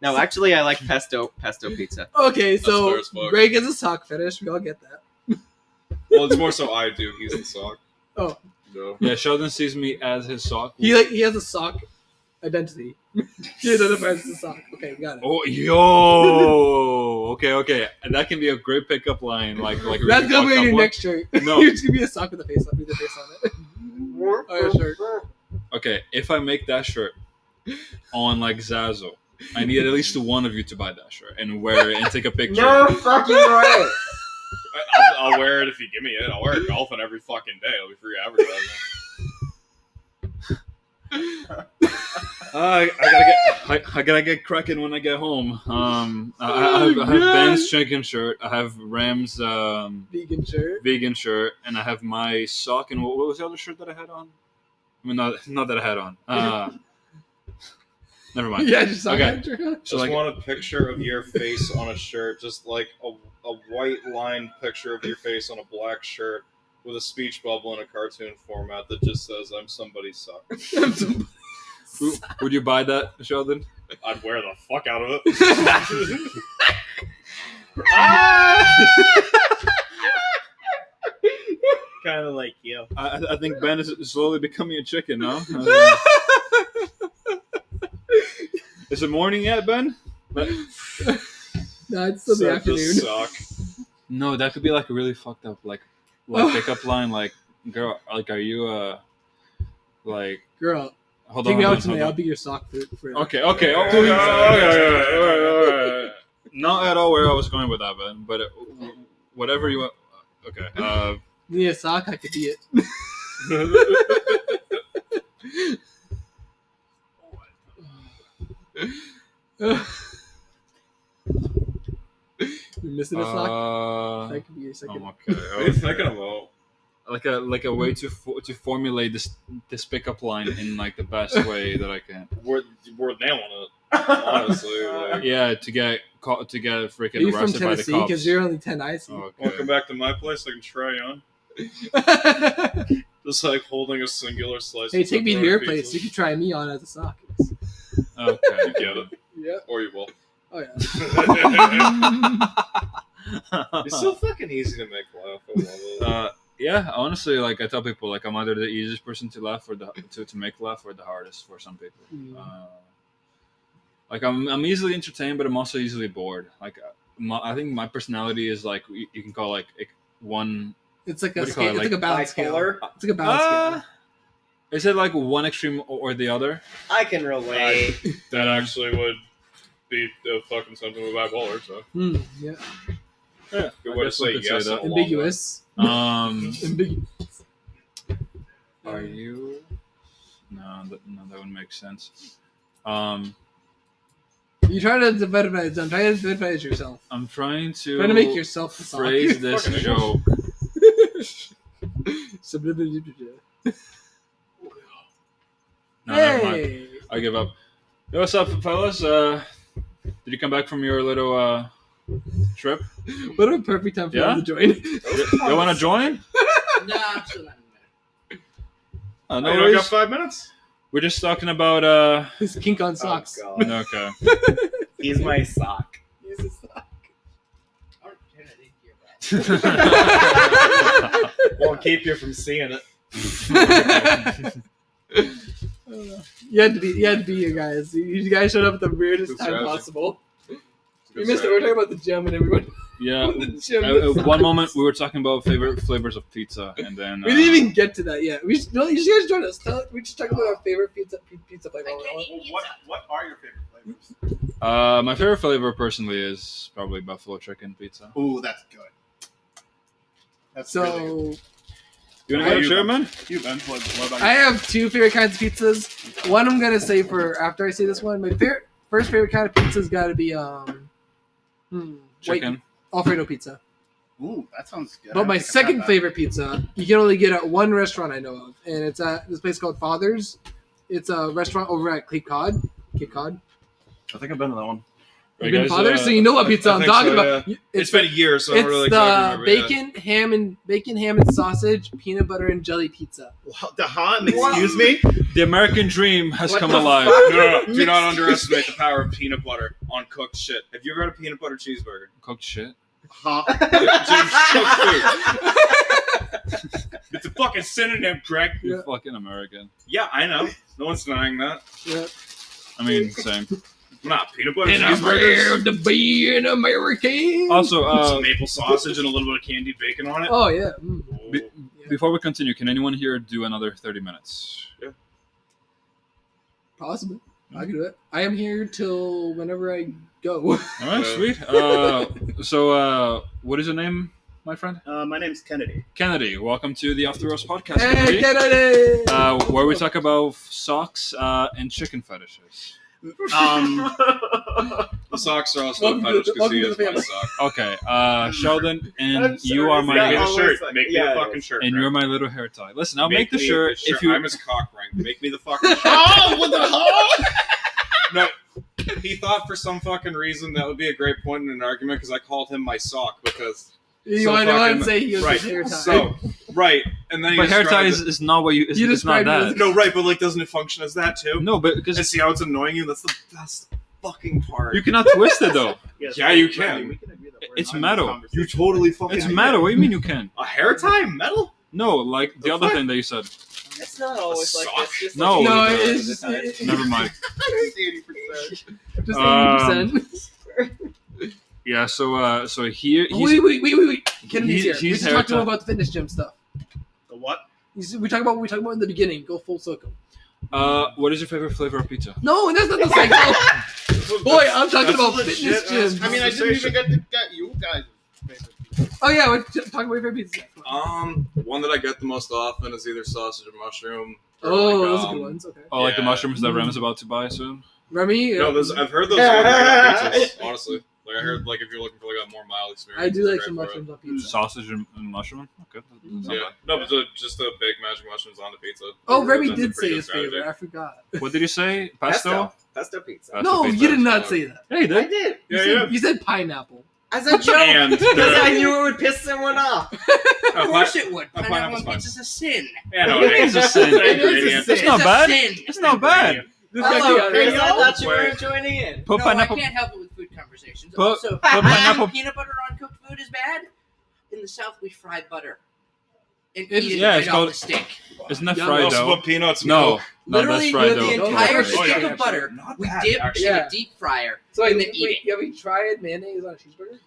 Speaker 4: No, actually, I like pesto pesto pizza.
Speaker 1: That's fair
Speaker 3: so
Speaker 1: as fuck.
Speaker 3: Greg is a sock fetish. We all get that.
Speaker 1: Well, it's more so I do. He's in sock.
Speaker 3: Oh.
Speaker 1: No.
Speaker 2: Yeah, Sheldon sees me as his sock.
Speaker 3: He like he has a sock identity. he identifies as a sock. Okay, we got it.
Speaker 2: Oh yo, okay, okay, And that can be a great pickup line. Like, like we
Speaker 3: That's
Speaker 2: can
Speaker 3: gonna be
Speaker 2: fuck
Speaker 3: on
Speaker 2: up
Speaker 3: your
Speaker 2: one-
Speaker 3: next shirt.
Speaker 2: No.
Speaker 3: it's gonna be a sock with a face on, with a face on it. Oh, yeah, sure.
Speaker 2: Okay, if I make that shirt on like Zazzle, I need at least one of you to buy that shirt and wear it and take a picture.
Speaker 4: fucking way.
Speaker 1: I'll, I'll wear it if you give me it. I'll wear it golfing every fucking day. It'll be free advertising.
Speaker 2: Uh, I gotta get I, I gotta get cracking when I get home. Um, I, I, have, I have
Speaker 3: Oh,
Speaker 2: Ben's chicken shirt. I have Ram's um,
Speaker 3: Vegan shirt.
Speaker 2: vegan shirt, and I have my sock. And what, what was the other shirt that I had on? I mean, not not that I had on. Uh, never mind.
Speaker 3: Yeah, just sock
Speaker 2: Okay.
Speaker 3: identity.
Speaker 2: So
Speaker 1: just
Speaker 2: like,
Speaker 1: want a picture of your face on a shirt, just like a, a white lined picture of your face on a black shirt with a speech bubble in a cartoon format that just says "I'm somebody's suck."
Speaker 2: w- would you buy that, Sheldon?
Speaker 1: I'd wear the fuck out of it.
Speaker 4: kind of like you.
Speaker 2: I, I- I think Ben is slowly becoming a chicken. No. Uh, is it morning yet, Ben?
Speaker 3: No, it's still the
Speaker 1: Suck the
Speaker 3: afternoon.
Speaker 1: sock.
Speaker 2: No, that could be like a really fucked up like like pickup line like girl like are you uh like
Speaker 3: Girl,
Speaker 2: hold
Speaker 3: take
Speaker 2: on,
Speaker 3: me
Speaker 2: hold
Speaker 3: out
Speaker 2: on,
Speaker 3: tonight.
Speaker 2: hold
Speaker 3: I'll
Speaker 2: on.
Speaker 3: be your sock for, for
Speaker 2: Okay, okay, oh, okay, okay, okay, okay, okay, okay. Not at all where I was going with that, Ben, but uh, whatever you want. Okay. Uh,
Speaker 3: You need a sock, I could be it. You're missing a sock?
Speaker 2: uh,
Speaker 3: I could be your second.
Speaker 2: I'm okay. Oh,
Speaker 1: What are you thinking about?
Speaker 2: like a like a way to fo- to formulate this this pickup line in like the best way that I can.
Speaker 1: We're we're nailing it, honestly. Like,
Speaker 2: Yeah, to get caught to get
Speaker 3: Are
Speaker 2: freaking
Speaker 3: you from
Speaker 2: arrested by the
Speaker 3: Tennessee?
Speaker 2: cops. Oh.
Speaker 3: Because you're only 10 I see.
Speaker 2: okay.
Speaker 1: Welcome back to my place. I can try you on. Just like holding a singular slice.
Speaker 3: hey,
Speaker 1: of
Speaker 3: take me to
Speaker 1: pepperoni
Speaker 3: your
Speaker 1: pizza.
Speaker 3: place. You can try me on as a sock.
Speaker 2: Okay,
Speaker 1: Get it,
Speaker 3: Yeah.
Speaker 1: or you will.
Speaker 3: Oh, yeah.
Speaker 1: it's so fucking easy to make laugh. I love it.
Speaker 2: uh, yeah, honestly, like I tell people, like I'm either the easiest person to laugh or the to, to make laugh or the hardest for some people.
Speaker 3: Mm.
Speaker 2: Uh, like I'm, I'm easily entertained, but I'm also easily bored. Like uh, my, I think my personality is like you, you can call like ec- one.
Speaker 3: It's like
Speaker 2: What
Speaker 3: a
Speaker 2: do you
Speaker 3: scale.
Speaker 2: call it,
Speaker 3: It's like a balance scale.
Speaker 4: Bipolar.
Speaker 3: It's like a balance
Speaker 2: Uh,
Speaker 3: scale.
Speaker 2: is it like one extreme or, or the other?
Speaker 4: I can relate.
Speaker 1: That actually would be uh, fucking something with bipolar. So
Speaker 3: Hmm, yeah.
Speaker 2: Yeah,
Speaker 1: good way to say yes.
Speaker 2: that.
Speaker 1: along
Speaker 3: Ambiguous.
Speaker 2: Um,
Speaker 3: Ambiguous.
Speaker 2: are you? No, that, no, that wouldn't make sense. Um,
Speaker 3: You try to identify it. Don't try to identify it yourself.
Speaker 2: I'm trying to
Speaker 3: Trying to make yourself the sock.
Speaker 2: phrase this
Speaker 1: Fucking-
Speaker 2: joke. No, never mind.
Speaker 3: hey.
Speaker 2: I give up. Yo, what's up, fellas? Uh, did you come back from your little uh, trip?
Speaker 3: What a perfect time for
Speaker 2: Yeah?
Speaker 3: them to join.
Speaker 2: You, want to join?
Speaker 6: Nah, I'm still not
Speaker 1: No,
Speaker 2: Uh, no
Speaker 1: you don't got
Speaker 2: worries.
Speaker 1: five minutes.
Speaker 2: We're just talking about. Uh,
Speaker 3: His kink on socks.
Speaker 4: Oh, God.
Speaker 2: okay.
Speaker 4: He's my sock.
Speaker 3: He's a sock.
Speaker 6: I don't pretend I didn't hear that.
Speaker 4: Won't keep you from seeing it.
Speaker 3: Uh, you had to be, you had to be, you guys. You, you guys showed up at the weirdest
Speaker 1: Good
Speaker 3: time
Speaker 1: strategy.
Speaker 3: possible. We missed it. We're talking about the gym and everyone.
Speaker 2: yeah.
Speaker 3: the gym.
Speaker 2: Uh, at one moment we were talking about favorite flavors of pizza, and then uh,
Speaker 3: We didn't even get to that yet. We just, no, you guys joined us. Tell, we just talked about our favorite pizza pizza flavor.
Speaker 6: I can't eat
Speaker 7: What
Speaker 6: pizza.
Speaker 7: what are your favorite flavors?
Speaker 2: uh, my favorite flavor personally is probably buffalo chicken pizza.
Speaker 7: Ooh, that's good. That's really
Speaker 3: So
Speaker 2: You
Speaker 7: Why
Speaker 2: want to
Speaker 7: you-
Speaker 2: share, man?
Speaker 7: good. You Ben, what, what about
Speaker 3: I have two favorite kinds of pizzas. One I'm gonna say for after I say this one. My favorite, first favorite kind of pizza's got to be um, hmm, white
Speaker 2: Chicken.
Speaker 3: Alfredo pizza.
Speaker 7: your- Ooh, that sounds good. I
Speaker 3: But
Speaker 7: don't
Speaker 3: my
Speaker 7: think I've had
Speaker 3: second
Speaker 7: that.
Speaker 3: favorite pizza, you can only get at one restaurant I know of, and it's at this place called Father's. It's a restaurant over at Cape Cod. Cape Cod.
Speaker 7: I think I've been to that one.
Speaker 2: Right,
Speaker 3: You've been
Speaker 2: guys?
Speaker 3: fathers,
Speaker 2: Uh,
Speaker 3: so you know what
Speaker 1: I-
Speaker 3: pizza
Speaker 1: I
Speaker 3: I'm
Speaker 1: think
Speaker 3: talking
Speaker 1: so,
Speaker 3: about. You-
Speaker 1: It's been a year, so I
Speaker 3: it's
Speaker 1: don't really
Speaker 3: the
Speaker 1: exactly remember.
Speaker 3: bacon, ham, and bacon, ham, and sausage, peanut butter, and jelly pizza.
Speaker 7: The huh? Excuse me?
Speaker 2: The American dream has
Speaker 1: What
Speaker 2: come
Speaker 1: the
Speaker 2: alive.
Speaker 1: fuck? No, no, no. Do not underestimate the power of peanut butter on cooked shit. Have you ever had a peanut butter cheeseburger?
Speaker 2: Cooked shit.
Speaker 7: Huh?
Speaker 1: Jim's cooked food. it's a fucking synonym, Greg.
Speaker 2: You're fucking American.
Speaker 1: Yeah, I know. No one's denying that.
Speaker 2: I mean, same.
Speaker 1: I'm not peanut butter
Speaker 8: And I'm
Speaker 1: cheeseburgers.
Speaker 8: proud to be an American.
Speaker 2: Also,
Speaker 1: Put
Speaker 2: uh,
Speaker 1: some maple sausage and a little bit of candied bacon on it.
Speaker 3: Oh yeah, mm.
Speaker 2: Be-
Speaker 1: Ooh.
Speaker 2: before we continue, can anyone here do another 30 minutes?
Speaker 3: possibly. I can do it. I am here till whenever I go.
Speaker 2: All right,
Speaker 1: Yeah.
Speaker 2: sweet. Uh, so, uh, what is your name, my friend?
Speaker 7: Uh, my name's Kennedy.
Speaker 2: Kennedy. Welcome to the After Roast podcast, Kennedy,
Speaker 3: hey, Kennedy!
Speaker 2: uh, where we talk about socks uh, and chicken fetishes.
Speaker 7: Um,
Speaker 1: The socks are also
Speaker 3: Welcome
Speaker 1: a fetish
Speaker 3: to the-
Speaker 1: because he
Speaker 3: welcome
Speaker 1: is
Speaker 3: to the
Speaker 1: my sock.
Speaker 2: Okay, uh, Sheldon, and
Speaker 7: I'm
Speaker 2: you
Speaker 7: sorry,
Speaker 2: are
Speaker 7: is
Speaker 2: my
Speaker 7: that
Speaker 1: Make me
Speaker 2: little,
Speaker 1: the
Speaker 7: all-
Speaker 1: shirt.
Speaker 7: always like-
Speaker 1: Make me
Speaker 7: yeah,
Speaker 1: the
Speaker 7: yeah.
Speaker 1: fucking shirt.
Speaker 2: and
Speaker 1: Greg.
Speaker 2: you're my little hair tie. Listen, I'll make,
Speaker 1: Make
Speaker 2: the
Speaker 1: me
Speaker 2: shirt if you.
Speaker 1: I'm his cock ring. Make me the fucking shirt.
Speaker 7: oh, what the huh?
Speaker 1: he thought for some fucking reason that would be a great point in an argument because I called him my sock because
Speaker 3: you
Speaker 1: so
Speaker 3: want
Speaker 1: fucking-
Speaker 3: to say he was
Speaker 1: right.
Speaker 3: hair tie?
Speaker 1: So right, and then he
Speaker 2: but hair tie
Speaker 1: described
Speaker 2: is, is not what you. Is,
Speaker 3: You
Speaker 2: it's not
Speaker 3: described it
Speaker 2: that.
Speaker 3: as-
Speaker 1: no right, but like doesn't it function as that too?
Speaker 2: No, but because
Speaker 1: And see how it's annoying you? That's the best fucking part.
Speaker 2: You cannot twist it though.
Speaker 7: Yes,
Speaker 1: Yeah, you
Speaker 7: right,
Speaker 1: can.
Speaker 7: we agree that we're
Speaker 2: It's
Speaker 7: not in this
Speaker 2: metal.
Speaker 7: conversation.
Speaker 1: You totally fucking.
Speaker 2: It's metal. What do you mean you can?
Speaker 1: A hair tie metal?
Speaker 2: No, like the
Speaker 1: The
Speaker 2: other
Speaker 1: fuck?
Speaker 2: thing that you said.
Speaker 5: It's not always like
Speaker 1: sock?
Speaker 5: this. Just
Speaker 2: No,
Speaker 5: like
Speaker 3: no,
Speaker 1: oh,
Speaker 2: it
Speaker 3: it
Speaker 2: is.
Speaker 3: is it- it-
Speaker 2: Never mind.
Speaker 7: It's 80%.
Speaker 3: just
Speaker 2: Um,
Speaker 3: eighty percent.
Speaker 2: Yeah. So, uh, so here he's
Speaker 3: Wait, wait, wait, wait, wait.
Speaker 2: he's-
Speaker 3: Kennedy's here.
Speaker 2: he's
Speaker 3: we just
Speaker 2: hair
Speaker 3: talked to
Speaker 2: tie.
Speaker 3: him about the fitness gym stuff.
Speaker 7: The what?
Speaker 3: You see, We talked about what we talked about in the beginning. Go full circle.
Speaker 2: Uh, what is your favorite flavor of pizza?
Speaker 3: No, that's not the cycle. Boy, I'm talking
Speaker 1: That's
Speaker 3: about
Speaker 1: legit
Speaker 3: fitness
Speaker 1: ass
Speaker 3: gym.
Speaker 7: I mean, I didn't
Speaker 1: conversation.
Speaker 7: even get to get you guys.
Speaker 3: oh yeah, we're t- talking about your favorite pizza.
Speaker 1: Um, one that I get the most often is either sausage or mushroom. or,
Speaker 3: Oh,
Speaker 1: like,
Speaker 3: those are
Speaker 1: um,
Speaker 3: good ones. Okay,
Speaker 2: Oh, like the
Speaker 1: Yeah.
Speaker 2: mushrooms that
Speaker 3: Mm.
Speaker 2: Ram's about to buy soon.
Speaker 3: Remy.
Speaker 1: No,
Speaker 3: uh,
Speaker 1: those I've heard those. are good pizzas, honestly, like I heard, like if you're looking for like a more mild experience,
Speaker 3: I do
Speaker 1: it's
Speaker 3: like
Speaker 1: great
Speaker 3: some
Speaker 1: for it.
Speaker 3: mushrooms on pizza.
Speaker 2: Sausage and, and mushroom. Okay. that- that's not
Speaker 1: Yeah, no, but the, just the baked magic mushrooms on the pizza.
Speaker 3: Oh, Remy
Speaker 1: That's a
Speaker 3: did say
Speaker 1: pretty
Speaker 3: his
Speaker 1: good strategy.
Speaker 3: favorite. I forgot.
Speaker 2: bad. What did you say? Pesto.
Speaker 4: Pesto. Pesto pizza.
Speaker 2: Pesto
Speaker 3: no,
Speaker 2: pizza.
Speaker 3: you did not say that.
Speaker 2: Yeah, you
Speaker 4: I
Speaker 2: did.
Speaker 4: did.
Speaker 3: You
Speaker 1: Yeah,
Speaker 3: said,
Speaker 1: yeah.
Speaker 3: You said pineapple.
Speaker 4: As a joke.
Speaker 1: And
Speaker 4: Because I
Speaker 1: the-
Speaker 4: knew it would piss someone off.
Speaker 1: uh,
Speaker 5: of
Speaker 1: pla-
Speaker 5: course it would.
Speaker 1: a
Speaker 5: Pineapple
Speaker 1: pineapple's
Speaker 5: on
Speaker 1: fine.
Speaker 5: pizza's a sin.
Speaker 1: yeah, no,
Speaker 2: It
Speaker 1: it
Speaker 2: is a
Speaker 1: ain't. It
Speaker 2: sin.
Speaker 1: ain't
Speaker 4: It is a
Speaker 1: ingredient.
Speaker 4: sin.
Speaker 2: It's not
Speaker 5: a
Speaker 2: bad.
Speaker 5: sin.
Speaker 2: It's not bad.
Speaker 4: Hello, Oh, Chris. I
Speaker 1: Hello.
Speaker 4: thought you were
Speaker 1: Wait.
Speaker 4: joining in.
Speaker 2: Put
Speaker 5: no,
Speaker 2: pineapple.
Speaker 5: I can't help it with food conversations.
Speaker 2: Put-
Speaker 5: also,
Speaker 2: put pineapple-
Speaker 5: peanut butter on cooked food is bad. In the South, we fry butter and
Speaker 3: It's-
Speaker 5: eat it
Speaker 2: yeah,
Speaker 5: right
Speaker 2: it's
Speaker 5: off
Speaker 2: called-
Speaker 5: the stick.
Speaker 2: Isn't that
Speaker 3: Yeah,
Speaker 2: fried
Speaker 1: Also
Speaker 2: dough?
Speaker 1: put peanuts. in
Speaker 2: No,
Speaker 1: Coke.
Speaker 2: no, that's
Speaker 5: Literally,
Speaker 2: fried
Speaker 5: the
Speaker 2: dough.
Speaker 5: entire
Speaker 3: Oh,
Speaker 5: stick
Speaker 3: yeah.
Speaker 5: of butter
Speaker 1: Not
Speaker 5: we
Speaker 1: bad,
Speaker 5: dip
Speaker 1: actually.
Speaker 5: in
Speaker 3: Yeah.
Speaker 5: a deep fryer.
Speaker 3: So I
Speaker 5: And then eat
Speaker 3: wait,
Speaker 5: it.
Speaker 3: yeah, we tried mayonnaise on a cheeseburger.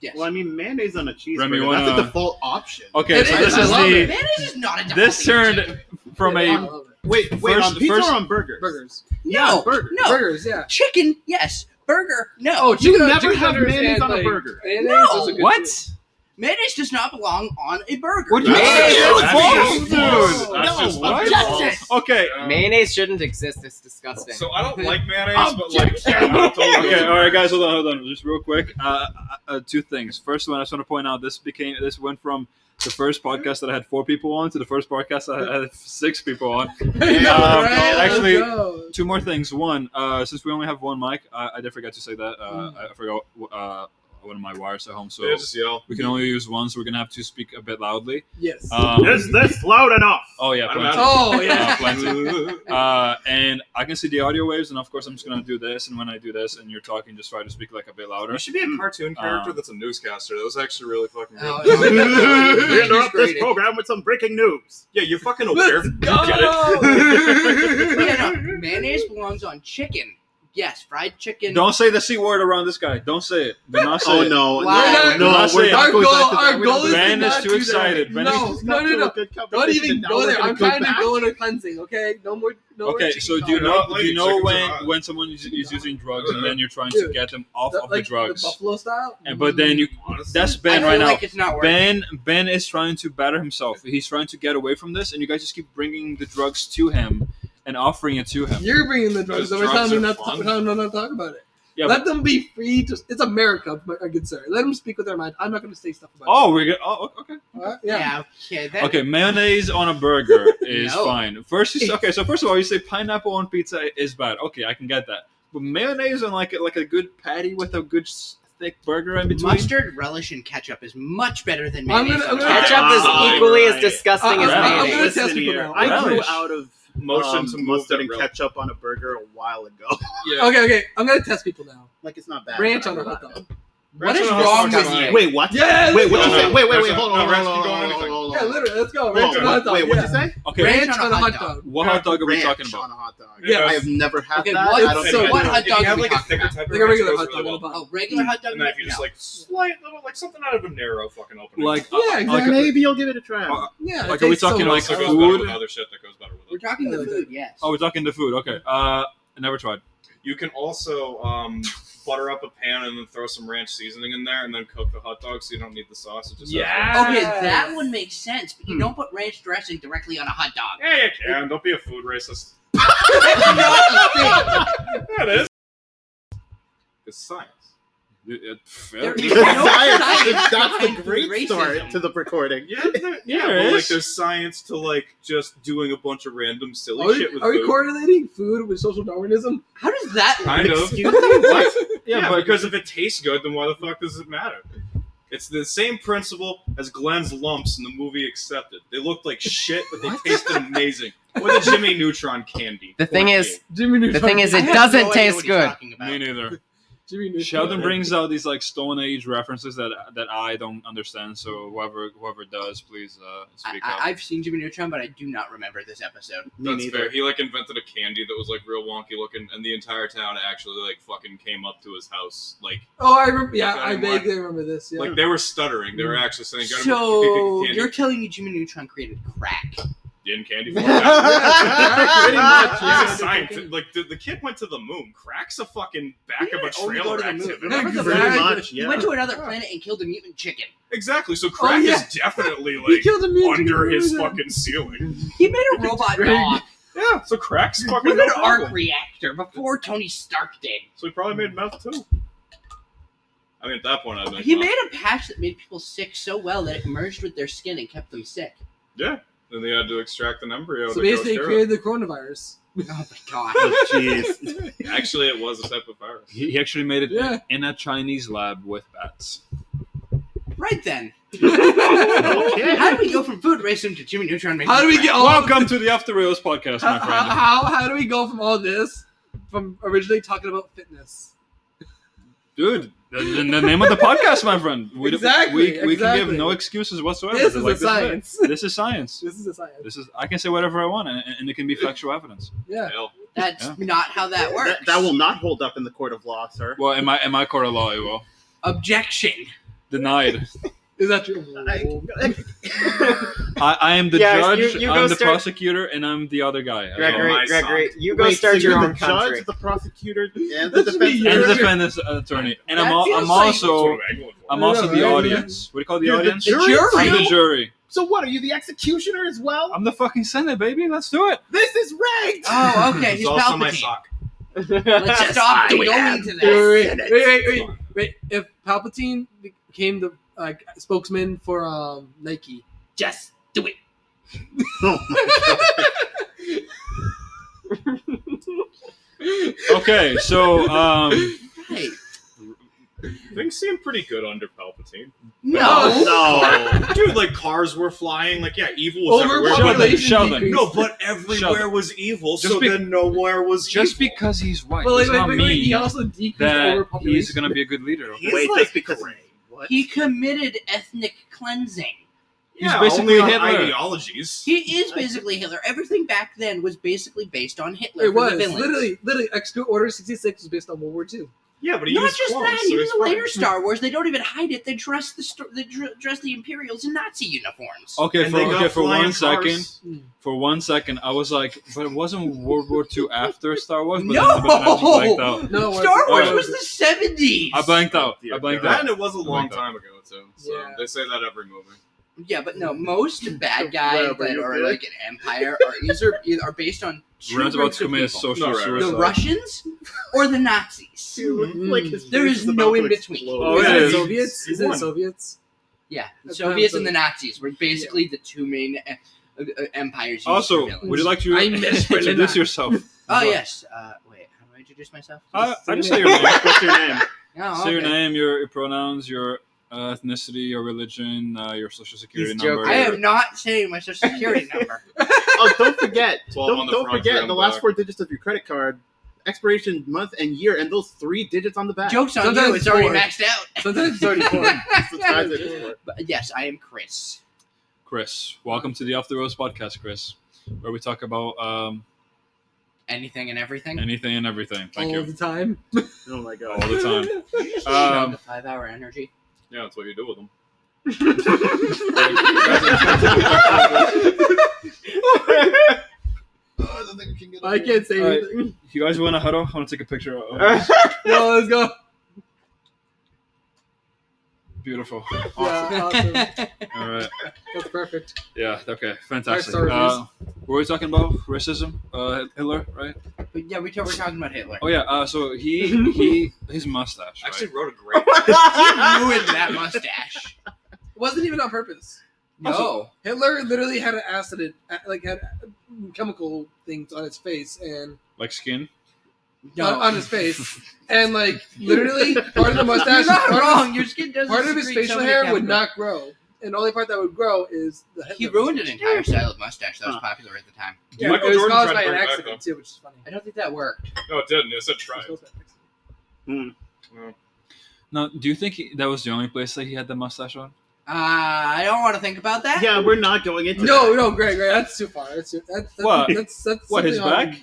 Speaker 5: Yes.
Speaker 7: Well, I mean, mayonnaise on a cheeseburger.
Speaker 2: Remy, you
Speaker 7: that's
Speaker 2: wanna- Oh,
Speaker 7: a default option.
Speaker 2: Okay,
Speaker 3: It
Speaker 2: so
Speaker 3: is,
Speaker 2: this
Speaker 3: I
Speaker 2: is
Speaker 3: love
Speaker 2: the.
Speaker 3: it.
Speaker 5: Mayonnaise is not a
Speaker 2: This
Speaker 5: delicacy.
Speaker 2: turned from
Speaker 3: Yeah,
Speaker 2: a
Speaker 3: I love it.
Speaker 7: Wait, wait,
Speaker 2: First-
Speaker 7: on pizza
Speaker 2: first-
Speaker 7: or on burgers?
Speaker 3: burgers.
Speaker 5: No,
Speaker 7: burger.
Speaker 5: no.
Speaker 3: Burgers, yeah.
Speaker 5: Chicken, yes. Burger, no.
Speaker 3: Oh,
Speaker 7: You
Speaker 3: chicken-
Speaker 7: never
Speaker 3: chicken
Speaker 7: have
Speaker 3: tenders
Speaker 7: mayonnaise
Speaker 3: and,
Speaker 7: on a
Speaker 3: like,
Speaker 7: burger.
Speaker 3: mayonnaise
Speaker 5: No,
Speaker 3: is a good
Speaker 2: what?
Speaker 5: Mayonnaise does not belong on a burger.
Speaker 2: What do you
Speaker 1: That's
Speaker 2: mean?
Speaker 1: just-
Speaker 2: That's
Speaker 1: that's
Speaker 2: false,
Speaker 1: just false.
Speaker 2: dude.
Speaker 1: That's
Speaker 7: No,
Speaker 1: just
Speaker 7: what?
Speaker 1: fucking false.
Speaker 5: Justice.
Speaker 2: Okay,
Speaker 1: Yeah.
Speaker 4: Mayonnaise shouldn't exist. It's disgusting.
Speaker 1: So I don't like mayonnaise, but like I'm not totally
Speaker 2: okay,
Speaker 1: okay.
Speaker 2: all right, guys, hold on, hold on, just real quick. Uh, uh, two things. First one, I just want to point out this became this went from the first podcast that I had four people on to the first podcast I had six people on.
Speaker 3: too.
Speaker 2: Yeah,
Speaker 3: Um,
Speaker 2: right?
Speaker 3: actually,
Speaker 2: Actually- Two more things. One, uh, since we only have one mic, I, I did forget to say that. Uh, I forgot uh, one of my wires at home, so
Speaker 1: Yeah, just yell.
Speaker 2: we can only use one, so we're gonna have to speak a bit loudly.
Speaker 3: yes.
Speaker 2: Um,
Speaker 7: this loud enough?
Speaker 2: oh yeah,
Speaker 1: I don't
Speaker 2: plenty.
Speaker 1: know.
Speaker 3: oh yeah.
Speaker 2: Uh, plenty. Uh, and I can see the audio waves, and of course, I'm just gonna do this. And when I do this, and you're talking, just try to speak like a bit louder.
Speaker 1: There should be a cartoon character
Speaker 2: Um,
Speaker 1: that's a newscaster. That was actually really fucking good.
Speaker 3: Oh,
Speaker 7: we
Speaker 3: yeah.
Speaker 7: interrupt this program with some breaking news.
Speaker 1: yeah, you're fucking aware. You get it.
Speaker 5: yeah, no. Mayonnaise belongs on chicken. Yes, fried chicken.
Speaker 2: Don't say the c word around this guy. Don't say it. Do not say
Speaker 7: Oh
Speaker 2: it.
Speaker 7: no!
Speaker 5: Wow.
Speaker 7: No, no,
Speaker 2: Last
Speaker 7: we're
Speaker 2: thing.
Speaker 7: not
Speaker 3: Our
Speaker 7: going
Speaker 3: goal-
Speaker 7: back to that.
Speaker 3: our
Speaker 7: We're
Speaker 3: goal
Speaker 7: not
Speaker 3: is
Speaker 7: going
Speaker 2: Ben
Speaker 3: to
Speaker 2: is
Speaker 7: back
Speaker 3: not
Speaker 2: too
Speaker 3: do that.
Speaker 2: excited. Ben is
Speaker 3: No, no,
Speaker 7: to that.
Speaker 3: no, no.
Speaker 7: Good
Speaker 3: Don't
Speaker 7: conversation.
Speaker 3: even
Speaker 7: Now
Speaker 3: go
Speaker 7: we're
Speaker 3: there.
Speaker 7: gonna
Speaker 3: I'm
Speaker 7: go
Speaker 3: trying to
Speaker 7: back.
Speaker 3: go on a cleansing. Okay, no more. No more
Speaker 2: Okay,
Speaker 3: chicken
Speaker 2: so do
Speaker 3: fries.
Speaker 2: you know
Speaker 1: Like,
Speaker 2: do you know
Speaker 1: chickens
Speaker 2: when
Speaker 1: are hot.
Speaker 2: when someone is, is using drugs and then you're trying to
Speaker 3: Dude,
Speaker 2: get them off
Speaker 3: The-
Speaker 2: of
Speaker 3: like
Speaker 2: the drugs?
Speaker 3: buffalo style.
Speaker 2: and but then you
Speaker 1: Honestly,
Speaker 2: that's
Speaker 5: I
Speaker 2: Ben
Speaker 5: feel
Speaker 2: right now.
Speaker 5: like it's not working.
Speaker 2: Ben Ben is trying to better himself. He's trying to get away from this, and you guys just keep bringing the drugs to him and offering it to him.
Speaker 3: You're bringing the drugs.
Speaker 1: Those
Speaker 3: up. We're telling
Speaker 1: drugs
Speaker 3: them
Speaker 1: are
Speaker 3: not. To,
Speaker 1: fun.
Speaker 3: we're telling them not to talk about it.
Speaker 2: Yeah,
Speaker 3: Let them be free to. It's America, my my good sir. Let them speak with their mind. I'm not going to say stuff about.
Speaker 2: Oh, we're good. Oh, okay.
Speaker 3: it. All right?
Speaker 5: Yeah.
Speaker 3: yeah.
Speaker 5: okay. That,
Speaker 2: Okay, mayonnaise on a burger is
Speaker 5: No.
Speaker 2: fine. First, you, s- okay, so first of all, you say pineapple on pizza is bad. Okay, I can get that. with mayonnaise and like a, like a good patty with a good s- thick burger in between.
Speaker 5: Mustard, relish, and ketchup is much better than
Speaker 3: I'm
Speaker 5: mayonnaise.
Speaker 3: gonna- I'm
Speaker 5: sometimes.
Speaker 4: Ketchup is
Speaker 2: Ah,
Speaker 4: equally
Speaker 2: right.
Speaker 4: as disgusting
Speaker 3: Uh,
Speaker 4: as
Speaker 2: Right.
Speaker 3: I'm gonna
Speaker 4: mayonnaise.
Speaker 3: test
Speaker 7: Listen
Speaker 3: people
Speaker 7: here,
Speaker 3: now.
Speaker 7: I grew
Speaker 2: Relish.
Speaker 7: out of
Speaker 1: Motion
Speaker 7: um,
Speaker 1: to move
Speaker 7: mustard
Speaker 1: that
Speaker 7: and
Speaker 1: rel-
Speaker 7: ketchup on a burger a while ago.
Speaker 1: Yeah.
Speaker 3: Okay, okay. I'm gonna test people now.
Speaker 7: like it's not bad.
Speaker 3: Ranch
Speaker 7: but
Speaker 3: on
Speaker 7: I
Speaker 3: the
Speaker 7: don't
Speaker 3: hot
Speaker 7: know.
Speaker 3: dog.
Speaker 5: What is
Speaker 1: Ranch on a hot
Speaker 5: wrong
Speaker 1: dog's
Speaker 5: with
Speaker 1: fine.
Speaker 5: you?
Speaker 7: Wait, what?
Speaker 3: Yeah.
Speaker 7: Wait, what you
Speaker 1: No,
Speaker 7: say?
Speaker 1: no,
Speaker 7: Wait, wait,
Speaker 1: ranch
Speaker 7: wait,
Speaker 1: on-
Speaker 7: hold
Speaker 1: no,
Speaker 7: on,
Speaker 1: ranch
Speaker 7: hold
Speaker 1: can
Speaker 7: on,
Speaker 1: go on
Speaker 7: hold on,
Speaker 1: anything.
Speaker 7: hold on,
Speaker 3: Yeah,
Speaker 7: hold on.
Speaker 3: literally. Let's go.
Speaker 7: Ranch
Speaker 3: Ranch on
Speaker 7: on
Speaker 3: a hot
Speaker 7: what-
Speaker 3: dog.
Speaker 7: Wait, what'd you
Speaker 3: yeah.
Speaker 7: say?
Speaker 2: Okay,
Speaker 5: Ranch
Speaker 3: Ranch
Speaker 5: on a
Speaker 3: on a
Speaker 5: hot
Speaker 3: hot
Speaker 5: dog.
Speaker 3: dog.
Speaker 2: what hot dog are we
Speaker 7: Ranch
Speaker 2: talking about?
Speaker 7: on a hot dog.
Speaker 1: Yeah.
Speaker 7: I have never had
Speaker 5: Okay,
Speaker 7: that.
Speaker 5: what-
Speaker 7: I don't
Speaker 3: It's
Speaker 1: If you have,
Speaker 3: so
Speaker 7: think I
Speaker 3: what
Speaker 1: like,
Speaker 7: do.
Speaker 3: hot
Speaker 1: if you
Speaker 5: dog
Speaker 1: have,
Speaker 5: we
Speaker 1: like, a
Speaker 5: talking
Speaker 1: thicker
Speaker 5: about?
Speaker 1: type of ranch,
Speaker 3: Like a
Speaker 1: it
Speaker 3: regular
Speaker 1: goes
Speaker 3: hot
Speaker 1: really
Speaker 3: dog
Speaker 1: well.
Speaker 3: on a bun.
Speaker 5: A regular hot dog.
Speaker 1: And then if you
Speaker 5: no.
Speaker 1: just like slight little, like something out of a narrow fucking opening.
Speaker 2: Like,
Speaker 3: Yeah,
Speaker 2: uh,
Speaker 3: exactly.
Speaker 2: like,
Speaker 7: Maybe you'll give it a try.
Speaker 2: Uh,
Speaker 3: Yeah. it
Speaker 2: Like, are we
Speaker 3: tastes so
Speaker 2: talking like
Speaker 3: much
Speaker 1: so it
Speaker 3: better.
Speaker 1: goes better
Speaker 2: food?
Speaker 1: with other shit that goes better with
Speaker 5: We're
Speaker 1: it.
Speaker 5: talking the food, yes.
Speaker 2: oh, we're talking the food. Okay, uh, I never tried.
Speaker 1: You can also um, butter up a pan and then throw some ranch seasoning in there and then cook the hot dog so you don't need the sauce. It just has
Speaker 2: Yeah.
Speaker 1: ranch.
Speaker 5: Okay, that
Speaker 3: Yes.
Speaker 5: one makes sense, but you
Speaker 2: Hmm.
Speaker 5: don't put ranch dressing directly on a hot dog.
Speaker 1: Yeah, you can. Don't be a food racist.
Speaker 5: That's not a thing.
Speaker 1: That is. It's science.
Speaker 2: It- it-
Speaker 5: There
Speaker 7: That's
Speaker 5: is no science
Speaker 7: that's the
Speaker 5: behind
Speaker 7: great
Speaker 5: racism.
Speaker 7: start to the recording.
Speaker 1: Yeah, there, yeah,
Speaker 2: there
Speaker 1: but like
Speaker 2: is.
Speaker 1: there's science to like just doing a bunch of random silly
Speaker 3: Are we,
Speaker 1: shit with
Speaker 3: are we
Speaker 1: food.
Speaker 3: correlating food with social Darwinism?
Speaker 5: How does that
Speaker 1: Kind of.
Speaker 5: Excuse me?
Speaker 1: What?
Speaker 2: yeah,
Speaker 1: Yeah,
Speaker 2: but
Speaker 1: because if it tastes good, then why the fuck does it matter? It's the same principle as Glenn's lumps in the movie Accepted. They looked like shit, but they tasted amazing. Or the Jimmy Neutron candy.
Speaker 4: The thing
Speaker 1: Or
Speaker 4: is,
Speaker 1: cake.
Speaker 3: Jimmy Neutron.
Speaker 4: thing is,
Speaker 5: I
Speaker 4: it
Speaker 5: have
Speaker 4: doesn't
Speaker 5: no idea
Speaker 4: taste
Speaker 5: what he's
Speaker 4: good.
Speaker 5: talking about.
Speaker 2: me neither.
Speaker 3: Jimmy Neutron.
Speaker 2: Sheldon brings out these like Stone Age references that that I don't understand. So whoever whoever does, please uh,
Speaker 5: I,
Speaker 2: speak
Speaker 5: I,
Speaker 2: up.
Speaker 5: I've seen Jimmy Neutron, but I do not remember this episode.
Speaker 7: Me
Speaker 1: That's fair.
Speaker 7: neither.
Speaker 1: He like invented a candy that was like real wonky looking, and the entire town actually like fucking came up to his house. Like,
Speaker 3: Oh, I remember. Yeah,
Speaker 1: Okay,
Speaker 3: I
Speaker 1: I'm
Speaker 3: vaguely remember this. Yeah.
Speaker 1: like they were stuttering. They were actually saying, "Got
Speaker 5: So
Speaker 1: candy
Speaker 5: you're telling me Jimmy Neutron created crack?
Speaker 1: in candy form." Yeah.
Speaker 3: Pretty much, yeah.
Speaker 1: He's a scientist. Like the, the kid went to the moon. Cracks a fucking back of a
Speaker 5: only
Speaker 1: trailer
Speaker 5: go to the moon.
Speaker 1: activity.
Speaker 5: Remember the
Speaker 7: Pretty
Speaker 3: Exactly.
Speaker 7: much,
Speaker 5: He
Speaker 7: yeah.
Speaker 5: went to another planet and killed a mutant chicken.
Speaker 1: Exactly. So crack
Speaker 3: yeah.
Speaker 1: is definitely
Speaker 3: he
Speaker 1: like
Speaker 3: killed a mutant.
Speaker 1: under his
Speaker 3: Neutron.
Speaker 1: fucking ceiling.
Speaker 5: He made a robot dog
Speaker 1: Yeah. So cracks fucking
Speaker 5: with
Speaker 1: no
Speaker 5: an arc
Speaker 1: problem.
Speaker 5: reactor before Tony Stark did.
Speaker 1: So he probably made meth too. I mean, at that point, I'd make
Speaker 5: He
Speaker 1: meth.
Speaker 5: made a patch that made people sick so well that it merged with their skin and kept them sick.
Speaker 1: Yeah. Then they had to extract an embryo.
Speaker 3: So
Speaker 1: to grow
Speaker 3: basically, he
Speaker 1: steroids.
Speaker 3: created the coronavirus.
Speaker 5: Oh my god.
Speaker 7: Oh, Jeez.
Speaker 1: Actually, it was a type of virus.
Speaker 2: He, he actually made it
Speaker 3: Yeah.
Speaker 2: in a Chinese lab with bats.
Speaker 5: Right then.
Speaker 7: Okay.
Speaker 5: How do we go from food racism to Jimmy Neutron making
Speaker 3: How do we
Speaker 5: crack?
Speaker 3: get all?
Speaker 2: Welcome to the After Rails podcast,
Speaker 3: How,
Speaker 2: my
Speaker 3: how,
Speaker 2: friend.
Speaker 3: how, how do we go from all this from originally talking about fitness?
Speaker 2: Dude, the, the, the name of the podcast, my friend. We, d-
Speaker 3: Exactly,
Speaker 2: We, we can give
Speaker 3: exactly.
Speaker 2: no excuses whatsoever.
Speaker 3: This is
Speaker 2: Like,
Speaker 3: a science.
Speaker 2: it. This is science.
Speaker 3: This is a science.
Speaker 2: This is I can say whatever I want, and, and it can be factual evidence.
Speaker 3: Yeah.
Speaker 1: Hell.
Speaker 5: That's
Speaker 2: Yeah.
Speaker 5: not how that works.
Speaker 7: that, that will not hold up in the court of law, sir.
Speaker 2: Well, in my in my court of law, it will
Speaker 5: Objection.
Speaker 2: denied.
Speaker 3: Is that true?
Speaker 7: Oh.
Speaker 2: I, I am the
Speaker 4: Yeah, you-
Speaker 2: judge.
Speaker 4: you go
Speaker 2: I'm the
Speaker 4: start-
Speaker 2: prosecutor, and I'm the other guy. as well.
Speaker 1: Oh, my
Speaker 4: Gregory, Gregory, you go
Speaker 7: Wait,
Speaker 4: start
Speaker 7: so
Speaker 4: your
Speaker 7: you're
Speaker 4: own
Speaker 7: the
Speaker 4: country.
Speaker 7: judge, the prosecutor, and the
Speaker 3: That should
Speaker 7: defense.
Speaker 3: be
Speaker 2: and
Speaker 3: your-
Speaker 2: the defendant's attorney, and I'm
Speaker 3: That
Speaker 2: all,
Speaker 3: feels
Speaker 2: I'm
Speaker 3: like-
Speaker 2: also
Speaker 1: That's what I'm going for.
Speaker 2: I'm also the
Speaker 3: Yeah.
Speaker 2: audience. What do you call the
Speaker 7: You're the
Speaker 2: audience?
Speaker 7: jury?
Speaker 2: I'm the jury.
Speaker 7: So what? Are you the executioner as
Speaker 1: Oh,
Speaker 7: well?
Speaker 2: I'm the fucking senate, baby. Let's do it.
Speaker 7: this is rigged.
Speaker 5: Oh, okay.
Speaker 1: It's
Speaker 5: He's
Speaker 1: also my
Speaker 5: Palpatine.
Speaker 1: sock.
Speaker 5: Let's stop going to
Speaker 3: Wait,
Speaker 5: this.
Speaker 3: wait, wait, wait, wait, wait. If Palpatine became the like spokesman for um, Nike,
Speaker 9: Just do it.
Speaker 2: Okay, so um,
Speaker 5: Hey,
Speaker 1: Things seem pretty good under Palpatine.
Speaker 3: Oh,
Speaker 5: no.
Speaker 7: no.
Speaker 1: Dude, like cars were flying. Like, yeah, evil was everywhere.
Speaker 2: Sheldon, Sheldon.
Speaker 3: overpopulation decreased.
Speaker 1: No, but everywhere
Speaker 2: Sheldon.
Speaker 1: was evil,
Speaker 2: Just
Speaker 1: so
Speaker 2: be-
Speaker 1: then nowhere was
Speaker 2: just
Speaker 1: evil.
Speaker 2: because he's white
Speaker 3: Well, wait,
Speaker 2: does
Speaker 3: wait,
Speaker 2: not
Speaker 3: wait,
Speaker 2: mean
Speaker 3: wait. He also decreased
Speaker 2: that
Speaker 3: overpopulation.
Speaker 2: he's gonna be a good leader. okay?
Speaker 1: He's
Speaker 7: Wait,
Speaker 1: like
Speaker 7: just because what?
Speaker 5: He committed ethnic cleansing.
Speaker 2: he's basically
Speaker 1: only on
Speaker 2: Hitler.
Speaker 1: ideologies.
Speaker 5: He is basically Hitler. Everything back then was basically based on Hitler.
Speaker 3: It
Speaker 5: for
Speaker 3: was
Speaker 5: the villains.
Speaker 3: literally, literally, Execute Order sixty six was based on World War Two.
Speaker 1: yeah, but he
Speaker 5: Not
Speaker 1: used
Speaker 5: just
Speaker 1: clones,
Speaker 5: that,
Speaker 1: so
Speaker 5: even
Speaker 1: he's
Speaker 5: the
Speaker 1: fine.
Speaker 5: later Star Wars, they don't even hide it. They dress the sto- they dr- dress the Imperials in Nazi uniforms.
Speaker 2: Okay,
Speaker 1: And
Speaker 2: for,
Speaker 1: they got
Speaker 2: okay, for
Speaker 1: flying
Speaker 2: one second,
Speaker 1: cars.
Speaker 2: for one second, I was like, but it wasn't World War II after Star Wars. But
Speaker 5: No!
Speaker 2: then, but then I just blanked out.
Speaker 3: No, it
Speaker 5: Star Wars
Speaker 2: Alright.
Speaker 5: was the seventies.
Speaker 2: I blanked out. I
Speaker 7: Dear
Speaker 2: blanked
Speaker 1: That
Speaker 2: out.
Speaker 1: and it was a long
Speaker 2: Like that.
Speaker 1: time ago too. So
Speaker 3: Yeah.
Speaker 1: they say that every movie.
Speaker 5: Yeah, but no, most bad guys
Speaker 7: Whatever
Speaker 5: that
Speaker 7: you
Speaker 5: are
Speaker 7: did.
Speaker 5: like an empire are either are based on two
Speaker 2: Ren's about
Speaker 5: groups
Speaker 2: to
Speaker 5: of
Speaker 2: commit
Speaker 5: people.
Speaker 2: social
Speaker 1: No, right.
Speaker 2: suicide.
Speaker 5: the Russians or the Nazis.
Speaker 7: Dude, look like his
Speaker 5: There
Speaker 7: face
Speaker 5: is no
Speaker 7: about to
Speaker 5: in between.
Speaker 7: explode.
Speaker 2: Oh,
Speaker 3: is
Speaker 2: yeah,
Speaker 3: it
Speaker 2: he-
Speaker 3: Soviets?
Speaker 1: he
Speaker 3: Is it
Speaker 1: won.
Speaker 3: Soviets?
Speaker 5: Yeah, the
Speaker 3: That's what
Speaker 5: Soviets
Speaker 3: I'm
Speaker 5: and the Nazis were basically the two main uh, uh, empires. used
Speaker 2: Also,
Speaker 5: for villains.
Speaker 2: would you like to
Speaker 3: I miss
Speaker 2: introduce
Speaker 3: Berlin.
Speaker 2: yourself?
Speaker 5: Oh yes. Uh, wait, how do I introduce myself?
Speaker 2: I, I just say your name.
Speaker 1: What's your name?
Speaker 5: No,
Speaker 2: Say your
Speaker 5: Oh, okay.
Speaker 2: name, your, your pronouns, your uh, ethnicity, your religion, uh, your social security
Speaker 4: He's
Speaker 2: number.
Speaker 4: joking.
Speaker 5: I am not saying my social security number.
Speaker 7: Oh, don't forget.
Speaker 1: 12 on
Speaker 7: don't
Speaker 1: the
Speaker 7: don't
Speaker 1: front, three
Speaker 7: forget
Speaker 1: on
Speaker 7: the
Speaker 1: the
Speaker 7: last
Speaker 1: back.
Speaker 7: four digits of your credit card, expiration month and year, and those three digits on the back.
Speaker 5: Jokes on
Speaker 3: Sometimes
Speaker 5: you. It's already
Speaker 3: four.
Speaker 5: maxed out.
Speaker 3: Sometimes it's already four.
Speaker 7: Subscribe to Discord.
Speaker 5: But yes, I am Chris.
Speaker 2: Chris, welcome to the Off the Rose podcast, Chris, where we talk about um,
Speaker 5: Anything and everything.
Speaker 2: anything and everything. Thank
Speaker 3: all
Speaker 2: you.
Speaker 3: the time.
Speaker 7: Oh my
Speaker 2: All
Speaker 7: god.
Speaker 2: the time.
Speaker 5: You just
Speaker 2: Um,
Speaker 5: the five-hour energy.
Speaker 1: Yeah, that's what you do with them.
Speaker 3: I can't say
Speaker 2: All right.
Speaker 3: anything.
Speaker 2: You guys want to huddle? I want to take a picture.
Speaker 4: Oh
Speaker 2: Of
Speaker 3: No, let's go.
Speaker 2: Beautiful.
Speaker 3: Yeah, awesome.
Speaker 2: All right.
Speaker 3: That's perfect.
Speaker 2: Yeah. Okay. Fantastic.
Speaker 3: Five star
Speaker 2: Uh, what were we talking about? Racism? Uh, Hitler, right?
Speaker 5: But yeah, we talk, we're talking about Hitler.
Speaker 2: Oh yeah. Uh, so he he his mustache.
Speaker 1: I
Speaker 2: Right?
Speaker 1: actually wrote a great.
Speaker 5: You ruined that mustache.
Speaker 3: It wasn't even on purpose.
Speaker 5: No.
Speaker 3: Hitler literally had an acid, like had chemical things on his face and
Speaker 2: Like skin.
Speaker 5: No.
Speaker 3: on, on his face, and like literally part of the mustache,
Speaker 5: You're not
Speaker 3: part, Of,
Speaker 5: wrong. Your skin doesn't.
Speaker 3: his- part of his
Speaker 5: secrete so
Speaker 3: facial
Speaker 5: many
Speaker 3: hair would
Speaker 5: chemicals.
Speaker 3: not grow, and the only part that would grow is the. Hitler
Speaker 5: He ruined an
Speaker 3: mustache.
Speaker 5: entire style of mustache that was
Speaker 7: Huh.
Speaker 5: popular at the time.
Speaker 3: Yeah,
Speaker 1: Michael
Speaker 3: it was
Speaker 1: Jordan
Speaker 3: caused
Speaker 1: tried
Speaker 3: by
Speaker 1: to
Speaker 3: an
Speaker 1: bring it back,
Speaker 3: accident too, which is funny.
Speaker 5: I don't think that worked.
Speaker 1: No, Oh, it didn't. It's a try.
Speaker 3: It was caused by an accident.
Speaker 2: Now, do you think he, that was the only place that he had the mustache on?
Speaker 5: Uh, I don't want to think about that.
Speaker 7: Yeah, we're not going into
Speaker 3: No,
Speaker 7: that.
Speaker 3: no, Greg, Greg, that's too far. That's too, that's, that's
Speaker 2: What?
Speaker 3: That's, that's
Speaker 2: What, his
Speaker 3: something on-
Speaker 2: back?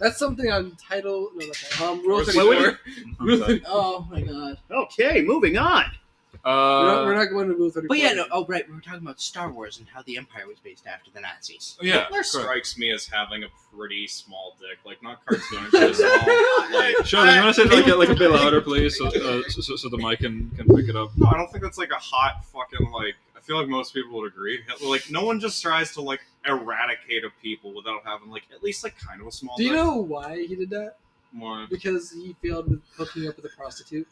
Speaker 3: That's something on title. No, that's not- um,
Speaker 1: Or
Speaker 3: rule
Speaker 1: is it-
Speaker 3: thirty four. Rule
Speaker 2: Okay.
Speaker 3: 30
Speaker 5: Oh my god.
Speaker 7: Okay, moving on.
Speaker 3: we're, not, we're
Speaker 2: Uh,
Speaker 3: not going to rule thirty four.
Speaker 5: But yeah, no. Oh right, we were talking about Star Wars and how the Empire was based after the Nazis.
Speaker 2: yeah.
Speaker 1: Hitler
Speaker 2: correct.
Speaker 1: strikes me as having a pretty small dick, like not cartoonish, but small. Like,
Speaker 2: Sean, you want to say it like a- like a bit louder, please, so, uh, so, so so the mic can, can pick it up.
Speaker 1: no, I don't think that's like a hot fucking like. I feel like most people would agree. Hitler, like, no one just tries to like eradicate a people without having like at least like kind of a small.
Speaker 3: Do you
Speaker 1: dick.
Speaker 3: know why he did that?
Speaker 1: More.
Speaker 3: Because he failed with hooking up with a prostitute.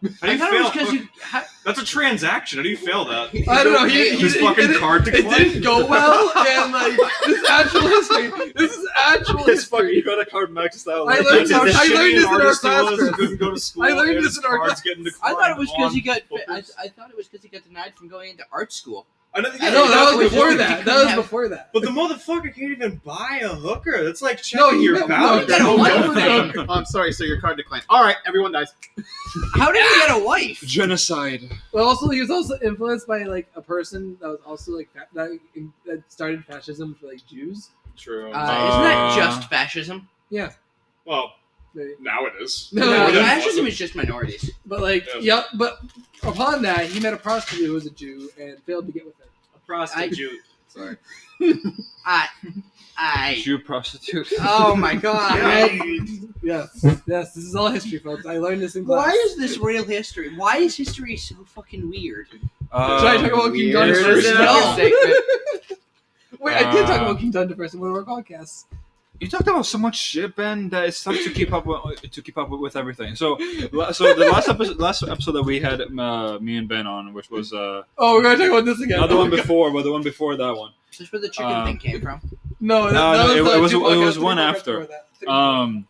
Speaker 1: How do
Speaker 5: I
Speaker 1: you
Speaker 5: thought it was
Speaker 1: fail?
Speaker 5: because you. how-
Speaker 1: That's a transaction. How do you fail that?
Speaker 3: I don't know. Oh, He, he,
Speaker 1: His
Speaker 3: he
Speaker 1: fucking
Speaker 3: did it-
Speaker 1: card
Speaker 3: It
Speaker 1: declined.
Speaker 3: didn't go well, and like this is actual history. This is actual history.
Speaker 2: got a card max style.
Speaker 3: I learned-
Speaker 1: That's how
Speaker 3: I learned
Speaker 1: shitty
Speaker 3: this
Speaker 1: an
Speaker 3: in our
Speaker 1: artist he
Speaker 3: class,
Speaker 1: was, he
Speaker 3: Chris.
Speaker 1: couldn't go to school,
Speaker 3: I learned
Speaker 1: and
Speaker 3: this
Speaker 1: his
Speaker 3: in our
Speaker 1: cards
Speaker 3: class.
Speaker 1: getting
Speaker 5: I thought
Speaker 1: declined
Speaker 5: it was because
Speaker 1: on-
Speaker 5: he got. I,
Speaker 1: focus.
Speaker 5: I thought it was because he got denied from going into art school.
Speaker 1: I know- yeah,
Speaker 3: No, that
Speaker 5: Exactly,
Speaker 3: was
Speaker 5: just
Speaker 3: before
Speaker 5: because
Speaker 3: that.
Speaker 5: he
Speaker 3: That was
Speaker 5: couldn't have-
Speaker 3: before that.
Speaker 1: But the motherfucker can't even buy a hooker. That's like checking
Speaker 3: No, he
Speaker 1: your
Speaker 3: meant-
Speaker 1: balance.
Speaker 5: Oh, no, he meant one
Speaker 1: Don't-
Speaker 7: Oh, I'm sorry, so your card declined. All right, everyone dies.
Speaker 5: How did he get a wife?
Speaker 2: Genocide.
Speaker 3: Well, also he was also influenced by like a person that was also like fa- that, that started fascism for like Jews.
Speaker 1: True.
Speaker 5: Uh, isn't that
Speaker 2: Uh,
Speaker 5: just fascism?
Speaker 1: well,
Speaker 3: They-
Speaker 1: now it is.
Speaker 3: No,
Speaker 5: No,
Speaker 3: yeah.
Speaker 1: Before that
Speaker 5: fascism
Speaker 1: wasn't.
Speaker 5: is just minorities.
Speaker 3: But like,
Speaker 1: Yeah.
Speaker 3: yep. But upon that, he met a prostitute who was a Jew and failed to get with her.
Speaker 7: A prostitute.
Speaker 1: Sorry.
Speaker 5: I, I.
Speaker 2: Jew prostitute.
Speaker 5: Oh my god.
Speaker 3: Yes, yes. This is all history, folks. I learned this in class.
Speaker 5: Why is this real history? Why is history so fucking weird?
Speaker 2: Uh,
Speaker 3: Should I talk about King Dundas
Speaker 2: Weird
Speaker 3: first?
Speaker 2: as
Speaker 5: hell.
Speaker 3: Wait, I did talk
Speaker 2: Uh,
Speaker 3: about King Dundas first in one of our podcasts.
Speaker 2: you talked about so much shit, Ben, that it's tough to keep up with, uh, to keep up with everything. So, la- so the last episode, last episode that we had uh, me and Ben on, which was uh,
Speaker 3: Oh, we're gonna talk about this again.
Speaker 2: not the
Speaker 3: Oh
Speaker 2: one
Speaker 3: my God.
Speaker 2: before, but the one before that one.
Speaker 5: Is this where the chicken
Speaker 2: Uh,
Speaker 5: thing came from?
Speaker 3: No,
Speaker 2: No,
Speaker 3: that, that
Speaker 2: no, it- it
Speaker 3: was, uh,
Speaker 2: was-
Speaker 3: two
Speaker 2: it was
Speaker 3: podcasts
Speaker 2: one
Speaker 3: before
Speaker 2: after.
Speaker 3: that.
Speaker 2: um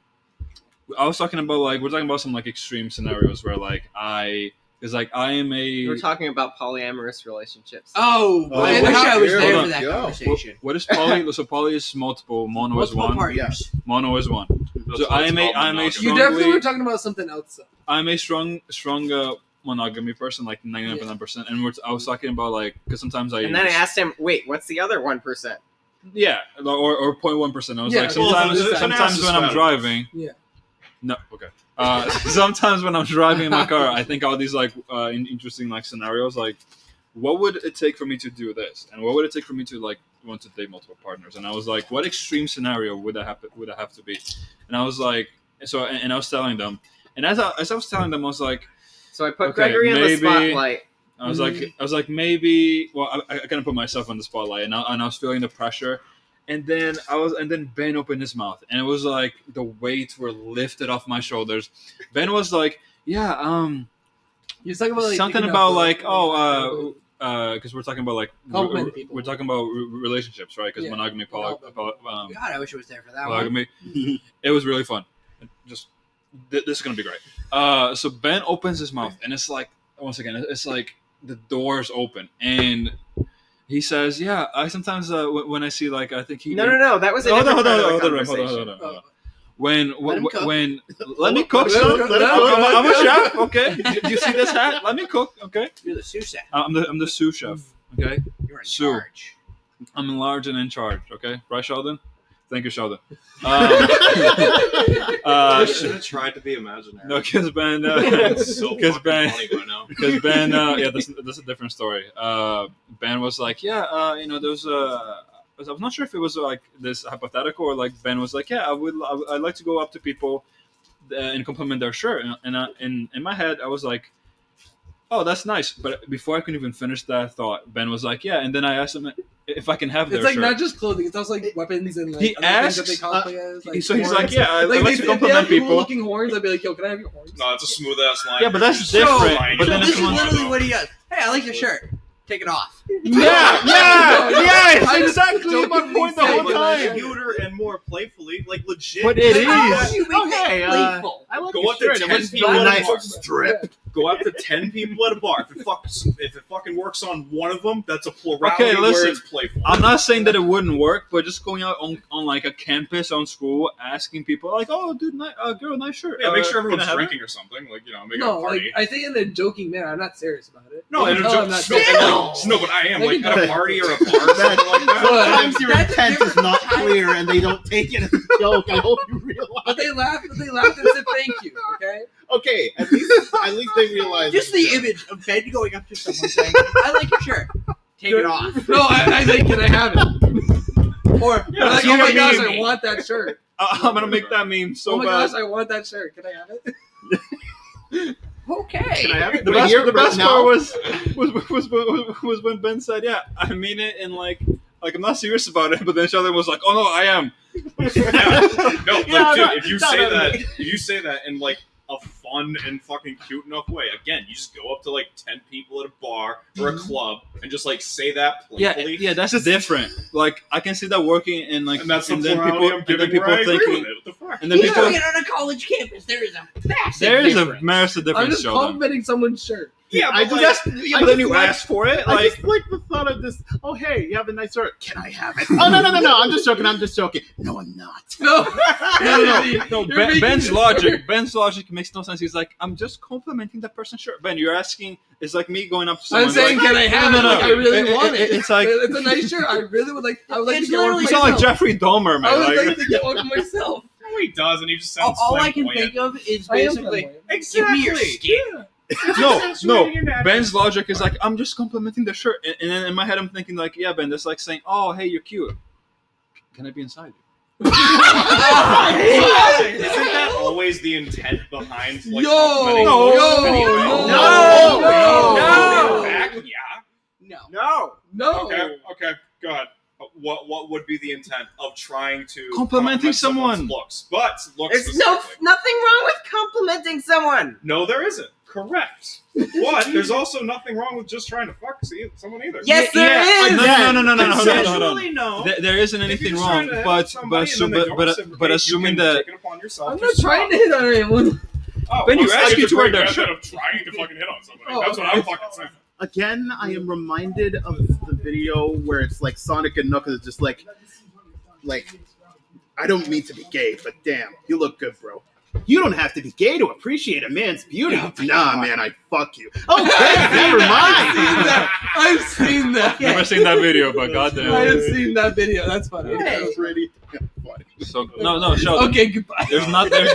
Speaker 2: i was talking about like we're talking about some like extreme scenarios where like i is like i am a
Speaker 4: We're talking about polyamorous relationships.
Speaker 5: Oh,
Speaker 7: Oh,
Speaker 5: I
Speaker 2: wait,
Speaker 5: wish I was
Speaker 2: here,
Speaker 5: there
Speaker 2: hold
Speaker 5: for that
Speaker 7: on.
Speaker 5: conversation.
Speaker 2: what is poly so poly is multiple mono
Speaker 5: Multiple
Speaker 2: is one
Speaker 5: partners.
Speaker 2: mono is one
Speaker 1: That's
Speaker 2: So
Speaker 1: why it's
Speaker 2: I'm a-
Speaker 1: called
Speaker 2: I'm a
Speaker 1: monogamy.
Speaker 3: You
Speaker 2: strong-
Speaker 3: definitely
Speaker 2: Strongly-
Speaker 3: were talking about something else. Though.
Speaker 2: i'm a strong strong uh, monogamy person like 99% and we're, i was talking about like because sometimes i
Speaker 4: and then I asked him, "Wait, what's the other one percent?"
Speaker 2: yeah or, or 0.1% i was
Speaker 3: Yeah,
Speaker 2: like
Speaker 3: well,
Speaker 2: sometimes,
Speaker 3: it's- it's
Speaker 2: sometimes when i'm
Speaker 1: fat.
Speaker 2: driving
Speaker 3: Yeah.
Speaker 2: no okay uh, sometimes when i'm driving in my car i think all these like uh, in- interesting like scenarios like what would it take for me to do this and what would it take for me to like want to date multiple partners and i was like what extreme scenario would i have to, would i have to be and i was like so and, and i was telling them and as I, as I was telling them i was like
Speaker 4: So I put
Speaker 2: Okay,
Speaker 4: Gregory in the
Speaker 2: maybe-
Speaker 4: spotlight.
Speaker 2: I was like, I was like, maybe. Well, I, I kind of put myself on the spotlight, and I, and I was feeling the pressure. And then I was, and then Ben opened his mouth, and it was like the weights were lifted off my shoulders. Ben was like, "Yeah, um,
Speaker 3: You're talking about like,
Speaker 2: something
Speaker 3: picking
Speaker 2: about
Speaker 3: up, uh,
Speaker 2: like, oh, uh, because we're talking about like,
Speaker 3: Compliment
Speaker 2: we're,
Speaker 3: people.
Speaker 2: we're talking about re- relationships, right? Because
Speaker 3: Yeah.
Speaker 2: monogamy, poly,
Speaker 3: Compliment.
Speaker 2: poly, um,
Speaker 5: God, I wish I was there for that one.
Speaker 2: polygamy. it was really fun. Just th- this is gonna be great. Uh, so Ben opens his mouth, and it's like once again, it's like the doors open, and he says, "Yeah, I sometimes uh, when when I see like I think he
Speaker 4: No, no, no. That was a
Speaker 2: Hold on,
Speaker 4: different
Speaker 2: hold on,
Speaker 4: part of
Speaker 2: hold
Speaker 4: the
Speaker 2: on, hold on,
Speaker 4: conversation.
Speaker 2: hold on,
Speaker 3: Oh.
Speaker 2: hold on. When
Speaker 5: him
Speaker 2: when
Speaker 5: cook.
Speaker 2: when let me cook.
Speaker 7: Let
Speaker 2: son.
Speaker 7: him- let him
Speaker 2: I'm,
Speaker 7: cook.
Speaker 2: I'm a chef, okay? Do- Do you see this hat? Let me cook, okay?
Speaker 5: You're the sous chef.
Speaker 2: I'm the I'm the sous chef, okay?
Speaker 5: You're in
Speaker 2: Sue.
Speaker 5: charge.
Speaker 2: I'm large and in charge, okay? Right, Sheldon? Thank you, Sheldon. Um,
Speaker 1: I
Speaker 2: uh,
Speaker 1: should have tried to be imaginary.
Speaker 2: no, because Ben,
Speaker 1: it's so
Speaker 2: because
Speaker 1: fucking
Speaker 2: Ben,
Speaker 1: funny right now.
Speaker 2: because Ben, uh, yeah, this, this is a different story. Uh, ben was like, yeah, uh, you know, there's uh, I was- I'm not sure if it was like this hypothetical or like Ben was like, yeah, I would, I would I'd like to go up to people uh, and compliment their shirt, and and, I, and in my head, I was like. Oh, that's nice. But before I could even finish that thought, Ben was like, "Yeah," and then I asked him if I can have their
Speaker 3: It's like
Speaker 2: shirt.
Speaker 3: not just clothing; it's also like weapons and like
Speaker 2: He
Speaker 3: other things that they
Speaker 2: asks-
Speaker 3: cosplay as,
Speaker 2: so he's
Speaker 3: horns.
Speaker 2: like, "Yeah, I, I
Speaker 3: like
Speaker 2: like
Speaker 3: they,
Speaker 2: to
Speaker 3: if they have
Speaker 2: compliment
Speaker 3: people
Speaker 2: people."
Speaker 3: looking horns, I'd be like, "Yo, can I have your horns?"
Speaker 1: No, it's a smooth ass line.
Speaker 2: Yeah, but that's
Speaker 1: You're just
Speaker 2: different.
Speaker 1: lying.
Speaker 2: But
Speaker 5: So
Speaker 2: then
Speaker 5: this
Speaker 2: if
Speaker 5: is
Speaker 2: someone-
Speaker 5: literally what he does. Hey, I like your shirt. Take it off.
Speaker 2: Yeah, yeah, yes, exactly my
Speaker 3: jokingly
Speaker 2: point the
Speaker 3: said
Speaker 2: whole
Speaker 3: what I
Speaker 2: time.
Speaker 3: said.
Speaker 1: Cuter and more playfully, like legit.
Speaker 2: But it
Speaker 5: How
Speaker 2: is.
Speaker 5: do you make
Speaker 7: Okay,
Speaker 5: that
Speaker 7: uh,
Speaker 5: playful?
Speaker 7: I like
Speaker 1: Go
Speaker 7: your
Speaker 1: up to
Speaker 7: shirt. It
Speaker 1: ten
Speaker 7: was
Speaker 1: people
Speaker 7: not
Speaker 1: at a
Speaker 7: nice.
Speaker 1: bar. Go up to ten people at a bar. If it fucks, if it fucking works on one of them, that's a plurality
Speaker 2: Okay,
Speaker 1: where
Speaker 2: listen.
Speaker 1: it's playful.
Speaker 2: I'm not saying that it wouldn't work, but just going out on, on like a campus on school, asking people like, "Oh, dude, ni- uh, girl, nice shirt."
Speaker 1: yeah, make
Speaker 2: Uh,
Speaker 1: sure
Speaker 2: can I
Speaker 1: everyone's
Speaker 2: have it?
Speaker 1: drinking or something. Like you know, make it
Speaker 3: No,
Speaker 1: a
Speaker 3: like
Speaker 1: party.
Speaker 3: I think in a joking manner. I'm not serious about it.
Speaker 1: no,
Speaker 3: You
Speaker 1: and
Speaker 3: can tell I'm
Speaker 1: no,
Speaker 3: not
Speaker 1: no,
Speaker 3: serious.
Speaker 1: no, no, but I am
Speaker 3: They
Speaker 1: like
Speaker 3: can
Speaker 1: at
Speaker 7: tell.
Speaker 1: a party or a bar or something like that.
Speaker 7: Sometimes your
Speaker 5: That's a
Speaker 7: intent is
Speaker 5: different
Speaker 7: not
Speaker 5: type.
Speaker 7: clear and they don't take it as a joke. I hope you realize.
Speaker 3: But they laughed. But they laughed and said, "Thank you." Okay.
Speaker 7: Okay, at least at least they realize.
Speaker 5: Just
Speaker 7: it's
Speaker 5: the
Speaker 7: a joke.
Speaker 5: image of Ben going up to someone saying, "I like your shirt. Take it off."
Speaker 3: No, I, I think, "Can I have it?"
Speaker 5: Or
Speaker 2: Yeah,
Speaker 3: They're like,
Speaker 2: so
Speaker 3: "Oh
Speaker 2: you're
Speaker 3: my gosh,
Speaker 2: mean.
Speaker 3: I want that shirt."
Speaker 2: I- I'm gonna make that meme so
Speaker 3: oh my
Speaker 2: bad.
Speaker 3: gosh, I want that shirt. Can I have it?
Speaker 5: okay.
Speaker 7: Can I have it?
Speaker 2: the
Speaker 7: Wait,
Speaker 2: best,
Speaker 7: here,
Speaker 2: the
Speaker 7: right
Speaker 2: best
Speaker 7: now?
Speaker 2: part was, was was was was when Ben said, "Yeah, I mean it," and like like I'm not serious about it. But then Sheldon was like, "Oh no, I am."
Speaker 1: Yeah. No, like,
Speaker 2: Yeah,
Speaker 1: dude,
Speaker 2: no,
Speaker 1: if you
Speaker 2: no,
Speaker 1: say
Speaker 2: no, no.
Speaker 1: that, if you say that in like a fun and fucking cute enough way, again, you just go up to like ten people at a bar or a
Speaker 3: Mm-hmm.
Speaker 1: club and just like say that
Speaker 2: Yeah,
Speaker 1: playfully.
Speaker 2: yeah, that's different. Like I can see that working, and like
Speaker 1: and that's the
Speaker 2: and then
Speaker 1: plurality I'm
Speaker 2: people and then
Speaker 1: giving.
Speaker 2: people
Speaker 1: where I agree
Speaker 2: thinking
Speaker 1: with it. What the fuck?
Speaker 2: and then
Speaker 5: Even
Speaker 2: people
Speaker 5: doing it on a college campus, there is a massive
Speaker 2: there is a
Speaker 5: difference.
Speaker 2: massive
Speaker 3: I'm
Speaker 2: difference,
Speaker 3: just
Speaker 2: Sheldon.
Speaker 3: complimenting someone's shirt.
Speaker 1: Yeah,
Speaker 7: I
Speaker 1: but,
Speaker 7: just-
Speaker 1: like,
Speaker 2: yeah,
Speaker 7: I
Speaker 2: but then
Speaker 7: just
Speaker 2: you
Speaker 7: like-
Speaker 2: ask for it.
Speaker 7: I
Speaker 2: Like
Speaker 7: just like the thought of this. Oh, hey, you have a nice shirt. Can I have it? Oh no, no, no, no! I'm just joking. I'm just joking. No, I'm not.
Speaker 3: No,
Speaker 2: no, no, no.
Speaker 3: You're
Speaker 2: Ben,
Speaker 3: making
Speaker 2: Ben's
Speaker 3: it
Speaker 2: logic, Ben's logic makes no sense. He's like, I'm just complimenting that person. Sure, Ben, you're asking. It's like me going up to someone.
Speaker 3: I'm saying,
Speaker 2: like,
Speaker 3: "Can I have
Speaker 2: no,
Speaker 3: it?"
Speaker 2: no,
Speaker 3: Like, I really
Speaker 2: It-
Speaker 3: want
Speaker 2: it-
Speaker 3: it.
Speaker 2: it's like-
Speaker 3: it's a nice shirt. I really would like. I would like
Speaker 5: It's
Speaker 3: to get one
Speaker 5: literally
Speaker 2: you
Speaker 3: myself.
Speaker 2: sound like Jeffrey Dahmer,
Speaker 3: I
Speaker 2: man.
Speaker 3: would
Speaker 2: Like,
Speaker 3: like to get one myself.
Speaker 1: no, he doesn't. He just
Speaker 5: All,
Speaker 1: sounds.
Speaker 5: all I can
Speaker 1: flamboyant.
Speaker 5: think of is
Speaker 3: I am
Speaker 5: basically,
Speaker 3: flamboyant.
Speaker 5: give me your
Speaker 1: Exactly.
Speaker 5: skin.
Speaker 2: no, no. Ben's logic is like, I'm just complimenting the shirt, and, and then in my head, I'm thinking like, yeah, Ben, that's like saying, oh, hey, you're cute. Can I be inside you?
Speaker 1: Isn't that always the intent behind like
Speaker 3: Yo,
Speaker 1: complimenting
Speaker 2: no,
Speaker 1: girls?
Speaker 2: no,
Speaker 1: Anyway.
Speaker 2: no,
Speaker 3: no,
Speaker 1: no,
Speaker 3: no.
Speaker 1: In fact, yeah.
Speaker 5: No.
Speaker 1: No.
Speaker 3: No.
Speaker 1: Okay. Okay. Go ahead. What what would be the intent of trying to
Speaker 2: Complimenting
Speaker 1: compliment someone's
Speaker 2: someone.
Speaker 1: looks? But looks
Speaker 4: There's no
Speaker 1: specific.
Speaker 4: nothing wrong with complimenting someone.
Speaker 1: No, there isn't. Correct. But there's also nothing wrong with just trying to fuck see- someone either.
Speaker 4: Yes,
Speaker 2: Yeah,
Speaker 4: there
Speaker 2: yeah,
Speaker 4: is.
Speaker 2: No, no, no, no, no, no, hold on, hold on.
Speaker 1: Consensually, no.
Speaker 2: There, there isn't
Speaker 1: If you're
Speaker 2: anything
Speaker 1: just
Speaker 2: wrong,
Speaker 1: trying to hit on
Speaker 2: but
Speaker 1: somebody and
Speaker 2: but
Speaker 1: then they don't
Speaker 2: assume, but, but,
Speaker 1: reciprocate,
Speaker 2: but
Speaker 1: you
Speaker 2: assuming
Speaker 1: can
Speaker 2: that
Speaker 1: take it upon yourself
Speaker 3: I'm
Speaker 1: to
Speaker 3: not
Speaker 1: stop.
Speaker 3: trying to hit on anyone.
Speaker 1: Oh,
Speaker 2: Ben, you
Speaker 1: well,
Speaker 2: asked
Speaker 1: it's
Speaker 2: me
Speaker 1: a
Speaker 2: to wear
Speaker 1: great
Speaker 2: that
Speaker 1: method of trying to fucking hit on somebody.
Speaker 3: Oh,
Speaker 1: That's what I'm fucking saying.
Speaker 7: Again, I am reminded of the video where it's like Sonic and Knuckles is just like, like, I don't mean to be gay, but damn, you look good, bro. You don't have to be gay to appreciate a man's beauty. nah, man, I fuck you. Okay, never mind.
Speaker 3: I've seen that.
Speaker 2: never seen that video, but goddamn.
Speaker 3: I have seen that video. That's funny.
Speaker 5: Yeah.
Speaker 7: That's pretty damn funny.
Speaker 2: So no, no, Sheldon.
Speaker 3: Okay, goodbye.
Speaker 2: There's not there's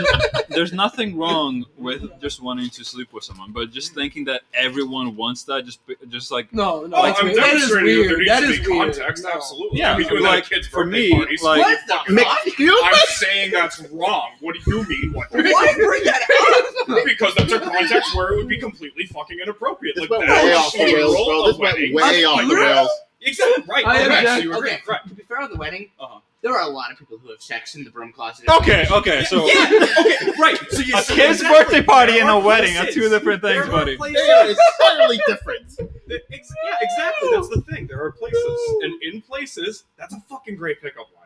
Speaker 2: there's nothing wrong with just wanting to sleep with someone, but just thinking that everyone wants that just just like
Speaker 3: No, no,
Speaker 1: Oh,
Speaker 3: that's
Speaker 1: I'm
Speaker 3: weird. That is
Speaker 1: demonstrating that there
Speaker 3: weird.
Speaker 1: needs
Speaker 3: That
Speaker 1: to
Speaker 3: is
Speaker 1: be
Speaker 3: weird.
Speaker 1: context.
Speaker 3: No.
Speaker 1: Absolutely.
Speaker 2: Yeah,
Speaker 1: I mean,
Speaker 2: but
Speaker 1: doing that
Speaker 2: like,
Speaker 1: at kids'
Speaker 2: for
Speaker 1: birthday
Speaker 2: me,
Speaker 1: parties,
Speaker 2: like-
Speaker 1: you
Speaker 5: What the
Speaker 1: fucking-
Speaker 7: Excuse
Speaker 1: I'm
Speaker 7: me?
Speaker 1: saying that's wrong. What do you mean? What?
Speaker 5: Why bring that up?
Speaker 1: because that's a context where it would be completely fucking inappropriate.
Speaker 7: This
Speaker 1: Like
Speaker 7: went
Speaker 1: that
Speaker 7: way
Speaker 1: is
Speaker 7: off the
Speaker 1: the
Speaker 7: rails,
Speaker 1: role
Speaker 7: bro.
Speaker 1: of
Speaker 7: This went
Speaker 1: wedding.
Speaker 7: way off the rails.
Speaker 1: Exactly right.
Speaker 3: I
Speaker 1: correct.
Speaker 3: object.
Speaker 1: So you agree.
Speaker 5: Okay,
Speaker 1: Correct.
Speaker 5: to be fair on the wedding,
Speaker 1: Uh-huh.
Speaker 5: there are a lot of people who have sex in the broom closet.
Speaker 2: Okay, okay, so
Speaker 1: Yeah. Okay. Right. So you
Speaker 2: a
Speaker 1: see-
Speaker 2: kid's
Speaker 1: exactly.
Speaker 2: birthday party
Speaker 1: There
Speaker 2: and a
Speaker 1: are
Speaker 2: wedding are
Speaker 1: places.
Speaker 2: two different things,
Speaker 1: There are
Speaker 2: buddy.
Speaker 1: places-
Speaker 7: Yeah, it's totally different.
Speaker 1: Yeah, exactly. That's the thing. There are places, and in places, that's a fucking great pickup line.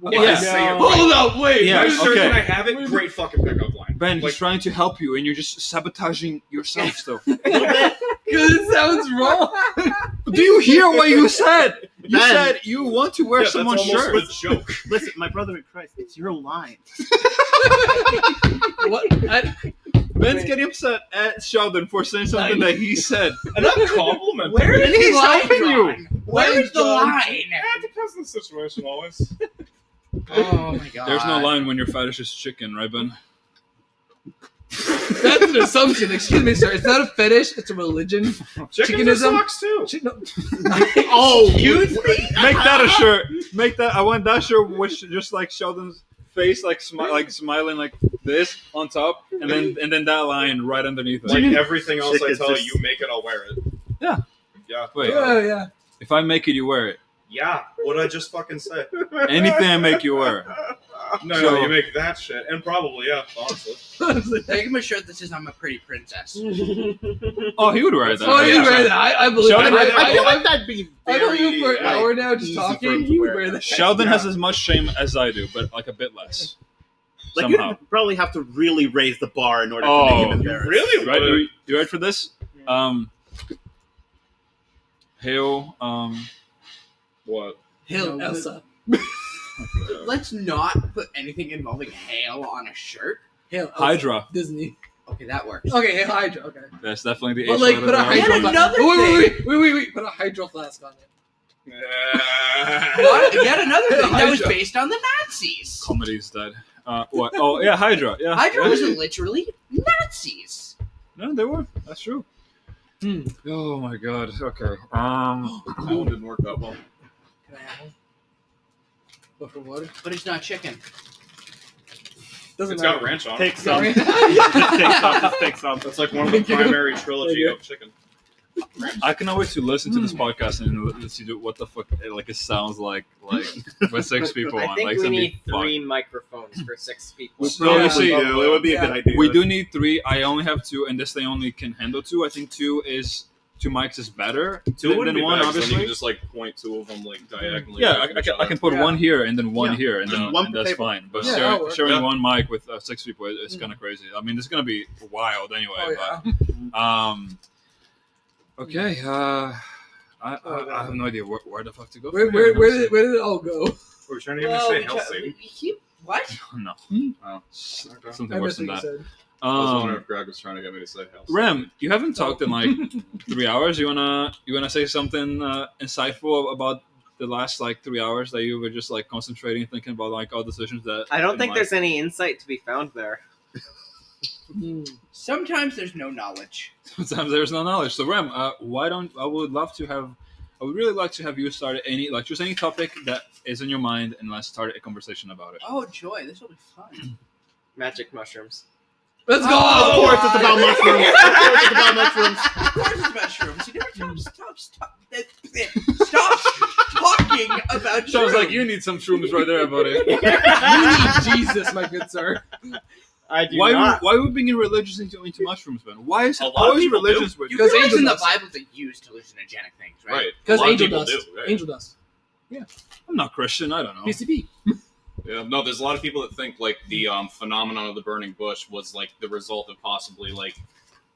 Speaker 1: If I
Speaker 2: Yeah.
Speaker 1: say it right.
Speaker 10: Hold up, wait.
Speaker 2: Yeah,
Speaker 1: Are you certain
Speaker 2: okay.
Speaker 1: I have it? Great fucking pickup line.
Speaker 2: Ben,
Speaker 1: like,
Speaker 2: he's trying to help you, and you're just sabotaging yourself still.
Speaker 3: Because it sounds wrong.
Speaker 2: Do you hear what you said? You
Speaker 7: Ben.
Speaker 2: said you want to wear
Speaker 1: yeah,
Speaker 2: someone's
Speaker 1: that's
Speaker 2: shirt.
Speaker 1: almost a joke.
Speaker 7: Listen, my brother in Christ, it's your line.
Speaker 2: What? I- Ben's getting upset at Sheldon for saying something that he said.
Speaker 1: And I'm complimenting.
Speaker 5: Where is
Speaker 2: He's
Speaker 5: the line
Speaker 2: helping you.
Speaker 5: drawn? Where is the line?
Speaker 1: Yeah, it depends on the situation always.
Speaker 5: Oh my god.
Speaker 2: There's no line when your fetish is chicken, right, Ben?
Speaker 3: That's an assumption. Excuse me, sir. It's not a fetish. It's a religion.
Speaker 1: Chicken
Speaker 3: Chickenism?
Speaker 1: and socks too.
Speaker 3: Shit, no.
Speaker 7: Oh, you
Speaker 2: Make that a shirt. Make that. I want that shirt with sh- just like Sheldon's face, like smi- like smiling like this on top, and then and then that line right underneath it.
Speaker 1: Like everything else I
Speaker 7: Chicken's
Speaker 1: tell you,
Speaker 7: just-
Speaker 1: you make it, I'll wear it.
Speaker 2: Yeah.
Speaker 1: Yeah.
Speaker 2: Wait,
Speaker 3: Oh, yeah.
Speaker 2: if I make it, you wear it.
Speaker 1: Yeah. What did I just fucking say?
Speaker 2: Anything I make, you wear.
Speaker 1: No,
Speaker 2: So-
Speaker 1: no, you make that shit, and probably yeah, honestly.
Speaker 5: Take him a shirt that says I'm a pretty princess.
Speaker 2: Oh, he would wear that.
Speaker 3: Oh, you wear that. I, I believe
Speaker 2: Sheldon
Speaker 3: it. I,
Speaker 2: had that
Speaker 3: I,
Speaker 7: I feel
Speaker 3: I,
Speaker 7: like that'd be
Speaker 3: I, know
Speaker 7: very,
Speaker 3: you for an
Speaker 7: like,
Speaker 3: hour now just
Speaker 7: easy for him
Speaker 3: talking.
Speaker 7: to
Speaker 3: You
Speaker 7: wear.
Speaker 3: wear that.
Speaker 2: Sheldon
Speaker 1: Yeah.
Speaker 2: has as much shame as I do, but like a bit less.
Speaker 7: Like
Speaker 2: somehow.
Speaker 7: you'd probably have to really raise the bar in order to
Speaker 2: Oh.
Speaker 7: make it embarrassing.
Speaker 1: Really?
Speaker 2: right?
Speaker 1: would.
Speaker 2: You, you ready for this? Um, hail. Um,
Speaker 1: What?
Speaker 3: Hail Elsa.
Speaker 5: Let's not put anything involving hail on a shirt.
Speaker 3: Hail Elsa.
Speaker 2: Hydra.
Speaker 3: Disney.
Speaker 5: Okay, that works.
Speaker 3: Okay, Hail Hydra. Okay.
Speaker 2: That's definitely the.
Speaker 3: But
Speaker 2: H
Speaker 3: like,
Speaker 2: letter
Speaker 3: put a
Speaker 2: that I
Speaker 5: And
Speaker 3: hydro
Speaker 2: was
Speaker 3: flask.
Speaker 2: on.
Speaker 5: another
Speaker 3: wait, wait,
Speaker 5: thing.
Speaker 3: wait, wait, wait, wait. Put a hydro flask on it.
Speaker 5: What? Yet another thing that was
Speaker 3: Oh, Hydra.
Speaker 5: based on the Nazis.
Speaker 2: Comedy's dead. Uh, what? Oh yeah, Hydra. Yeah,
Speaker 5: Hydra
Speaker 2: yeah.
Speaker 5: was literally Nazis.
Speaker 2: No, they were. That's true.
Speaker 3: Hmm.
Speaker 2: Oh my god. Okay. Um.
Speaker 1: That one didn't work out well.
Speaker 3: Can I have one? Go for water.
Speaker 5: But it's not chicken.
Speaker 3: Doesn't
Speaker 1: It's got
Speaker 3: matter.
Speaker 1: ranch on it.
Speaker 7: Take some.
Speaker 3: Sorry. Oh,
Speaker 7: just take some. Just take some.
Speaker 1: That's like one of the primary trilogy
Speaker 3: Thank
Speaker 1: of chicken.
Speaker 2: I can always to listen to this podcast and let's see what the fuck it, like it sounds like like with six people
Speaker 4: I
Speaker 2: on.
Speaker 4: think
Speaker 2: Like it's
Speaker 4: we
Speaker 2: gonna be
Speaker 4: need
Speaker 2: fun.
Speaker 4: three microphones for six people.
Speaker 2: So you see,
Speaker 7: do. It would be a good idea.
Speaker 2: We do need three. I only have two, and this thing only can handle two. I think two is two mics is better
Speaker 1: Two
Speaker 2: than,
Speaker 1: wouldn't
Speaker 2: than
Speaker 1: be
Speaker 2: one,
Speaker 1: bad, 'cause then
Speaker 2: obviously.
Speaker 1: You can just like point two of them like diagonally.
Speaker 2: yeah,
Speaker 1: away
Speaker 2: I,
Speaker 1: from
Speaker 2: I,
Speaker 1: each
Speaker 2: can, I
Speaker 1: other.
Speaker 2: can put
Speaker 3: Yeah.
Speaker 2: one here and then one
Speaker 7: Yeah.
Speaker 2: here, and
Speaker 7: Just
Speaker 2: then
Speaker 7: one
Speaker 2: and
Speaker 7: per
Speaker 2: that's
Speaker 7: table.
Speaker 2: fine. But
Speaker 3: Yeah,
Speaker 2: sharing,
Speaker 3: that'll work.
Speaker 2: sharing
Speaker 1: Yeah.
Speaker 2: one mic with uh, six people is kind of crazy. I mean, it's gonna be wild anyway.
Speaker 3: Oh, yeah.
Speaker 2: but, um, okay. Uh, I,
Speaker 3: Oh,
Speaker 2: I, I have no idea where, where the fuck to go.
Speaker 3: Where,
Speaker 2: from here,
Speaker 3: where, where,
Speaker 2: honestly.
Speaker 3: did, where did it all go?
Speaker 1: We're trying to even say health
Speaker 5: we-
Speaker 1: saving.
Speaker 5: we keep- what?
Speaker 2: No,
Speaker 1: Oh.
Speaker 2: S-
Speaker 1: Okay.
Speaker 2: something
Speaker 3: Hmm? I
Speaker 2: worse
Speaker 3: missed
Speaker 2: than
Speaker 3: what you
Speaker 2: that.
Speaker 3: said.
Speaker 1: I was wondering
Speaker 2: Um,
Speaker 1: if Greg was trying to get me to say health.
Speaker 2: Rem, you haven't talked in like three hours. You wanna you wanna say something uh, insightful about the last like three hours that you were just like concentrating, thinking about like all decisions that
Speaker 4: I don't
Speaker 2: in
Speaker 4: think
Speaker 2: life-
Speaker 4: there's any insight to be found there.
Speaker 3: Hmm.
Speaker 5: Sometimes there's no knowledge.
Speaker 2: sometimes there's no knowledge. So Rem, uh, why don't I would love to have I would really like to have you start any like choose any topic that is in your mind and let's start a conversation about it.
Speaker 5: Oh joy, this will be fun.
Speaker 4: Magic mushrooms.
Speaker 3: Let's go!
Speaker 7: Of
Speaker 5: Oh,
Speaker 7: course, it's about mushrooms. Of course, it's about mushrooms.
Speaker 5: of course it's mushrooms. You never tell stop stop stop talking about
Speaker 2: Sounds like
Speaker 5: shrooms.
Speaker 2: you need some shrooms right there, buddy.
Speaker 3: You need Jesus, my good sir.
Speaker 4: I do
Speaker 2: why
Speaker 4: not.
Speaker 2: we, why are we bringing religious into, into mushrooms, man? Why is
Speaker 1: A
Speaker 2: it
Speaker 1: lot of
Speaker 2: always
Speaker 1: people do.
Speaker 2: religions with
Speaker 5: You
Speaker 3: Because
Speaker 5: realize in
Speaker 3: angel
Speaker 5: the
Speaker 3: dust.
Speaker 5: Bible they use hallucinogenic things, right?
Speaker 1: Right. A
Speaker 3: Because
Speaker 1: lot of
Speaker 3: angel
Speaker 1: people
Speaker 3: dust.
Speaker 1: do, right.
Speaker 3: Angel dust.
Speaker 2: I'm not Christian, I don't know.
Speaker 3: PCP.
Speaker 1: Yeah, no, there's a lot of people that think like the um, phenomenon of the burning bush was like the result of possibly like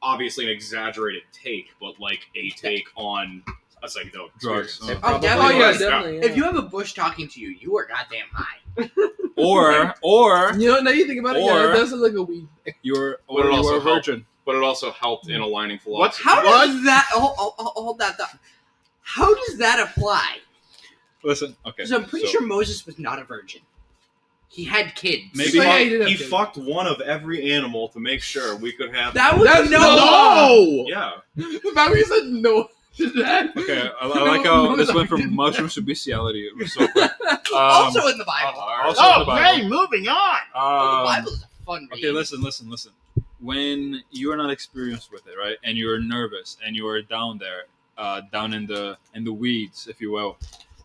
Speaker 1: obviously an exaggerated take, but like a take on a psychedelic
Speaker 2: Drugs,
Speaker 1: experience.
Speaker 2: huh?
Speaker 5: Oh,
Speaker 3: Oh,
Speaker 5: definitely.
Speaker 3: yeah,
Speaker 5: was.
Speaker 3: definitely. Yeah.
Speaker 5: If you have a bush talking to you, you are goddamn high.
Speaker 2: uh, Or or
Speaker 3: You know, now you think about it, yeah,
Speaker 2: Or-
Speaker 3: it does look like a weed.
Speaker 2: You're
Speaker 1: Would
Speaker 2: or
Speaker 1: it
Speaker 2: you
Speaker 1: also
Speaker 2: were a
Speaker 1: help?
Speaker 2: virgin.
Speaker 1: But it also helped in aligning
Speaker 7: What?
Speaker 1: philosophy.
Speaker 5: How does
Speaker 7: What?
Speaker 5: that oh, hold, hold, hold that thought? How does that apply?
Speaker 2: Listen, okay.
Speaker 5: Because I'm pretty
Speaker 2: so
Speaker 5: sure Moses was not a virgin. He had kids.
Speaker 2: Maybe-
Speaker 1: He,
Speaker 3: So, yeah,
Speaker 1: fucked,
Speaker 3: he did have
Speaker 1: he
Speaker 3: kids.
Speaker 1: fucked one of every animal to make sure we could have.
Speaker 5: That was
Speaker 3: That's
Speaker 5: no.
Speaker 7: No.
Speaker 1: yeah,
Speaker 3: The fact that you said no to that.
Speaker 2: Okay, I, I
Speaker 3: No,
Speaker 2: like how
Speaker 3: no,
Speaker 2: this
Speaker 3: no,
Speaker 2: went
Speaker 3: we
Speaker 2: from
Speaker 3: didn't.
Speaker 2: mushrooms to bestiality so quick. Um,
Speaker 5: also in the Bible.
Speaker 2: also in the
Speaker 7: Oh,
Speaker 2: Bible.
Speaker 7: okay. Moving on.
Speaker 5: But the
Speaker 2: Um,
Speaker 5: Bible is a fun read.
Speaker 2: okay, listen, listen, listen. When you're not experienced with it, right, and you're nervous and you're down there, uh, down in the in the weeds, if you will,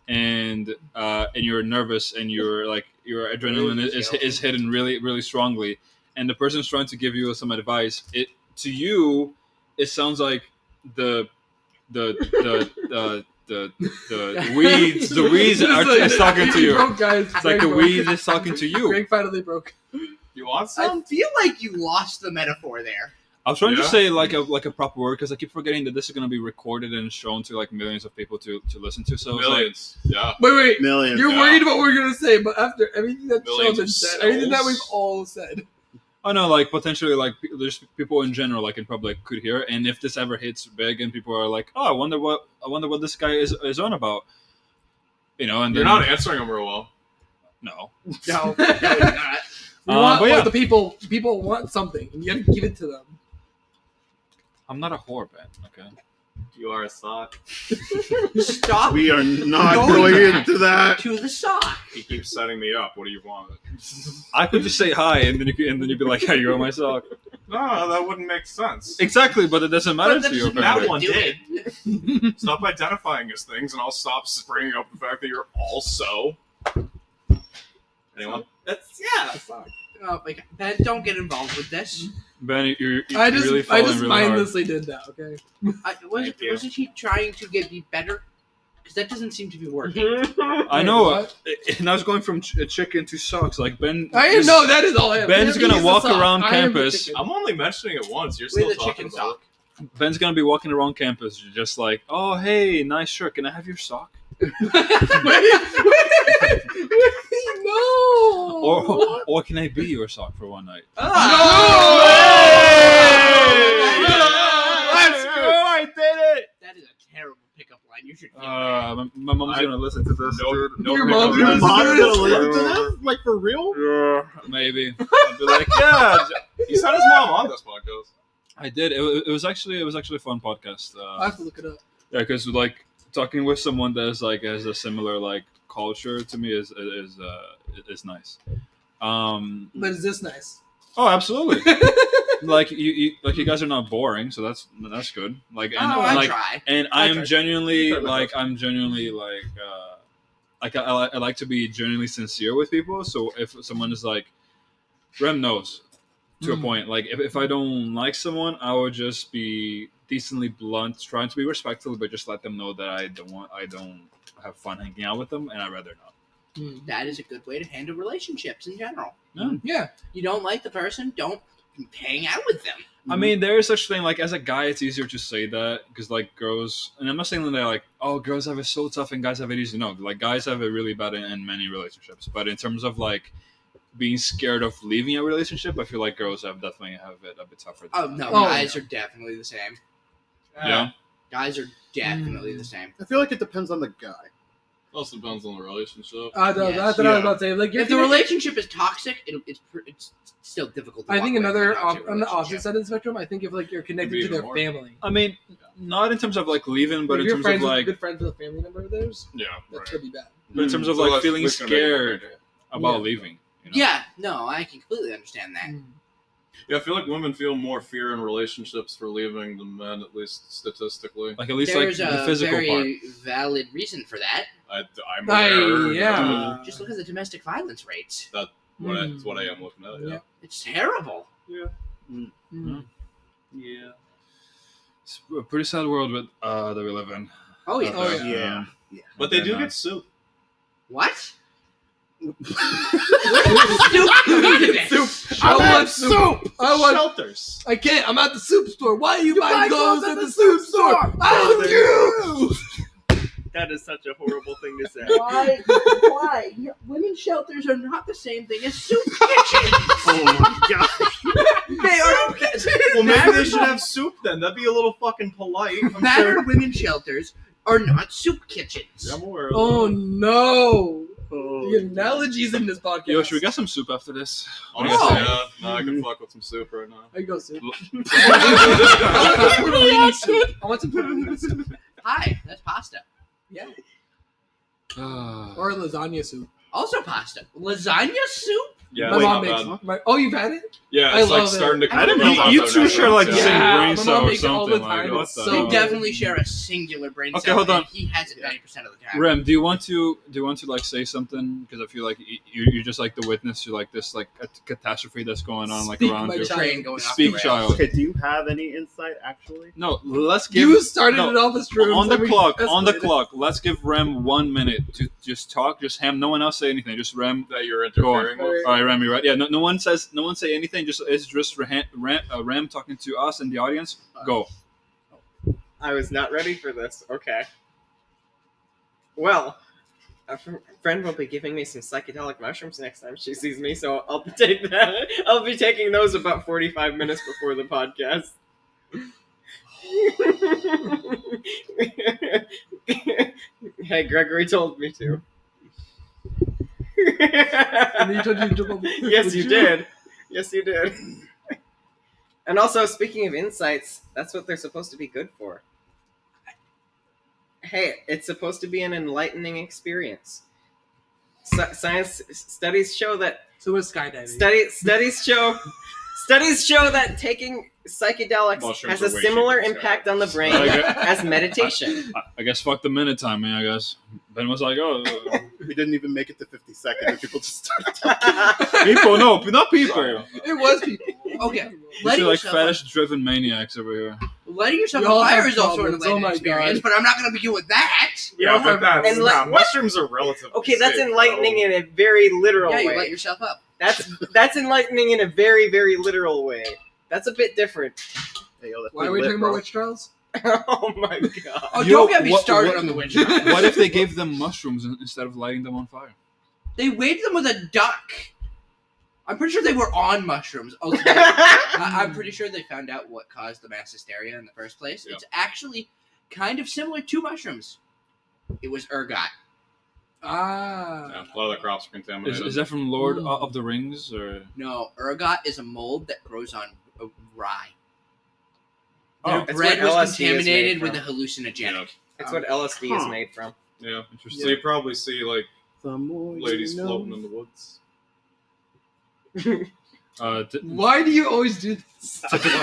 Speaker 2: and uh, and you're nervous and you're like your adrenaline is, is hidden really really strongly, and the person's trying to give you some advice. It to you, it sounds like the the the, the the the weeds the weeds are is talking to you.
Speaker 3: Broke guys.
Speaker 2: It's like
Speaker 3: Greg
Speaker 2: the
Speaker 3: broke.
Speaker 2: weeds is talking to you.
Speaker 3: Greg finally broke.
Speaker 1: You want
Speaker 5: I feel like you lost the metaphor there.
Speaker 2: I was trying to
Speaker 1: Yeah.
Speaker 2: say like a like a proper word because I keep forgetting that this is gonna be recorded and shown to like millions of people to to listen to. So it's like,
Speaker 1: Millions. Yeah.
Speaker 3: Wait, wait.
Speaker 7: Millions.
Speaker 3: You're
Speaker 1: Yeah.
Speaker 3: worried about what we're gonna say, but after everything that
Speaker 1: Millions
Speaker 3: Sheldon
Speaker 1: of
Speaker 3: said, everything that
Speaker 1: cells.
Speaker 3: we've all said,
Speaker 2: I know like potentially like pe- there's people in general like in public could hear it, and if this ever hits big and people are like oh I wonder what I wonder what this guy is is on about, you know and
Speaker 1: You're
Speaker 2: then,
Speaker 1: not answering them real well.
Speaker 2: no
Speaker 3: no,
Speaker 5: not.
Speaker 3: we
Speaker 2: Uh, but
Speaker 3: want what
Speaker 2: yeah.
Speaker 3: the people. People want something, and you have to give it to them.
Speaker 2: I'm not a whore man okay
Speaker 1: You are a sock.
Speaker 5: Stop
Speaker 7: We are not
Speaker 5: Going
Speaker 7: going
Speaker 5: back.
Speaker 7: into that.
Speaker 5: to the sock.
Speaker 1: He keeps setting me up. What do you want?
Speaker 2: I could just say hi and then you could, and then you'd be like hey you're on my sock
Speaker 1: no, that wouldn't make sense.
Speaker 2: exactly but it doesn't matter
Speaker 5: But that
Speaker 2: to you
Speaker 5: doesn't
Speaker 2: apparently.
Speaker 1: That one
Speaker 5: Do
Speaker 1: did. stop identifying as things, and I'll stop bringing up the fact that you're also. Anyone?
Speaker 5: That's yeah. Oh my god. Ben, don't get involved with this.
Speaker 2: Ben, you- you're, you're
Speaker 3: I just,
Speaker 2: really
Speaker 3: I
Speaker 2: falling
Speaker 3: just
Speaker 2: really hard.
Speaker 3: mindlessly did that. Okay,
Speaker 5: I, wasn't,
Speaker 1: Thank you.
Speaker 5: wasn't he trying to get me better? Because that doesn't seem to be working.
Speaker 2: I know,
Speaker 3: Wait, what?
Speaker 2: and I was going from ch- chicken to socks. Like Ben,
Speaker 3: I
Speaker 2: is-
Speaker 3: didn't know that is all. I am.
Speaker 2: Ben's
Speaker 3: He's
Speaker 2: gonna
Speaker 3: a
Speaker 2: walk
Speaker 3: sock.
Speaker 2: around
Speaker 3: I am the
Speaker 2: campus.
Speaker 3: chicken.
Speaker 1: I'm only mentioning it once. You're still
Speaker 5: With a
Speaker 1: talking
Speaker 5: chicken
Speaker 1: about
Speaker 5: sock.
Speaker 2: Ben's gonna be walking around campus, just like, oh hey, nice shirt. Can I have your sock?
Speaker 3: no.
Speaker 2: Or or can I be your sock for one night?
Speaker 3: Oh! Let's go.
Speaker 2: I did it.
Speaker 5: That is a terrible pickup line. You should feel bad.
Speaker 2: Uh, my, my mom's
Speaker 1: I-
Speaker 2: gonna listen to this.
Speaker 1: No,
Speaker 2: dude.
Speaker 1: no
Speaker 3: Your
Speaker 1: pickup
Speaker 3: mom's
Speaker 7: Your
Speaker 1: lines.
Speaker 7: mom's gonna listen
Speaker 2: Yeah.
Speaker 7: to this? Like for real?
Speaker 2: Maybe. I'd be like, yeah.
Speaker 1: He's had his mom on this podcast.
Speaker 2: I did. It, wa- it was actually it was actually a fun podcast.
Speaker 3: I
Speaker 2: Uh,
Speaker 3: have to look it up.
Speaker 2: yeah, because like talking with someone that's like has a similar like culture to me is is uh, is nice. Um,
Speaker 3: But is this nice?
Speaker 2: Oh, absolutely. like you, you, like you guys are not boring, so that's that's good. Like and
Speaker 5: oh, I
Speaker 2: like
Speaker 5: try.
Speaker 2: and
Speaker 3: I
Speaker 2: I am
Speaker 3: tried.
Speaker 2: genuinely
Speaker 1: tried my
Speaker 2: like I'm genuinely like uh like I, I, I like to be genuinely sincere with people. So if someone is like Rem knows to a
Speaker 3: Mm.
Speaker 2: point. Like if, if I don't like someone, I would just be decently blunt, trying to be respectful, but just let them know that I don't want I don't have fun hanging out with them, and I'd rather not.
Speaker 5: That is a good way to handle relationships in general.
Speaker 3: Hmm. Yeah.
Speaker 5: You don't like the person, don't hang out with them.
Speaker 2: I mean, there is such thing like as a guy, it's easier to say that because like girls, and I'm not saying that they're like, oh, girls have it so tough and guys have it easy. No, like guys have it really bad in, in many relationships. But in terms of like being scared of leaving a relationship, I feel like girls have definitely have it a bit tougher.
Speaker 5: Oh no,
Speaker 3: Oh,
Speaker 5: guys are definitely the same.
Speaker 2: yeah,
Speaker 5: Guys
Speaker 3: Hmm.
Speaker 5: are definitely the same.
Speaker 7: I feel like it depends on the guy.
Speaker 1: Also depends on the relationship.
Speaker 3: Uh, th-
Speaker 5: Yes.
Speaker 3: that's what I was about to say. Like,
Speaker 5: If the relationship is toxic, it, it's pr- it's still difficult. To
Speaker 3: I
Speaker 5: walk
Speaker 3: think
Speaker 5: away
Speaker 3: another
Speaker 5: from a toxic
Speaker 3: op- on the opposite
Speaker 5: relationship.
Speaker 3: side of the spectrum. I think if like you're connected
Speaker 1: Maybe
Speaker 3: to their
Speaker 1: even more.
Speaker 3: family,
Speaker 2: I mean, not in terms of like leaving, but
Speaker 3: if
Speaker 2: in
Speaker 3: you're
Speaker 2: terms
Speaker 3: friends
Speaker 2: of like,
Speaker 3: with, good friends with a family member of theirs,
Speaker 1: Yeah,
Speaker 3: that
Speaker 1: right.
Speaker 3: could be bad.
Speaker 2: but in terms of
Speaker 1: So
Speaker 2: like
Speaker 1: that's-
Speaker 2: feeling
Speaker 1: that's gonna make it
Speaker 2: scared
Speaker 1: harder.
Speaker 2: about
Speaker 3: Yeah.
Speaker 2: leaving. You know?
Speaker 5: Yeah, no, I can completely understand that.
Speaker 1: Yeah, I feel like women feel more fear in relationships for leaving than men, at least statistically.
Speaker 2: like at least
Speaker 5: There's
Speaker 2: like
Speaker 5: a
Speaker 2: the physical
Speaker 5: very
Speaker 2: part.
Speaker 5: valid reason for that.
Speaker 1: I, I'm
Speaker 3: Aye,
Speaker 1: aware.
Speaker 3: Mm. yeah. Mm.
Speaker 1: Dude,
Speaker 5: Just look at the domestic violence rates.
Speaker 1: What I, that's what I am looking at. Yeah.
Speaker 3: Yeah.
Speaker 5: It's terrible.
Speaker 3: Mm.
Speaker 1: Yeah.
Speaker 2: It's a pretty sad world with, uh, that we live in. um,
Speaker 5: Oh yeah.
Speaker 3: Oh, yeah.
Speaker 7: Yeah.
Speaker 1: But they
Speaker 2: Okay,
Speaker 1: do
Speaker 2: no.
Speaker 1: get sued.
Speaker 5: What? Stupid.
Speaker 3: I want
Speaker 7: want
Speaker 3: soup. I want.
Speaker 1: Shelters.
Speaker 3: I can't. I'm at the soup store. Why are you, buying
Speaker 7: buy
Speaker 3: clothes at the soup store? I
Speaker 7: There's-
Speaker 3: you.
Speaker 11: That is such a horrible thing to say.
Speaker 5: Why? Why? Women's shelters are not the same thing as soup kitchens.
Speaker 7: Oh my god.
Speaker 5: they are.
Speaker 1: Well, maybe they should have soup then. That'd be a little fucking polite. I'm
Speaker 5: Battered
Speaker 1: sure.
Speaker 5: women's shelters are not soup kitchens.
Speaker 1: Yeah, I'm aware of
Speaker 3: Oh
Speaker 1: that.
Speaker 3: no!
Speaker 7: Oh,
Speaker 3: The analogies in this podcast.
Speaker 2: Yo, should we get some soup after this?
Speaker 1: Honestly,
Speaker 5: Oh.
Speaker 1: yeah. No, I can fuck with some soup right now.
Speaker 3: I go soup.
Speaker 2: I
Speaker 3: I want some tortellini soup. I want some tortellini soup
Speaker 5: Hi, that's pasta.
Speaker 2: Uh,
Speaker 3: or lasagna soup.
Speaker 5: Also pasta. Lasagna soup?
Speaker 2: Yeah,
Speaker 3: My
Speaker 2: it's
Speaker 3: mom
Speaker 2: not
Speaker 1: uh,
Speaker 2: bad.
Speaker 3: makes. My, oh, you've had it?
Speaker 2: Yeah,
Speaker 3: I
Speaker 2: it's like
Speaker 3: love it.
Speaker 2: starting to come
Speaker 3: I don't
Speaker 2: out
Speaker 3: know.
Speaker 2: of
Speaker 3: You
Speaker 2: those
Speaker 3: two
Speaker 2: now,
Speaker 3: share, like,
Speaker 2: yeah.
Speaker 3: same
Speaker 2: Yeah, my
Speaker 3: brain
Speaker 2: mom
Speaker 3: cell or
Speaker 2: makes it all the
Speaker 3: something, like,
Speaker 2: time.
Speaker 3: what
Speaker 2: It's
Speaker 3: the
Speaker 2: so
Speaker 5: They
Speaker 3: Oh.
Speaker 5: definitely share a singular brain
Speaker 2: Okay,
Speaker 5: cell.
Speaker 2: hold
Speaker 5: and
Speaker 2: on.
Speaker 5: He has it 90% of the time.
Speaker 2: Rem, do you want to do you want to like say something? Because I feel like you, you're just like the witness to like this like cat- catastrophe that's going on like
Speaker 3: Speak
Speaker 2: around
Speaker 3: my
Speaker 2: you.
Speaker 3: child.
Speaker 5: Train going off
Speaker 2: Speak,
Speaker 5: the rails.
Speaker 2: child.
Speaker 7: Okay, do you have any insight actually?
Speaker 2: No, let's give
Speaker 3: You started
Speaker 2: no,
Speaker 3: it all this room.
Speaker 2: on the clock. On the clock. Let's give Rem one minute to just talk. Just him. No one else say anything. Just Rem.
Speaker 1: that you're
Speaker 2: Go on.
Speaker 1: interfering with.
Speaker 2: All right, Rem, you're right. Yeah, no, no one says, no one say anything. Just it's just Ram, Ram, uh, Ram talking to us and the audience. Go.
Speaker 4: I was not ready for this. Okay. Well, a fr- friend will be giving me some psychedelic mushrooms next time she sees me, so I'll take that. I'll be taking those about 45 minutes before the podcast. hey, Gregory told me to.
Speaker 3: And you told you to jump up.
Speaker 4: yes, you did. Yes, you did. and also, speaking of insights, that's what they're supposed to be good for. Hey, it's supposed to be an enlightening experience. Sci science studies show that
Speaker 3: So was skydiving.
Speaker 4: study studies show studies show that taking psychedelics
Speaker 1: Mushrooms
Speaker 4: has
Speaker 1: are
Speaker 4: a
Speaker 1: way
Speaker 4: similar
Speaker 1: cheaper than
Speaker 4: impact on the brain
Speaker 2: I gue-
Speaker 4: as meditation.
Speaker 2: I, I guess fuck the minute time, man. I guess Ben was like, oh, uh,
Speaker 7: We didn't even make it to 50 seconds. and people just started
Speaker 2: people, no, not people.
Speaker 3: It was people.
Speaker 5: Okay.
Speaker 2: You
Speaker 5: Letting
Speaker 2: see, like
Speaker 5: yourself,
Speaker 2: fetish-driven maniacs over here.
Speaker 5: letting yourself
Speaker 3: We
Speaker 5: on
Speaker 3: all
Speaker 5: fire
Speaker 3: have
Speaker 5: is also an
Speaker 3: problems. Oh
Speaker 5: enlightening
Speaker 3: my
Speaker 5: experience,
Speaker 3: God.
Speaker 5: but I'm not going to be doing that.
Speaker 3: Yeah, but
Speaker 1: that's
Speaker 4: And let-
Speaker 1: nah, mushrooms are relative.
Speaker 4: Okay, that's enlightening in a very literal
Speaker 5: Yeah,
Speaker 4: way.
Speaker 5: you let yourself up.
Speaker 4: That's that's enlightening in a very very literal way. That's a bit different.
Speaker 7: Hey, yo, that's
Speaker 3: Why
Speaker 7: pretty
Speaker 3: are we
Speaker 7: lit,
Speaker 3: talking
Speaker 7: bro.
Speaker 3: about witch trials?
Speaker 4: oh my god.
Speaker 5: Oh,
Speaker 2: Uh, You
Speaker 5: don't
Speaker 2: know,
Speaker 5: get me
Speaker 2: what-
Speaker 5: started
Speaker 2: what-
Speaker 5: on the witch. hunt.
Speaker 2: What if they gave them mushrooms in- instead of lighting them on fire?
Speaker 5: They weighed them with a duck. I'm pretty sure they were on mushrooms. Okay. I, I'm pretty sure they found out what caused the mass hysteria in the first place.
Speaker 2: Yeah.
Speaker 5: It's actually kind of similar to mushrooms. It was ergot.
Speaker 1: Yeah,
Speaker 3: Ah.
Speaker 1: a lot of the crops are
Speaker 2: Is,
Speaker 1: contaminated.
Speaker 2: is that from Lord
Speaker 3: Hmm.
Speaker 2: of the Rings or?
Speaker 5: No, ergot is a mold that grows on uh, rye.
Speaker 2: Oh,
Speaker 5: Their
Speaker 4: That's
Speaker 5: bread
Speaker 4: what LSD
Speaker 5: was
Speaker 4: is made
Speaker 5: contaminated with a
Speaker 4: from.
Speaker 5: hallucinogenic.
Speaker 1: Yeah.
Speaker 4: That's what LSD is
Speaker 7: Huh.
Speaker 4: made from.
Speaker 1: yeah,
Speaker 2: interesting.
Speaker 1: so you probably see like
Speaker 7: The more you
Speaker 1: ladies
Speaker 7: know.
Speaker 1: floating in the woods.
Speaker 2: Uh, t-
Speaker 3: Why do you always do this?
Speaker 2: typical,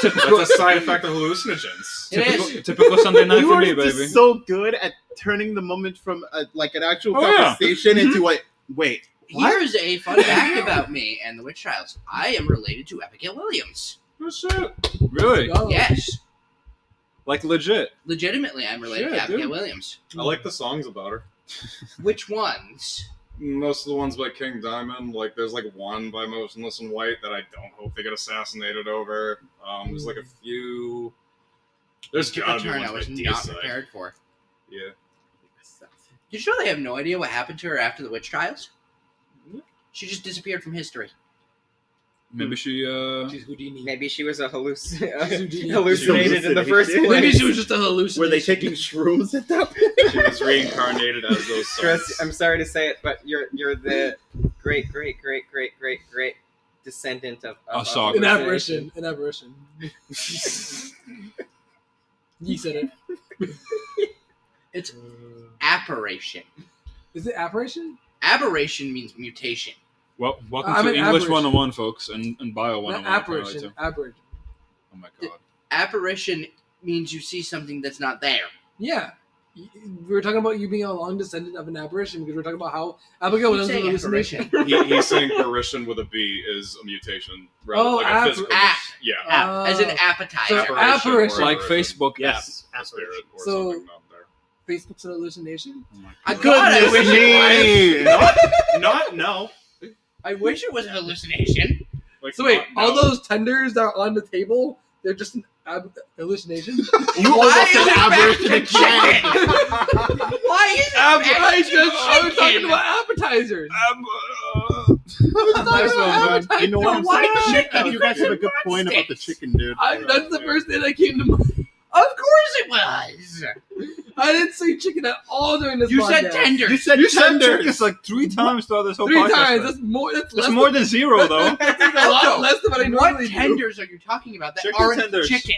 Speaker 2: typical,
Speaker 1: That's a side effect of hallucinogens.
Speaker 5: It is.
Speaker 2: typical, typical Sunday night
Speaker 7: You
Speaker 2: for
Speaker 7: are
Speaker 2: me,
Speaker 7: just
Speaker 2: baby.
Speaker 7: so good at turning the moment from a, like an actual
Speaker 2: Oh, yeah. Mm-hmm.
Speaker 7: conversation into a wait. What?
Speaker 5: Here's a fun fact about me and the witch trials. I am related to Abigail Williams.
Speaker 2: Oh, shit. Really?
Speaker 3: Oh.
Speaker 5: Yes,
Speaker 2: Like legit?
Speaker 5: legitimately, I'm related
Speaker 2: Shit,
Speaker 5: to Abigail
Speaker 2: dude.
Speaker 5: Williams.
Speaker 1: I like the songs about her.
Speaker 5: Which ones?
Speaker 1: Most of the ones by King Diamond, like there's like one by Motionless and White that I don't hope they get assassinated over. Um, there's like a few. There's
Speaker 5: took
Speaker 1: gotta
Speaker 5: a
Speaker 1: be
Speaker 5: turn I
Speaker 1: ones
Speaker 5: was
Speaker 1: by
Speaker 5: not
Speaker 1: Deicide.
Speaker 5: prepared for.
Speaker 1: Yeah.
Speaker 5: Did you know they have no idea what happened to her after the witch trials?
Speaker 1: Yeah.
Speaker 5: She just disappeared from history.
Speaker 2: Maybe she. Uh,
Speaker 3: She's Houdini.
Speaker 4: Maybe she was a halluc-
Speaker 3: Houdini.
Speaker 4: hallucinated in the first
Speaker 7: Maybe
Speaker 4: place.
Speaker 5: she was just a
Speaker 7: Were
Speaker 5: hallucination.
Speaker 7: they taking shrooms at that point?
Speaker 1: She was reincarnated as those
Speaker 4: Chris, I'm
Speaker 1: songs.
Speaker 4: sorry to say it, but you're you're the great great great great great great descendant of, of
Speaker 2: A sock.
Speaker 3: An
Speaker 4: hallucination.
Speaker 3: apparition. An apparition. you said it.
Speaker 5: It's aberration.
Speaker 3: Is it apparition?
Speaker 5: Aberration means mutation.
Speaker 2: well, welcome
Speaker 3: I'm
Speaker 2: to
Speaker 3: an
Speaker 2: English
Speaker 3: average.
Speaker 2: 101, folks, and, and Bio 101.
Speaker 3: Not
Speaker 2: apparently,
Speaker 3: apparition.
Speaker 2: too.
Speaker 3: Aberration.
Speaker 2: Oh my god.
Speaker 5: Apparition means you see something that's not there.
Speaker 3: Yeah. Y- We were talking about you being a long descendant of an apparition because we were talking about how Abigail
Speaker 5: Keep
Speaker 3: was an
Speaker 5: saying
Speaker 3: hallucination.
Speaker 1: He, he's saying apparition with a B is a mutation, rather
Speaker 3: Oh,
Speaker 1: like a
Speaker 3: app-
Speaker 1: physical.
Speaker 5: app.
Speaker 1: yeah.
Speaker 5: App- as an
Speaker 3: Oh.
Speaker 5: appetizer.
Speaker 3: So
Speaker 1: Apparition
Speaker 3: apparition.
Speaker 1: or
Speaker 2: Like
Speaker 1: apparition.
Speaker 2: Facebook
Speaker 1: Yes. Or spirit or
Speaker 3: So-
Speaker 1: something down there.
Speaker 3: Facebook's an hallucination.
Speaker 2: app. Oh my
Speaker 5: I
Speaker 2: God.
Speaker 5: God, I
Speaker 7: Goodness
Speaker 5: wish it was.
Speaker 7: me.
Speaker 1: not, not no.
Speaker 5: I wish it was a hallucination.
Speaker 1: Like,
Speaker 3: So wait,
Speaker 1: not
Speaker 3: all
Speaker 1: no.
Speaker 3: those tenders that are on the table, they're just an ab- hallucination.
Speaker 7: You
Speaker 5: Why
Speaker 7: almost
Speaker 5: is
Speaker 7: said
Speaker 5: it back
Speaker 7: aberration
Speaker 5: to
Speaker 7: again.
Speaker 5: Why is it
Speaker 3: I
Speaker 5: back
Speaker 3: just,
Speaker 5: to
Speaker 3: I was talking
Speaker 5: chicken?
Speaker 3: about appetizers.
Speaker 7: Nice
Speaker 3: about
Speaker 7: one, man.
Speaker 3: appetizers.
Speaker 7: You know what? I'm
Speaker 5: Why
Speaker 7: saying?
Speaker 5: chicken?
Speaker 7: You guys have a good point about the chicken, dude.
Speaker 3: I, that's the
Speaker 1: Yeah.
Speaker 3: first thing that came to mind.
Speaker 5: Of course it was.
Speaker 3: I didn't say chicken at all during this.
Speaker 5: You
Speaker 3: podcast.
Speaker 5: said tender.
Speaker 7: You said
Speaker 2: You said
Speaker 7: tenders.
Speaker 2: chicken like three times throughout this whole
Speaker 3: three
Speaker 2: podcast.
Speaker 3: times.
Speaker 2: right?
Speaker 3: That's more. That's,
Speaker 2: That's
Speaker 3: less
Speaker 2: more than zero, though.
Speaker 3: Than, that's a lot less than what I
Speaker 5: What
Speaker 3: normally do.
Speaker 5: tenders are you talking about that
Speaker 2: Chicken
Speaker 5: aren't
Speaker 2: tenders.
Speaker 5: chicken?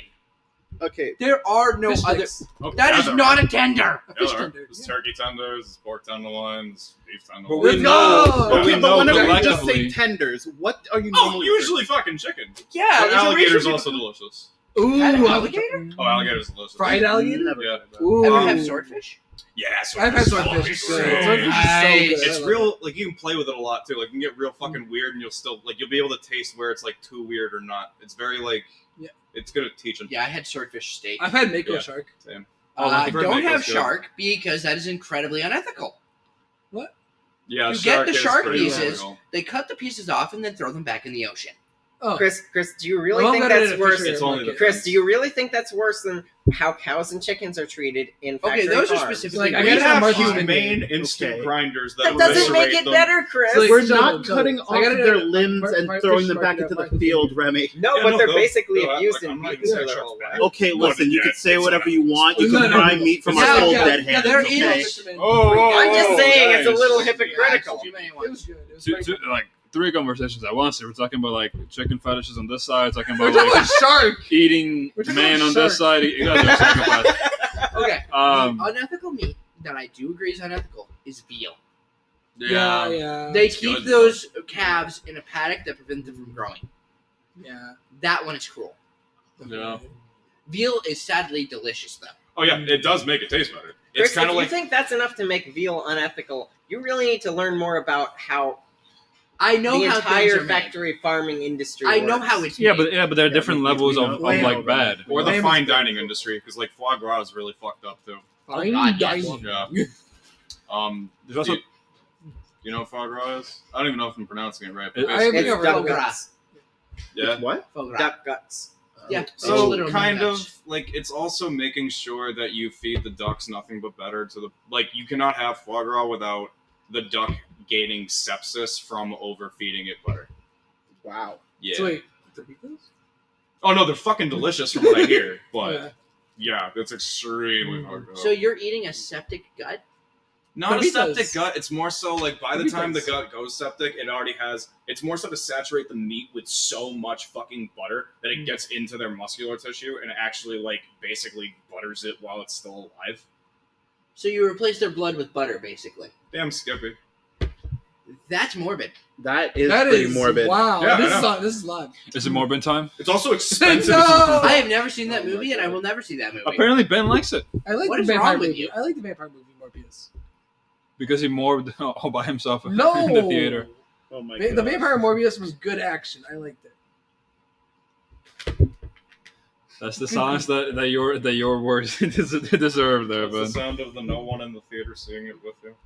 Speaker 7: Okay.
Speaker 5: There are no
Speaker 12: Fish
Speaker 5: other.
Speaker 12: sticks.
Speaker 1: Oh,
Speaker 5: That is
Speaker 1: yeah,
Speaker 5: not a tender.
Speaker 1: there-
Speaker 12: fish
Speaker 1: yeah, there are.
Speaker 12: tender,
Speaker 1: There's
Speaker 12: yeah.
Speaker 1: turkey tenders, there's pork tenderloins, beef
Speaker 2: But
Speaker 1: tenderloins.
Speaker 2: we
Speaker 5: Let's
Speaker 2: know.
Speaker 5: go!
Speaker 2: But we
Speaker 7: okay, but
Speaker 2: know
Speaker 7: whenever you just
Speaker 2: collectively.
Speaker 7: say tenders, what are you
Speaker 1: Oh,
Speaker 7: normally?
Speaker 1: usually fucking chicken.
Speaker 5: Yeah,
Speaker 1: But
Speaker 5: there's a reason
Speaker 1: alligator's
Speaker 5: people-
Speaker 1: also delicious.
Speaker 12: Ooh,
Speaker 5: Had an
Speaker 12: I-
Speaker 5: alligator?
Speaker 1: Oh, alligator's delicious.
Speaker 12: Fried alligator?
Speaker 7: Never
Speaker 1: Yeah.
Speaker 12: Ooh.
Speaker 5: Ever have Mm. swordfish?
Speaker 1: Yeah,
Speaker 12: I've had
Speaker 1: is
Speaker 12: swordfish. It's
Speaker 1: fucking
Speaker 12: good.
Speaker 1: great.
Speaker 12: Swordfish is so
Speaker 5: Nice.
Speaker 12: good.
Speaker 1: It's real, like you can play with it a lot too. Like you can get real fucking weird, and you'll still like you'll be able to taste where it's like too weird or not. It's very like,
Speaker 12: Yeah.
Speaker 1: it's gonna teach them.
Speaker 5: Yeah, I had swordfish steak.
Speaker 12: I've had Mako
Speaker 1: Yeah.
Speaker 12: shark.
Speaker 1: Oh,
Speaker 5: I
Speaker 1: the bird
Speaker 5: don't
Speaker 1: make's
Speaker 5: have
Speaker 1: good.
Speaker 5: shark because that is incredibly unethical.
Speaker 1: Yeah,
Speaker 5: You get
Speaker 1: shark
Speaker 5: the
Speaker 1: is
Speaker 5: shark
Speaker 1: pretty
Speaker 5: pieces.
Speaker 1: unreal.
Speaker 5: They cut the pieces off and then throw them back in the ocean.
Speaker 12: Oh,
Speaker 4: Chris, Chris, do you really
Speaker 12: Well,
Speaker 4: think
Speaker 12: I'm gonna
Speaker 4: that's
Speaker 12: get a
Speaker 4: worse?
Speaker 12: picture
Speaker 1: It's
Speaker 12: of
Speaker 1: only
Speaker 12: Mako.
Speaker 1: the-
Speaker 4: Chris, do you really think that's worse than how cows and chickens are treated in
Speaker 5: Okay,
Speaker 4: factory
Speaker 5: those are
Speaker 4: farms?
Speaker 5: specific-
Speaker 12: It's like, I
Speaker 1: We
Speaker 12: gotta have
Speaker 1: have
Speaker 12: Martha's
Speaker 1: humane
Speaker 12: Vineyard.
Speaker 1: instant
Speaker 7: Okay.
Speaker 1: grinders that,
Speaker 4: That doesn't make
Speaker 1: eviscerate
Speaker 4: it
Speaker 1: them.
Speaker 4: better, Chris.
Speaker 12: It's like-
Speaker 7: We're
Speaker 12: Fish
Speaker 7: not
Speaker 12: tenders.
Speaker 7: cutting
Speaker 12: So
Speaker 7: off
Speaker 12: I gotta-
Speaker 7: their limbs
Speaker 12: Mar-
Speaker 7: and
Speaker 12: Mar-
Speaker 7: throwing
Speaker 12: fish
Speaker 7: them back
Speaker 12: market,
Speaker 7: into the
Speaker 12: market.
Speaker 7: field, Remy.
Speaker 4: no,
Speaker 1: Yeah,
Speaker 4: but
Speaker 1: no,
Speaker 4: they're
Speaker 1: those-
Speaker 4: basically
Speaker 1: no, I-
Speaker 4: abused
Speaker 1: like, I'm
Speaker 4: and
Speaker 1: not
Speaker 4: beaten
Speaker 1: even
Speaker 4: their
Speaker 1: saying
Speaker 4: whole
Speaker 1: sharks
Speaker 4: life.
Speaker 1: bad.
Speaker 7: Okay,
Speaker 1: Look,
Speaker 7: listen, you
Speaker 1: yeah,
Speaker 7: can say
Speaker 1: it's
Speaker 7: whatever
Speaker 1: fine.
Speaker 7: you want. You
Speaker 12: No,
Speaker 7: can
Speaker 12: no,
Speaker 7: buy
Speaker 12: no.
Speaker 7: meat from
Speaker 1: It's
Speaker 7: our
Speaker 5: not
Speaker 7: old
Speaker 5: okay.
Speaker 7: dead
Speaker 5: Yeah,
Speaker 7: hands.
Speaker 5: they're
Speaker 7: okay?
Speaker 5: evil.
Speaker 1: Oh, whoa,
Speaker 4: I'm just
Speaker 1: whoa,
Speaker 4: saying,
Speaker 1: guys.
Speaker 4: it's a little
Speaker 1: Like,
Speaker 4: hypocritical.
Speaker 12: It was good. It was
Speaker 2: two,
Speaker 12: very
Speaker 2: two,
Speaker 12: good.
Speaker 2: like three conversations at once. We're talking about like chicken fetishes on this side, talking
Speaker 12: We're
Speaker 2: about
Speaker 12: talking
Speaker 2: like
Speaker 12: about shark.
Speaker 2: eating
Speaker 12: we're talking
Speaker 2: man
Speaker 12: about
Speaker 2: on this side. You guys are psychopaths.
Speaker 5: Okay.
Speaker 2: Um,
Speaker 5: unethical meat that I do agree is unethical is veal.
Speaker 2: yeah,
Speaker 3: Oh,
Speaker 12: yeah.
Speaker 5: They
Speaker 1: it's
Speaker 5: keep
Speaker 1: good.
Speaker 5: those calves in a paddock that prevent them from growing.
Speaker 12: yeah.
Speaker 5: That one is cruel.
Speaker 2: Yeah.
Speaker 5: Veal is sadly delicious though.
Speaker 1: Oh yeah, it does make it taste better.
Speaker 4: Chris,
Speaker 1: It's kind
Speaker 4: if
Speaker 1: of
Speaker 4: you
Speaker 1: like
Speaker 4: think that's enough to make veal unethical, you really need to learn more about how
Speaker 5: I know
Speaker 4: the
Speaker 5: how things
Speaker 4: entire
Speaker 5: are made.
Speaker 4: factory farming industry.
Speaker 5: I know
Speaker 4: works.
Speaker 5: how it's
Speaker 2: yeah,
Speaker 5: made.
Speaker 2: but yeah, but there are different
Speaker 7: we- we
Speaker 2: levels
Speaker 7: know-
Speaker 2: of, of
Speaker 7: we know
Speaker 2: like
Speaker 7: that.
Speaker 2: bad.
Speaker 1: or the
Speaker 12: Lamb
Speaker 1: fine
Speaker 12: is-
Speaker 1: dining industry because like foie gras is really fucked up too.
Speaker 5: Oh, God, yes.
Speaker 1: Yeah. Um,
Speaker 2: There's also
Speaker 1: Do you know what foie gras is? I don't even know if I'm pronouncing it right.
Speaker 2: It-
Speaker 1: But
Speaker 12: I-
Speaker 1: basically,
Speaker 4: It's
Speaker 12: Figure
Speaker 4: duck
Speaker 12: out-
Speaker 4: guts.
Speaker 1: yeah.
Speaker 7: What?
Speaker 5: Foie gras.
Speaker 4: Duck guts.
Speaker 5: Oh, Yeah. it's
Speaker 1: So
Speaker 5: literally
Speaker 1: kind
Speaker 5: nuts.
Speaker 1: of like it's also making sure that you feed the ducks nothing but better to the like you cannot have foie gras without the duck gaining sepsis from overfeeding it butter.
Speaker 7: Wow.
Speaker 1: Yeah.
Speaker 12: So wait, Doritos?
Speaker 1: oh no, they're fucking delicious from what I hear, but
Speaker 12: Yeah.
Speaker 1: yeah, that's extremely hard. to-
Speaker 5: So you're eating a septic gut?
Speaker 1: Not
Speaker 12: Burritos.
Speaker 1: a septic gut. It's more so like by the time the
Speaker 12: Burritos.
Speaker 1: gut goes septic, it already has. It's more so to saturate the meat with so much fucking butter that it gets into their muscular tissue and actually like basically butters it while it's still alive.
Speaker 5: So you replace their blood with butter, basically.
Speaker 1: Damn, Skippy.
Speaker 5: That's morbid.
Speaker 7: That is
Speaker 12: That
Speaker 7: pretty
Speaker 12: is
Speaker 7: morbid.
Speaker 12: Wow,
Speaker 1: Yeah, I
Speaker 12: this is
Speaker 1: know.
Speaker 12: on, this is live.
Speaker 2: is it Morbin time?
Speaker 1: It's also expensive.
Speaker 12: No!
Speaker 5: I have never seen that
Speaker 7: Oh my
Speaker 5: movie, and I
Speaker 7: God.
Speaker 5: will never see that movie.
Speaker 2: Apparently Ben likes it
Speaker 12: I like
Speaker 5: What
Speaker 12: the
Speaker 5: is
Speaker 12: vampire
Speaker 5: wrong with
Speaker 12: movie.
Speaker 5: you?
Speaker 12: I like the vampire movie Morpheus.
Speaker 2: because he morbed all by himself
Speaker 12: No,
Speaker 2: in the theater.
Speaker 7: Oh my
Speaker 2: uh,
Speaker 12: Va- the vampire Morpheus was good action. I liked it.
Speaker 2: That's the silence that, that your that your words des- deserve there,
Speaker 1: That's the
Speaker 2: Ben.
Speaker 1: sound of the no one in the theater seeing it with you.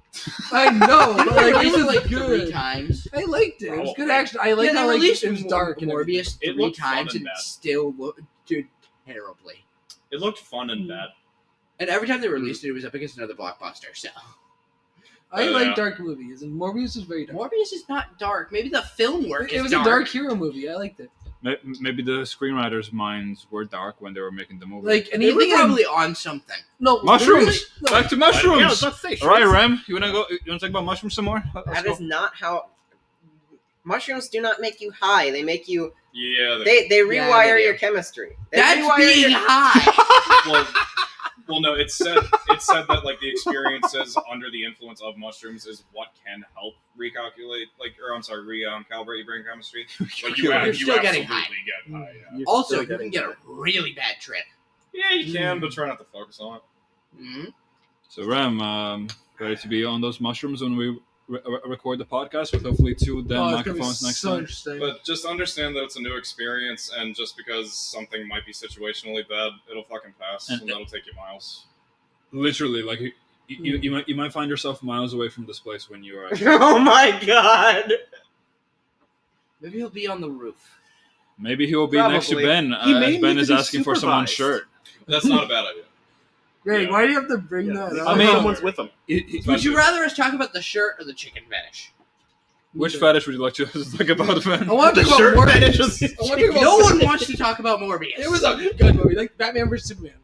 Speaker 12: I know, but
Speaker 5: They
Speaker 12: like,
Speaker 5: released
Speaker 12: it
Speaker 5: it
Speaker 12: was
Speaker 5: like three
Speaker 12: good.
Speaker 5: times.
Speaker 12: I liked it. It was
Speaker 1: Oh,
Speaker 12: good
Speaker 1: man.
Speaker 12: action. I liked
Speaker 5: yeah,
Speaker 12: how
Speaker 5: they
Speaker 12: like
Speaker 5: released
Speaker 12: it was
Speaker 5: Mor-
Speaker 12: dark and everything.
Speaker 5: Morbius
Speaker 1: It
Speaker 5: three
Speaker 1: looked fun
Speaker 5: times,
Speaker 1: and
Speaker 5: and it
Speaker 1: bad.
Speaker 5: still looked dude, terribly.
Speaker 1: It looked fun and bad.
Speaker 5: And every time they released it, it was up against another blockbuster. So
Speaker 12: I
Speaker 2: Oh,
Speaker 1: Yeah.
Speaker 12: like dark movies, and Morbius was very dark.
Speaker 5: Morbius is not dark. Maybe the film work
Speaker 12: it
Speaker 5: is
Speaker 12: was
Speaker 5: dark.
Speaker 12: a dark hero movie. I liked it.
Speaker 2: May- Maybe the screenwriters' minds were dark when they were making the movie.
Speaker 12: Like
Speaker 5: They were
Speaker 12: anything. in-
Speaker 5: probably on something.
Speaker 12: No
Speaker 2: Mushrooms!
Speaker 12: really- no, Oh,
Speaker 2: Back to
Speaker 7: Yeah, I
Speaker 2: mushrooms.
Speaker 7: was about to say,
Speaker 2: All right,
Speaker 7: sure.
Speaker 2: Ram, you wanna go? You wanna talk about mushrooms some more? Let's
Speaker 4: That
Speaker 2: go.
Speaker 4: is not how. Mushrooms do not make you high. They make you.
Speaker 1: Yeah. the-
Speaker 4: They they
Speaker 5: Yeah,
Speaker 4: rewire
Speaker 5: they do.
Speaker 4: your chemistry. They
Speaker 5: That's
Speaker 4: rewire
Speaker 5: being
Speaker 4: your-
Speaker 5: high.
Speaker 1: well, well, no. It said it said that like the experiences under the influence of mushrooms is what can help recalculate, like, or I'm sorry, re um, calibrate your brain chemistry. Like you,
Speaker 5: You're
Speaker 1: you
Speaker 5: still getting
Speaker 1: absolutely
Speaker 5: high. Mm.
Speaker 1: Get high yeah.
Speaker 7: You're
Speaker 5: also,
Speaker 7: still
Speaker 5: you can
Speaker 7: getting
Speaker 5: get a
Speaker 7: it.
Speaker 5: really bad trip.
Speaker 1: yeah, you
Speaker 5: Mm.
Speaker 1: can, but try not to focus on it.
Speaker 5: Mhm.
Speaker 2: So Ram, um, ready to be on those mushrooms when we re- re- record the podcast with hopefully two damn
Speaker 12: Oh, it's gonna be
Speaker 2: microphones next
Speaker 12: so
Speaker 2: time.
Speaker 12: interesting.
Speaker 1: But just understand that it's a new experience, and just because something might be situationally bad, it'll fucking pass,
Speaker 2: And-
Speaker 1: and that'll take you miles.
Speaker 2: Literally, like you, you, you might you might find yourself miles away from this place when you are.
Speaker 4: oh my god.
Speaker 5: Maybe he'll be on the roof.
Speaker 2: Maybe he will be next to
Speaker 4: Probably.
Speaker 2: Ben.
Speaker 7: He
Speaker 2: Uh,
Speaker 7: may
Speaker 2: as Ben
Speaker 7: need
Speaker 2: is
Speaker 7: to be
Speaker 2: asking for someone's
Speaker 7: supervised.
Speaker 2: shirt.
Speaker 1: That's not a bad idea.
Speaker 12: Greg,
Speaker 1: yeah.
Speaker 12: why do you have to bring
Speaker 7: Yeah.
Speaker 12: that up?
Speaker 2: I mean-
Speaker 7: someone's with them.
Speaker 2: He- he-
Speaker 5: Would you rather us talk about the shirt or the chicken fetish?
Speaker 2: which fetish would you like to talk about, Ben?
Speaker 5: Oh,
Speaker 12: I want to
Speaker 7: The
Speaker 12: talk about
Speaker 7: shirt
Speaker 12: Morbius.
Speaker 7: fetish was-
Speaker 12: I want to talk about
Speaker 5: No one wants to talk about Morbius.
Speaker 12: It was a good movie, like Batman vs Superman.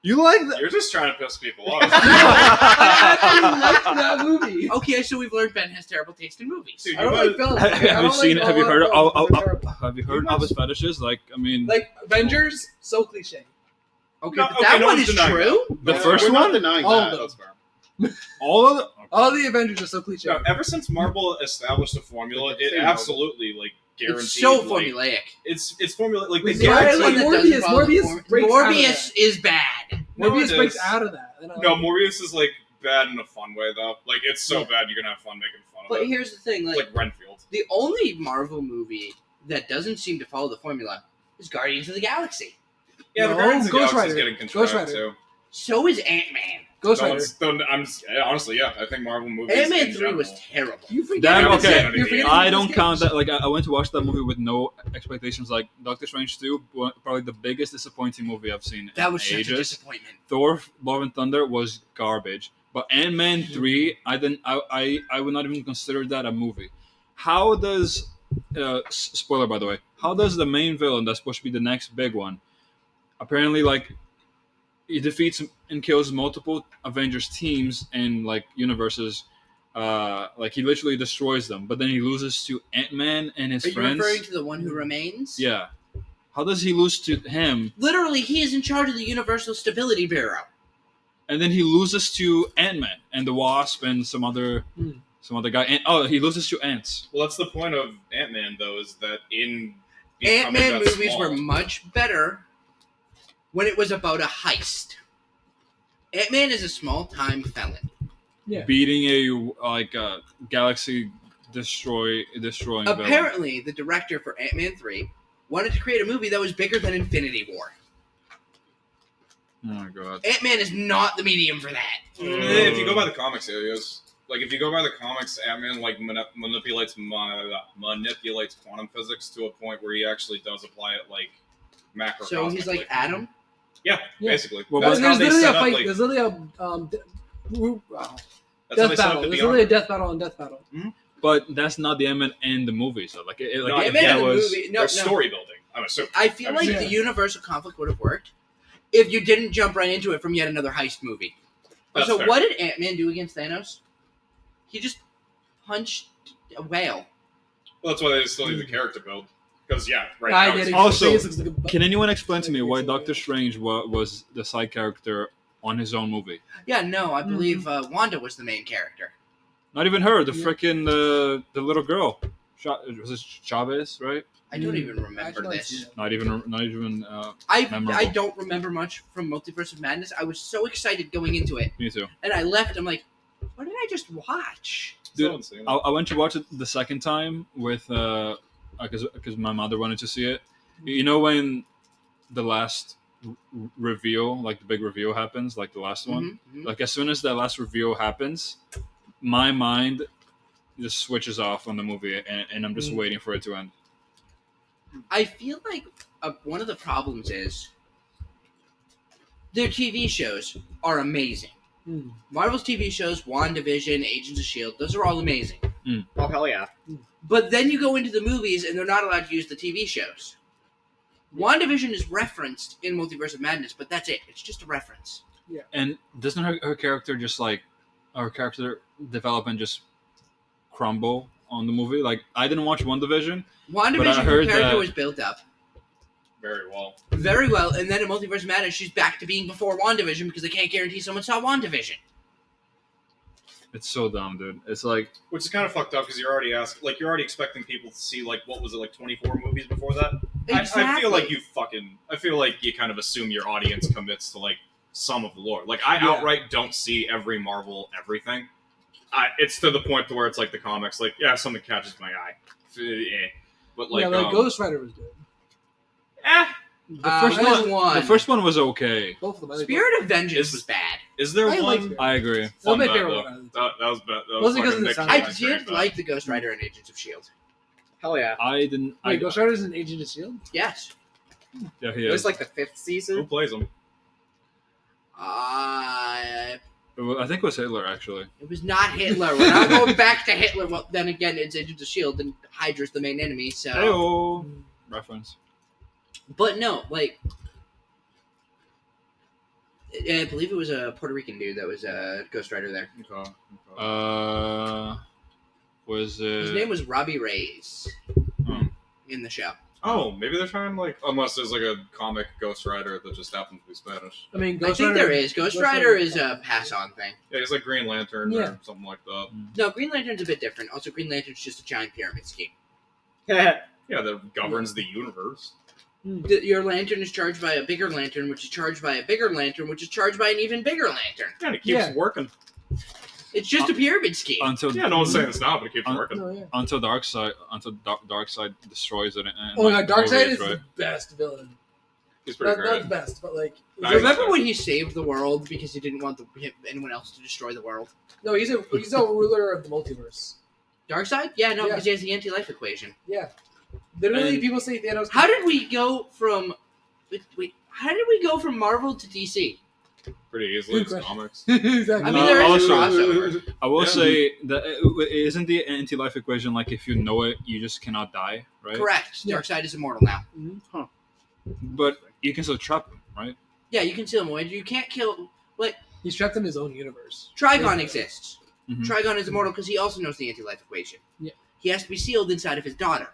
Speaker 2: You like
Speaker 1: You're just trying to piss people off.
Speaker 5: I actually
Speaker 12: back to that movie.
Speaker 5: Okay, so we've learned Ben has terrible taste in movies.
Speaker 1: Dude,
Speaker 12: I
Speaker 1: you
Speaker 12: don't like
Speaker 1: might-
Speaker 12: films.
Speaker 2: Have
Speaker 12: I don't
Speaker 2: you
Speaker 12: like
Speaker 2: seen? Have you
Speaker 12: all
Speaker 2: heard?
Speaker 12: of
Speaker 2: Of,
Speaker 12: films. They're
Speaker 2: of,
Speaker 12: terrible.
Speaker 2: have you heard of his fetishes? Like, I mean,
Speaker 12: Like Avengers, so cliche.
Speaker 5: Okay,
Speaker 1: No,
Speaker 5: but
Speaker 1: okay,
Speaker 5: that
Speaker 1: no
Speaker 5: one
Speaker 1: one's
Speaker 5: is
Speaker 1: denying
Speaker 5: true.
Speaker 2: the
Speaker 1: Yeah,
Speaker 2: first
Speaker 1: we're
Speaker 2: one,
Speaker 1: not denying
Speaker 12: All
Speaker 1: that.
Speaker 12: of them.
Speaker 1: That's fair.
Speaker 2: all of the,
Speaker 12: All the Avengers are so cliche.
Speaker 1: No, ever since Marvel established a formula, it
Speaker 7: Same
Speaker 1: absolutely like guaranteed.
Speaker 5: It's so
Speaker 1: like,
Speaker 5: formulaic.
Speaker 1: It's it's formula like
Speaker 12: We
Speaker 1: they
Speaker 12: see Yeah,
Speaker 5: Everyone
Speaker 1: guarantee.
Speaker 12: like Morbius-
Speaker 5: that doesn't follow the
Speaker 12: Morbius
Speaker 5: form-
Speaker 12: breaks out of
Speaker 5: Morbius is bad.
Speaker 1: No,
Speaker 12: Morbius
Speaker 1: it
Speaker 12: breaks
Speaker 1: is.
Speaker 12: out of that. I don't
Speaker 1: No,
Speaker 12: know.
Speaker 1: Morbius is like bad in a fun way though. Like it's so bad you're gonna have fun making fun
Speaker 5: But
Speaker 1: of it.
Speaker 5: here's the thing:
Speaker 1: It's
Speaker 5: like
Speaker 1: like Renfield.
Speaker 5: the only Marvel movie that doesn't seem to follow the formula is Guardians of the Galaxy.
Speaker 1: Yeah, the
Speaker 12: No,
Speaker 1: Guardians of the
Speaker 12: Ghost
Speaker 1: Galaxy is
Speaker 12: Rider.
Speaker 1: getting
Speaker 12: Ghost
Speaker 1: contrived
Speaker 12: Rider.
Speaker 1: too.
Speaker 5: So is Ant Man.
Speaker 12: Ghost
Speaker 1: No,
Speaker 12: Rider.
Speaker 1: it's- no, I'm s- honestly, yeah, I think Marvel movies.
Speaker 5: Ant
Speaker 1: in
Speaker 5: Man three
Speaker 1: general-
Speaker 5: was terrible.
Speaker 12: You forget
Speaker 2: Damn,
Speaker 12: about
Speaker 2: okay.
Speaker 12: this- you're forgetting
Speaker 2: I
Speaker 12: about
Speaker 2: don't
Speaker 12: this
Speaker 2: count
Speaker 12: game.
Speaker 2: that. Like, I, I went to watch that movie with no expectations. Like, Doctor Strange two, wa- probably the biggest disappointing movie I've seen
Speaker 5: That
Speaker 2: in
Speaker 5: was such a
Speaker 2: ages.
Speaker 5: disappointment.
Speaker 2: Thor: Love and Thunder was garbage, but Ant Man three, I didn't, I, I, I would not even consider that a movie. How does, uh, s- spoiler by the way, how does the main villain that's supposed to be the next big one, apparently like, he defeats and kills multiple Avengers teams and like universes. Uh, like he literally destroys them, but then he loses to Ant Man and his
Speaker 5: Are you
Speaker 2: friends. Mm-hmm.
Speaker 5: referring to the one who remains?
Speaker 2: Yeah, how does he lose to him,
Speaker 5: Literally, he is in charge of the Universal Stability Bureau.
Speaker 2: and then he loses to Ant Man and the Wasp and some other
Speaker 12: Hmm.
Speaker 2: some other guy. And, oh, he loses to ants.
Speaker 1: Well, that's the point of Ant Man though, is that in becoming
Speaker 5: Ant Man
Speaker 1: that
Speaker 5: movies
Speaker 1: small-
Speaker 5: were much better when it was about a heist. Ant Man is a small time felon.
Speaker 12: Yeah.
Speaker 2: beating a like a galaxy destroy destroying. villain.
Speaker 5: Apparently, the director for Ant Man 3 wanted to create a movie that was bigger than Infinity War.
Speaker 2: oh my god.
Speaker 5: Ant Man is not the medium for that.
Speaker 1: Eh, if you go by the comics, it is. Like if you go by the comics, Ant Man like manip- manipulates ma- manipulates quantum physics to a point where he actually does apply it like macro.
Speaker 5: So he's like Adam.
Speaker 1: yeah,
Speaker 12: Yeah.
Speaker 1: basically.
Speaker 2: Well,
Speaker 1: that's
Speaker 12: There's there's
Speaker 1: how they
Speaker 12: literally a
Speaker 1: set up
Speaker 12: fight.
Speaker 1: like
Speaker 12: There's literally a um, de- woo- wow.
Speaker 1: that's how they
Speaker 12: death
Speaker 1: set up
Speaker 12: battle.
Speaker 1: the
Speaker 12: There's
Speaker 1: Beyond.
Speaker 12: literally a death battle on death battle.
Speaker 2: But that's not the Ant Man in the movies. Though. Like, it, it- like
Speaker 1: No,
Speaker 2: if
Speaker 5: Ant
Speaker 1: yeah,
Speaker 5: Man
Speaker 2: that
Speaker 5: in the
Speaker 2: was
Speaker 5: movie. No,
Speaker 1: They're
Speaker 5: no.
Speaker 1: story building. I'm assuming.
Speaker 5: I feel like
Speaker 12: Yeah.
Speaker 5: the universal conflict would have worked if you didn't jump right into it from yet another heist movie.
Speaker 1: That's
Speaker 5: so
Speaker 1: fair.
Speaker 5: what did Ant Man do against Thanos? He just punched a whale.
Speaker 1: Well, that's why they still need the character build. Because yeah, right.
Speaker 12: I
Speaker 1: now
Speaker 12: get
Speaker 1: it's-
Speaker 12: it.
Speaker 2: Also,
Speaker 12: It looks like a bu-
Speaker 2: Can anyone explain to me why Doctor Strange wa- was the side character on his own movie?
Speaker 5: Yeah, no, I believe uh, Wanda was the main character.
Speaker 2: Not even her. The
Speaker 12: Yeah.
Speaker 2: freaking uh, the little girl. Cha- was it Chavez? Right?
Speaker 5: I don't
Speaker 12: Mm.
Speaker 5: even remember
Speaker 12: Actually,
Speaker 5: this.
Speaker 2: Not even. Not even. Uh,
Speaker 5: I I
Speaker 2: Memorable.
Speaker 5: don't remember much from Multiverse of Madness. I was so excited going into it,
Speaker 2: me too.
Speaker 5: and I left. I'm like, what did I just watch?
Speaker 1: still insane.
Speaker 2: I, I went to watch it the second time with uh because because my mother wanted to see it. You know when the last r- r- reveal, like the big reveal happens, like the last one.
Speaker 5: Mhm, mhm.
Speaker 2: Like as soon as that last reveal happens, my mind just switches off on the movie, and, and I'm just waiting for it to end.
Speaker 5: I feel like uh, one of the problems is their TV shows are amazing.
Speaker 12: Mm.
Speaker 5: Marvel's TV shows, WandaVision, Agents of S.H.I.E.L.D., E those are all amazing.
Speaker 4: Oh hell yeah!
Speaker 5: But then you go into the movies and they're not allowed to use the TV shows. WandaVision is referenced in Multiverse of Madness, but that's it. It's just a reference.
Speaker 2: And doesn't her, her character just like her character development just crumble on the movie? Like I didn't watch One Division.
Speaker 5: WandaVision, her
Speaker 2: heard
Speaker 5: character
Speaker 2: that-
Speaker 5: was built up
Speaker 1: very well.
Speaker 5: very well, and then in Multiverse of Madness, she's back to being before WandaVision because they can't guarantee someone saw WandaVision.
Speaker 2: It's so dumb, dude. It's like
Speaker 1: Which is kind of fucked up because you're already asked, like, you're already expecting people to see, like, what was it, like, 24 movies before that? I, I feel like you fucking, I feel like you kind of assume your audience commits to, like, some of the lore. Like, I
Speaker 12: Yeah.
Speaker 1: outright don't see every Marvel everything. I, it's to the point to where it's like the comics, like, yeah, something catches my eye. F- eh. But, like,
Speaker 12: yeah, like
Speaker 1: um,
Speaker 12: Ghost Rider was good.
Speaker 1: eh,
Speaker 2: the
Speaker 5: Uh,
Speaker 2: first
Speaker 5: what is
Speaker 2: one.
Speaker 5: one?
Speaker 2: The first one was okay.
Speaker 12: Both of them. I like
Speaker 5: Spirit of Vengeance
Speaker 1: Is-
Speaker 5: was bad.
Speaker 1: is there
Speaker 12: I like
Speaker 1: one?
Speaker 12: it.
Speaker 2: I agree.
Speaker 12: both.
Speaker 1: Fun
Speaker 12: That's
Speaker 1: bad,
Speaker 12: my favorite
Speaker 1: though.
Speaker 12: one.
Speaker 1: That, that was bad. That was
Speaker 12: Mostly 'cause
Speaker 1: fucking
Speaker 12: of the
Speaker 1: Nick
Speaker 12: soundtrack.
Speaker 5: I
Speaker 1: Cage's very
Speaker 5: did
Speaker 1: bad.
Speaker 5: like the Ghost Rider and Agents of Shield.
Speaker 4: Hell yeah!
Speaker 2: I didn't. I,
Speaker 12: Wait, Ghost Rider is an Agent of Shield.
Speaker 5: Yes.
Speaker 2: yeah, he
Speaker 4: It was
Speaker 2: is.
Speaker 4: like the fifth
Speaker 1: Who
Speaker 4: season.
Speaker 1: plays him?
Speaker 5: Uh,
Speaker 2: It wa- I think it was Hitler actually.
Speaker 5: it was not Hitler. We're not going back to Hitler. Well, then again, it's Agents of Shield, E and Hydra's the main enemy. So,
Speaker 2: Heyo. reference.
Speaker 5: but no, like I believe it was a Puerto Rican dude that was a ghostwriter there.
Speaker 1: Okay, okay.
Speaker 2: Uh, was it?
Speaker 5: His name was Robbie Reyes
Speaker 2: Uh, Hmm.
Speaker 5: in the show.
Speaker 1: oh, maybe they're trying like unless there's like a comic Ghost Rider that just happens to be Spanish.
Speaker 12: I mean,
Speaker 5: I
Speaker 12: Ghost
Speaker 5: think
Speaker 12: Rider-
Speaker 5: there is. Ghost
Speaker 12: Ghost
Speaker 5: Rider
Speaker 12: Rider-
Speaker 5: is a pass on thing.
Speaker 1: Yeah, he's like Green Lantern
Speaker 12: Yeah.
Speaker 1: or something like that.
Speaker 5: No, Green Lantern's a bit different. Also, Green Lantern's just a giant pyramid scheme.
Speaker 1: Yeah, that governs the universe.
Speaker 5: The- your lantern is charged by a bigger lantern, which is charged by a bigger lantern, which is charged by an even bigger lantern.
Speaker 1: Yeah, and it keeps
Speaker 12: Yeah.
Speaker 1: working.
Speaker 5: It's just a pyramid scheme.
Speaker 2: Until
Speaker 1: Yeah, no one's saying it's not, but it keeps
Speaker 2: Uh,
Speaker 1: working.
Speaker 12: No, yeah.
Speaker 2: until dark side until dark, dark side destroys it. And, and,
Speaker 12: Oh my
Speaker 2: like,
Speaker 12: god, Darkseid
Speaker 2: overreach,
Speaker 12: is
Speaker 2: right?
Speaker 12: the best villain.
Speaker 1: He's pretty
Speaker 12: Not, not
Speaker 1: great.
Speaker 12: the best, but like.
Speaker 1: Nice.
Speaker 5: Remember when he saved the world because he didn't want the, anyone else to destroy the world?
Speaker 12: No, he's a he's a ruler of the multiverse.
Speaker 5: Darkseid? Yeah, no,
Speaker 12: Yeah.
Speaker 5: because he has the anti-life equation.
Speaker 12: Yeah. Literally,
Speaker 5: And-
Speaker 12: people say Thanos.
Speaker 5: How did we go from wait, wait, how did we go from Marvel to DC?
Speaker 1: Pretty easily.
Speaker 12: Good
Speaker 1: It's
Speaker 12: question.
Speaker 1: comics.
Speaker 5: I
Speaker 12: exactly.
Speaker 5: mean,
Speaker 2: Uh,
Speaker 5: there is a
Speaker 2: also-
Speaker 5: crossover.
Speaker 2: I will
Speaker 1: Yeah.
Speaker 2: say that uh, isn't the anti-life equation like if you know it, you just cannot die, right?
Speaker 5: Correct.
Speaker 12: Yeah.
Speaker 5: Darkseid is immortal now.
Speaker 2: But you can still trap him, right?
Speaker 5: Yeah, you can steal him away. You can't kill.
Speaker 12: He's trapped in his own universe.
Speaker 5: Trigon exists.
Speaker 2: Mhm.
Speaker 5: Trigon is immortal because he also knows the anti-life equation.
Speaker 12: Yeah.
Speaker 5: He has to be sealed inside of his daughter.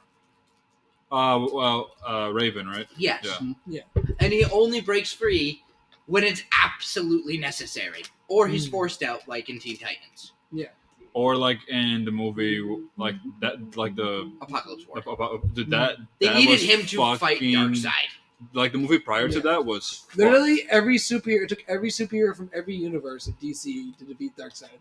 Speaker 2: Uh, well, uh, Raven, right?
Speaker 5: Yes.
Speaker 2: Yeah.
Speaker 12: Mm-hmm. Yeah.
Speaker 5: And he only breaks free when it's absolutely necessary, or he's
Speaker 12: Mm.
Speaker 5: forced out, like in Teen Titans
Speaker 2: Or like in the movie, like that, like the.
Speaker 5: Apocalypse War.
Speaker 2: the- the-
Speaker 12: Mm.
Speaker 2: the- that
Speaker 5: They
Speaker 2: that
Speaker 5: needed
Speaker 2: was
Speaker 5: him to fight
Speaker 2: fucking-
Speaker 5: Darkseid.
Speaker 2: Like the movie prior to
Speaker 12: Yeah.
Speaker 2: that was fucked.
Speaker 12: Literally, every superhero it took every superhero from every universe in DC to defeat Darkseid.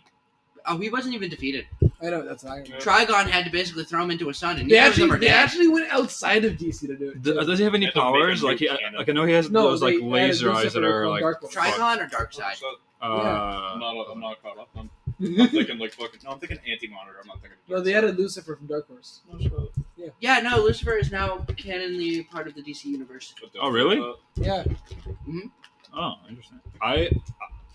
Speaker 5: Oh, he wasn't even defeated.
Speaker 12: I know that's Iron. Man.
Speaker 5: Trigon had to basically throw him into a sun, and
Speaker 12: They
Speaker 5: neither of them
Speaker 12: actually
Speaker 5: are
Speaker 12: they
Speaker 5: dead.
Speaker 12: actually went outside of DC to do it.
Speaker 2: Th-
Speaker 12: too.
Speaker 2: Does he have any
Speaker 1: Had to make a
Speaker 2: powers?
Speaker 1: new
Speaker 2: Like, he,
Speaker 1: canon.
Speaker 2: like I know he has
Speaker 12: No,
Speaker 2: those like
Speaker 12: they added
Speaker 2: laser eyes that
Speaker 12: Lucifer
Speaker 2: are
Speaker 12: from
Speaker 2: like.
Speaker 12: Dark Lord.
Speaker 2: fucked.
Speaker 5: Trigon or Darkseid?
Speaker 1: So,
Speaker 2: Uh,
Speaker 1: I'm not. I'm not caught up. I'm, I'm
Speaker 12: no,
Speaker 1: thinking like fucking. No, I'm thinking anti-monitor. I'm not thinking.
Speaker 12: they added Lucifer from Dark Horse.
Speaker 5: Yeah, no, Lucifer is now canonically part of the DC universe.
Speaker 1: But
Speaker 2: Oh, really?
Speaker 1: uh,
Speaker 12: Yeah,
Speaker 2: Oh, interesting. I,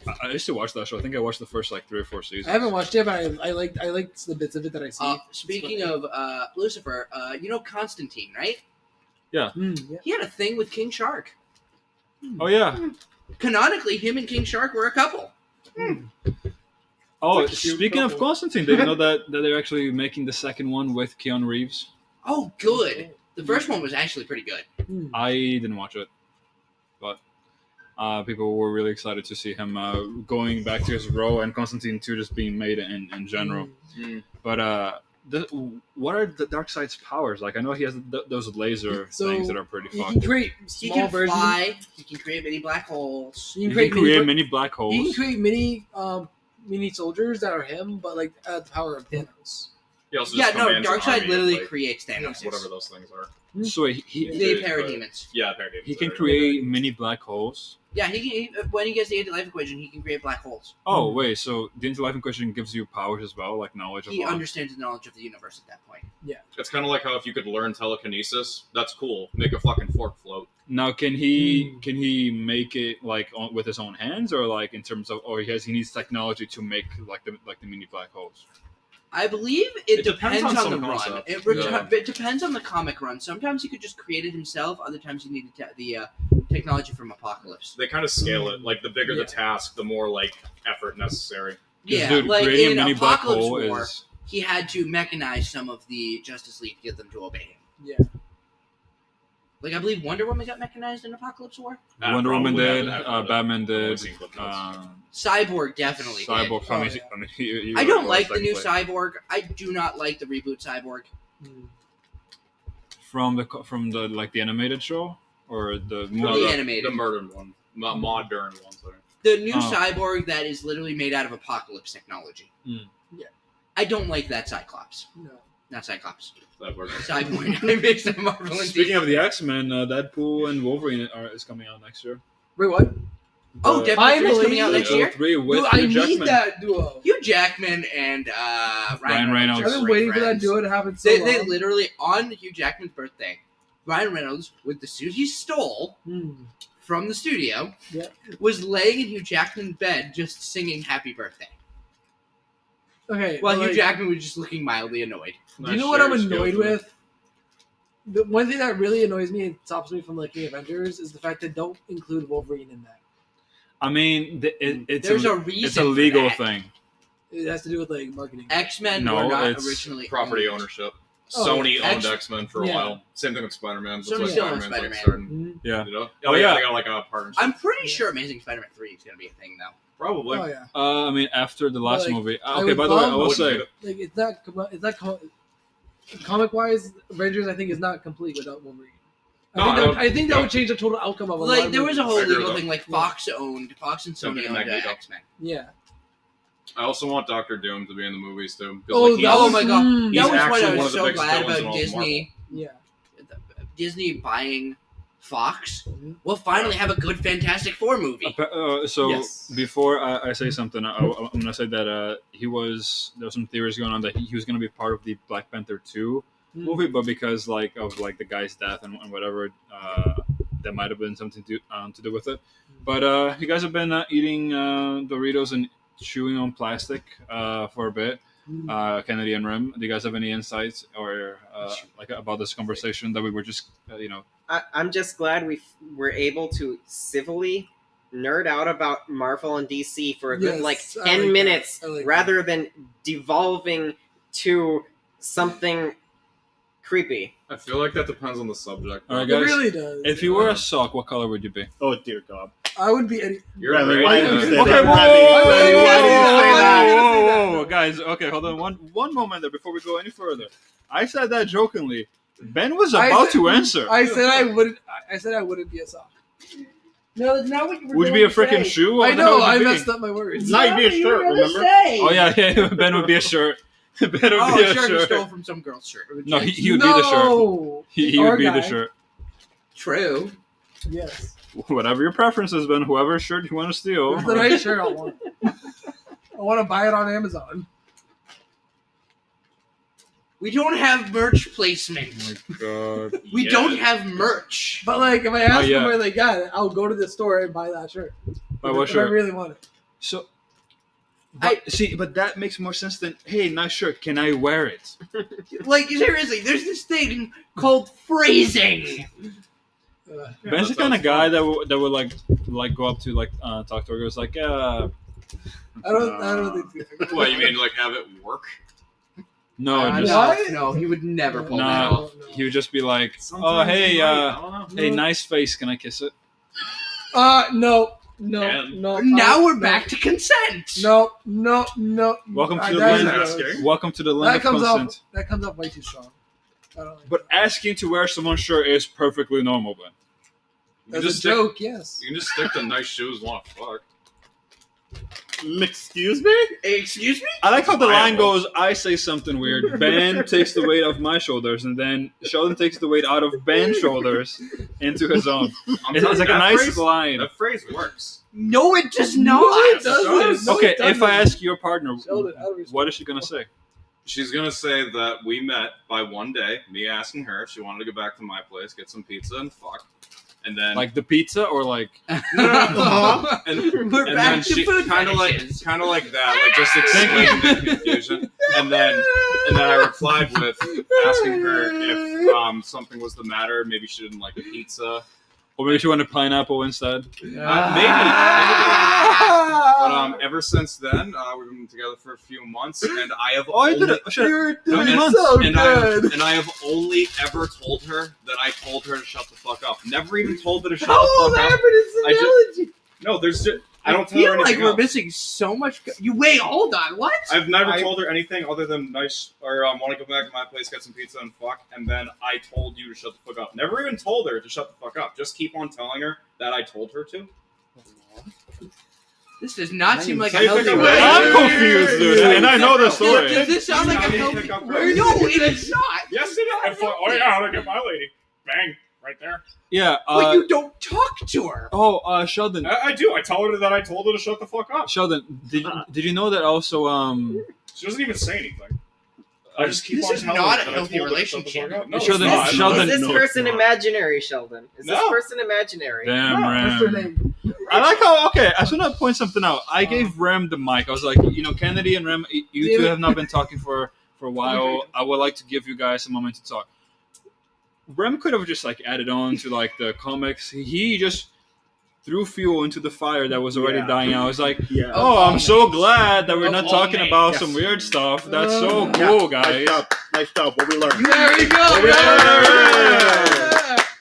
Speaker 2: I I used to watch that show. I think I watched the first like three or four seasons.
Speaker 12: I haven't watched it, but I, I liked I liked the bits of it that I see.
Speaker 5: Uh, speaking of uh, Lucifer, uh, you know Constantine, right?
Speaker 12: Mm, yeah.
Speaker 5: He had a thing with King Shark.
Speaker 2: Oh yeah.
Speaker 5: Canonically, him and King Shark were a couple.
Speaker 2: Oh,
Speaker 12: It's like a cute
Speaker 2: speaking of
Speaker 12: couple.
Speaker 2: Constantine, did you know that, that they're actually making the second one with Keanu Reeves?
Speaker 5: Oh, good. The first one was actually pretty good.
Speaker 12: Mm.
Speaker 2: I didn't watch it, but uh, people were really excited to see him uh, going back to his role and Constantine two just being made in, in general.
Speaker 12: Hmm.
Speaker 1: Mm.
Speaker 2: But uh, the, what are the Darkseid's powers like? I know he has th- those laser
Speaker 12: So,
Speaker 2: things that are pretty
Speaker 12: You
Speaker 2: fucked.
Speaker 12: can create
Speaker 5: He
Speaker 12: small
Speaker 5: can
Speaker 12: versions.
Speaker 5: fly. He can create many black holes.
Speaker 12: You
Speaker 2: You
Speaker 12: can create, mini,
Speaker 2: create mini black
Speaker 12: you can
Speaker 2: holes.
Speaker 12: create mini um mini soldiers that are him, but like at the power of Thanos.
Speaker 1: He also
Speaker 5: yeah,
Speaker 1: just
Speaker 5: no,
Speaker 1: commands an army
Speaker 5: Darkseid
Speaker 1: of,
Speaker 5: literally
Speaker 1: like,
Speaker 5: creates Thanos.
Speaker 1: whatever those things are.
Speaker 2: So he, he,
Speaker 5: They
Speaker 1: Yeah,
Speaker 5: parademons.
Speaker 1: Yeah, apparently
Speaker 2: he can create mini black holes.
Speaker 5: Yeah, he can. He, uh, when he gets the anti-life equation, he can create black holes.
Speaker 2: Oh wait, so the interlife equation gives you powers as well, like knowledge of
Speaker 5: He
Speaker 2: law.
Speaker 5: understands the knowledge of the universe at that point.
Speaker 1: It's kind of like how if you could learn telekinesis, that's cool. Make a fucking fork float.
Speaker 2: now, can he
Speaker 5: Hmm.
Speaker 2: can he make it like on, with his own hands, or like in terms of, or he has he needs technology to make like the like the mini black holes?
Speaker 5: I believe it,
Speaker 1: It
Speaker 5: depends,
Speaker 1: depends on
Speaker 5: on,
Speaker 1: some
Speaker 5: the run.
Speaker 1: concept.
Speaker 5: It, re-
Speaker 2: Yeah.
Speaker 5: it depends on the comic run. Sometimes he could just create it himself. Other times he needed te- the uh, technology from Apocalypse.
Speaker 1: They kind of scale it. Like the bigger
Speaker 12: Yeah.
Speaker 1: the task, the more like effort necessary.
Speaker 2: 'Cause,
Speaker 5: Yeah,
Speaker 2: dude,
Speaker 5: like
Speaker 2: creating a
Speaker 5: in
Speaker 2: mini black
Speaker 5: Apocalypse
Speaker 2: hole
Speaker 5: War,
Speaker 2: is
Speaker 5: he had to mechanize some of the Justice League to get them to obey him.
Speaker 12: Yeah.
Speaker 5: Like I believe Wonder Woman got mechanized in Apocalypse War.
Speaker 1: Ah,
Speaker 2: Wonder Woman
Speaker 1: probably
Speaker 2: did,
Speaker 1: not.
Speaker 2: uh, Batman
Speaker 1: I've only
Speaker 2: did,
Speaker 1: seen clip notes.
Speaker 2: um,
Speaker 5: Cyborg definitely. uh, did.
Speaker 2: Cyborg. I
Speaker 12: Oh,
Speaker 2: mean,
Speaker 12: yeah.
Speaker 2: I mean, you- you
Speaker 5: I don't
Speaker 2: were
Speaker 5: like the new
Speaker 2: second place.
Speaker 5: Cyborg. I do not like the reboot Cyborg.
Speaker 12: Mm.
Speaker 2: from the co- from the like the animated show or the
Speaker 1: No,
Speaker 2: movie.
Speaker 5: the
Speaker 1: the,
Speaker 5: animated.
Speaker 1: the murdered one, Mo- modern one. Sorry.
Speaker 5: The new
Speaker 2: Oh.
Speaker 5: cyborg that is literally made out of apocalypse technology.
Speaker 2: Mm.
Speaker 12: Yeah.
Speaker 5: I don't like that Cyclops.
Speaker 12: No.
Speaker 5: Not Cyclops.
Speaker 1: That works.
Speaker 5: Cyborg. I mixed up Marvel and
Speaker 2: Speaking
Speaker 5: DC.
Speaker 2: of the X Men, uh, Deadpool and Wolverine are, is coming out next year.
Speaker 12: Wait, what?
Speaker 5: Oh,
Speaker 2: Uh,
Speaker 5: Deadpool 3 is
Speaker 12: finally-
Speaker 5: coming out
Speaker 2: Yeah,
Speaker 5: next
Speaker 2: all
Speaker 5: year?
Speaker 2: Three with
Speaker 12: Dude, I
Speaker 2: Hugh
Speaker 12: need
Speaker 2: Jackman.
Speaker 12: that duo.
Speaker 5: Hugh Jackman and uh, Ryan,
Speaker 2: Ryan
Speaker 5: Reynolds.
Speaker 2: Reynolds.
Speaker 5: are
Speaker 12: I've been
Speaker 5: great
Speaker 12: waiting for that
Speaker 5: friends.
Speaker 12: duo to happen so
Speaker 5: They,
Speaker 12: long.
Speaker 5: they literally, on Hugh Jackman's birthday, Ryan Reynolds, with the suit he stole
Speaker 12: Mm.
Speaker 5: from the studio,
Speaker 12: Yeah.
Speaker 5: was laying in Hugh Jackman's bed just singing happy birthday.
Speaker 12: Okay.
Speaker 5: While
Speaker 12: but,
Speaker 5: Hugh
Speaker 12: like,
Speaker 5: Jackman was just looking mildly annoyed.
Speaker 12: Do you know what I'm annoyed with? The one thing that really annoys me and stops me from liking Avengers is the fact that don't include Wolverine in that.
Speaker 2: I mean, the, it, it's
Speaker 5: There's
Speaker 2: a,
Speaker 5: a reason.
Speaker 2: it's a legal
Speaker 5: for that.
Speaker 2: thing.
Speaker 12: It has to do with like marketing.
Speaker 5: X Men
Speaker 2: No,
Speaker 5: were not
Speaker 2: it's
Speaker 5: originally
Speaker 1: Property
Speaker 5: owned.
Speaker 1: ownership.
Speaker 12: Oh,
Speaker 1: Sony owned
Speaker 5: actually-
Speaker 1: X Men for a
Speaker 12: yeah.
Speaker 1: while. Same thing with Spider Man.
Speaker 5: Sony
Speaker 1: like
Speaker 5: still
Speaker 1: Spider-Man's
Speaker 5: owns
Speaker 1: like
Speaker 5: Spider-Man.
Speaker 1: starting,
Speaker 12: Mhm.
Speaker 2: Yeah.
Speaker 1: you know?
Speaker 2: Oh,
Speaker 1: Like,
Speaker 2: yeah.
Speaker 1: They got like a partnership.
Speaker 5: I'm pretty sure Amazing Spider-Man Three is gonna be a thing though.
Speaker 1: Probably.
Speaker 12: Oh yeah.
Speaker 2: Uh, I mean, after the last
Speaker 12: Like,
Speaker 2: movie. uh,
Speaker 12: I
Speaker 2: Okay,
Speaker 12: would
Speaker 2: by the way, I
Speaker 12: love-
Speaker 2: will
Speaker 1: Wouldn't
Speaker 2: say
Speaker 1: get it.
Speaker 12: Like it's not. com- It's not. Com- comic wise, Avengers I think is not complete without Wolverine. I
Speaker 1: No,
Speaker 12: think,
Speaker 1: I
Speaker 12: that, would-
Speaker 1: don't-
Speaker 12: I think that
Speaker 1: no.
Speaker 12: would change the total outcome of a lot
Speaker 5: Like
Speaker 12: of
Speaker 5: there was a
Speaker 12: movies.
Speaker 5: whole
Speaker 1: I agree
Speaker 5: legal
Speaker 1: with
Speaker 5: thing. Like Fox owned Fox and
Speaker 1: Something
Speaker 5: Sony owned
Speaker 1: Magneto.
Speaker 5: X Men.
Speaker 12: Yeah.
Speaker 1: I also want Doctor Doom to be in the movies too. 'cause,
Speaker 12: Oh,
Speaker 1: like,
Speaker 12: that
Speaker 1: he's-
Speaker 5: was- my God.
Speaker 12: mm,
Speaker 1: He's
Speaker 5: That was what
Speaker 1: actually
Speaker 5: I
Speaker 1: one
Speaker 5: was
Speaker 1: of the
Speaker 5: so
Speaker 1: biggest
Speaker 5: glad
Speaker 1: villains in
Speaker 5: about
Speaker 1: all of
Speaker 5: Disney.
Speaker 12: yeah.
Speaker 5: Disney buying Fox.
Speaker 12: Mhm.
Speaker 5: We'll finally have a good Fantastic Four movie.
Speaker 2: Appa- Uh, so
Speaker 4: Yes.
Speaker 2: before I, I say something, I, am gonna say that uh, he was there were some theories going on that he, he was gonna be part of the Black Panther two
Speaker 12: Hmm.
Speaker 2: movie, but because like of like the guy's death and, and whatever, uh, that might have been something to um, to do with it. But uh, you guys have been uh, eating uh, Doritos and chewing on plastic uh, for a bit.
Speaker 12: Mm.
Speaker 2: Uh, Kennedy and Rim, do you guys have any insights or uh, like about this conversation that we were just uh, you know?
Speaker 4: I, I'm just glad we f- were able to civilly nerd out about Marvel and DC for a good
Speaker 12: Yes,
Speaker 4: like
Speaker 12: I
Speaker 4: ten
Speaker 12: like that.
Speaker 4: minutes,
Speaker 12: I like
Speaker 4: rather than devolving to something creepy.
Speaker 1: I feel like that depends on the subject.
Speaker 2: All right,
Speaker 12: It
Speaker 2: guys.
Speaker 12: really does.
Speaker 2: If you were a sock, what color would you be?
Speaker 7: Oh dear God.
Speaker 12: I would be. Any-
Speaker 1: You're
Speaker 7: Remy,
Speaker 1: right.
Speaker 7: why
Speaker 1: uh,
Speaker 7: did you say
Speaker 2: Okay,
Speaker 7: that?
Speaker 2: whoa,
Speaker 7: Remy,
Speaker 2: whoa,
Speaker 7: Remy, why did you
Speaker 2: whoa,
Speaker 7: say that?
Speaker 2: whoa, whoa, whoa, guys. Okay, hold on one one moment there before we go any further. I said that jokingly. Ben was
Speaker 12: I
Speaker 2: about
Speaker 12: said-
Speaker 2: to answer.
Speaker 12: I said I wouldn't. I- I said I wouldn't be a sock.
Speaker 13: No, that's not what you were
Speaker 2: would you be a
Speaker 13: going to
Speaker 2: freaking
Speaker 13: say.
Speaker 2: shoe? What
Speaker 12: I
Speaker 2: the hell
Speaker 12: know.
Speaker 2: would you
Speaker 12: I
Speaker 2: be?
Speaker 12: messed up my words.
Speaker 7: Not
Speaker 13: Not
Speaker 7: be a
Speaker 13: what you were
Speaker 7: shirt,
Speaker 13: gonna
Speaker 7: remember?
Speaker 13: say.
Speaker 2: Oh yeah, yeah. Ben would be a shirt. Ben would
Speaker 5: Oh,
Speaker 2: be a
Speaker 5: sure, he
Speaker 2: shirt.
Speaker 5: stole from some girl's shirt.
Speaker 2: No, he, he would be the shirt.
Speaker 12: no.
Speaker 2: He, he would
Speaker 12: Our
Speaker 2: be the
Speaker 12: guy.
Speaker 2: shirt.
Speaker 5: True.
Speaker 12: Yes.
Speaker 2: Whatever your preference has been, whoever shirt you want to steal.
Speaker 12: It's the right shirt I want. I want to buy it on Amazon.
Speaker 5: We don't have merch placement.
Speaker 1: God.
Speaker 2: Oh
Speaker 5: We
Speaker 1: Yeah.
Speaker 5: don't have merch.
Speaker 12: But like, if I ask
Speaker 2: yeah.
Speaker 12: them where they got it, I'll go to the store and buy that shirt.
Speaker 2: Buy
Speaker 12: If-
Speaker 2: what
Speaker 12: if
Speaker 2: shirt?
Speaker 12: I really want it.
Speaker 2: So, but, see, but that makes more sense than hey, nice shirt. Can I wear it?
Speaker 5: Like seriously, there's this thing called phrasing.
Speaker 12: Ugh.
Speaker 1: Yeah,
Speaker 2: Ben's
Speaker 1: that
Speaker 2: the kind
Speaker 1: sounds
Speaker 2: of guy that would, that would like like go up to like uh, talk to her. Goes like, uh,
Speaker 12: I don't. I don't think. it's gonna-
Speaker 1: What you mean? Like have it work?
Speaker 2: No,
Speaker 5: Uh,
Speaker 2: just,
Speaker 5: no,
Speaker 12: What?
Speaker 5: no, he would never pull
Speaker 2: Nah.
Speaker 5: that off.
Speaker 2: he would just be like, oh
Speaker 1: Sometimes
Speaker 2: hey,
Speaker 1: you might,
Speaker 2: uh,
Speaker 1: I don't know.
Speaker 2: hey, nice face. Can I kiss it?
Speaker 12: Uh, no, no,
Speaker 1: And
Speaker 12: no.
Speaker 5: Now
Speaker 12: uh,
Speaker 5: we're
Speaker 12: no.
Speaker 5: back to consent.
Speaker 12: No, no, no.
Speaker 2: Welcome to
Speaker 12: Uh,
Speaker 2: the
Speaker 12: that is
Speaker 2: land
Speaker 12: gross.
Speaker 1: asking.
Speaker 2: Welcome to the land
Speaker 12: That
Speaker 2: of
Speaker 12: comes
Speaker 2: consent.
Speaker 12: off. That comes off way too strong. I don't like
Speaker 2: But
Speaker 12: that.
Speaker 2: asking to wear someone's shirt is perfectly normal, Ben.
Speaker 1: You can
Speaker 12: as a
Speaker 1: just stick-
Speaker 12: joke, yes.
Speaker 1: You can just stick to nice shoes. Want to fuck?
Speaker 7: Mm, Excuse me?
Speaker 5: Excuse me?
Speaker 2: I like how the line
Speaker 1: Viable.
Speaker 2: goes. I say something weird. Ben takes the weight off my shoulders, and then Sheldon takes the weight out of Ben's shoulders into his
Speaker 1: I'm
Speaker 2: own. It's, it's
Speaker 1: telling you,
Speaker 2: like a
Speaker 1: that
Speaker 2: nice
Speaker 1: phrase-
Speaker 2: line.
Speaker 1: That phrase works.
Speaker 5: No, it does not.
Speaker 12: No, it
Speaker 1: doesn't.
Speaker 12: doesn't. No,
Speaker 2: okay,
Speaker 12: it
Speaker 2: if I
Speaker 12: doesn't.
Speaker 2: ask your partner,
Speaker 12: Sheldon, out of respect.
Speaker 2: what is she gonna say?
Speaker 1: She's gonna say that we met by one day. Me asking her if she wanted to go back to my place, get some pizza, and fuck. And then
Speaker 2: Like the pizza, or like
Speaker 1: no, no, no, and,
Speaker 5: We're
Speaker 1: and
Speaker 5: back
Speaker 1: then
Speaker 5: to
Speaker 1: she
Speaker 5: food
Speaker 1: kind of like
Speaker 5: fetishes.
Speaker 1: kind of like that, like just explaining the confusion, and then and then I replied with asking her if um, something was the matter. Maybe she didn't like the pizza.
Speaker 2: Or maybe she wanted pineapple instead.
Speaker 1: Uh, maybe, maybe. But um, ever since then, uh, we've been together for a few months, and Oh, I have only,
Speaker 2: You're
Speaker 1: No,
Speaker 2: doing
Speaker 1: and,
Speaker 2: months.
Speaker 1: and I have, and I have only ever told her that I told her to shut the fuck up. Never even told her to shut
Speaker 5: Oh,
Speaker 1: the fuck up. I just- No, there's just I don't tell her
Speaker 5: feel like
Speaker 1: anything
Speaker 5: we're
Speaker 1: else.
Speaker 5: missing so much. go- you wait, hold on. What?
Speaker 1: I've never
Speaker 4: I-
Speaker 1: told her anything other than nice or um, want to go back to my place, get some pizza, and fuck. And then I told you to shut the fuck up. Never even told her to shut the fuck up. Just keep on telling her that I told her to.
Speaker 5: This does not
Speaker 7: I
Speaker 5: seem like a
Speaker 1: didn't say
Speaker 5: healthy
Speaker 1: that.
Speaker 5: way.
Speaker 2: I'm confused, dude, and I know the
Speaker 5: Does-
Speaker 2: story.
Speaker 5: Does this sound like a
Speaker 1: How do you
Speaker 5: healthy?
Speaker 1: pick up
Speaker 5: No,
Speaker 1: girls?
Speaker 5: it is not.
Speaker 1: Yes, it is. And fuck, oh yeah, I'm gonna get my lady. Bang, right there.
Speaker 2: Yeah.
Speaker 5: But
Speaker 2: Uh,
Speaker 5: you don't talk to her.
Speaker 2: oh, uh, Sheldon.
Speaker 1: I, I do. I tell her that I told her to shut the fuck up.
Speaker 2: Sheldon, did, did you know that also? Um,
Speaker 1: She doesn't even say anything. I just keep
Speaker 5: This
Speaker 1: on
Speaker 5: is
Speaker 1: telling
Speaker 5: not
Speaker 1: her
Speaker 5: a
Speaker 1: that I
Speaker 5: healthy
Speaker 1: told her to shut the fuck
Speaker 5: relationship.
Speaker 1: up. No,
Speaker 2: Sheldon-
Speaker 1: it's not.
Speaker 2: Sheldon-
Speaker 4: is this
Speaker 2: Oh, no, it's
Speaker 4: person
Speaker 2: not.
Speaker 4: imaginary, Sheldon? Is this
Speaker 1: No.
Speaker 4: person imaginary?
Speaker 2: damn,
Speaker 12: What's her
Speaker 2: Ram.
Speaker 12: name?
Speaker 2: I like how. Okay, I just want to point something out. I gave Ram the mic. I was like, you know, Kennedy and Ram, y- you two
Speaker 12: Dude.
Speaker 2: have not been talking for for a while. I would like to give you guys a moment to talk. Rem could have just like added on to like the comics. He just threw fuel into the fire that was already
Speaker 7: Yeah.
Speaker 2: dying. I was like,
Speaker 7: Yeah.
Speaker 2: oh, I'm so glad that we're
Speaker 5: Of
Speaker 2: not
Speaker 5: all
Speaker 2: talking
Speaker 5: names,
Speaker 2: about some
Speaker 7: yes.
Speaker 2: weird stuff. That's so
Speaker 7: Yeah.
Speaker 2: cool, guys.
Speaker 7: Nice job. Nice job. What we learned.
Speaker 12: There we go.
Speaker 2: There we
Speaker 12: Yeah.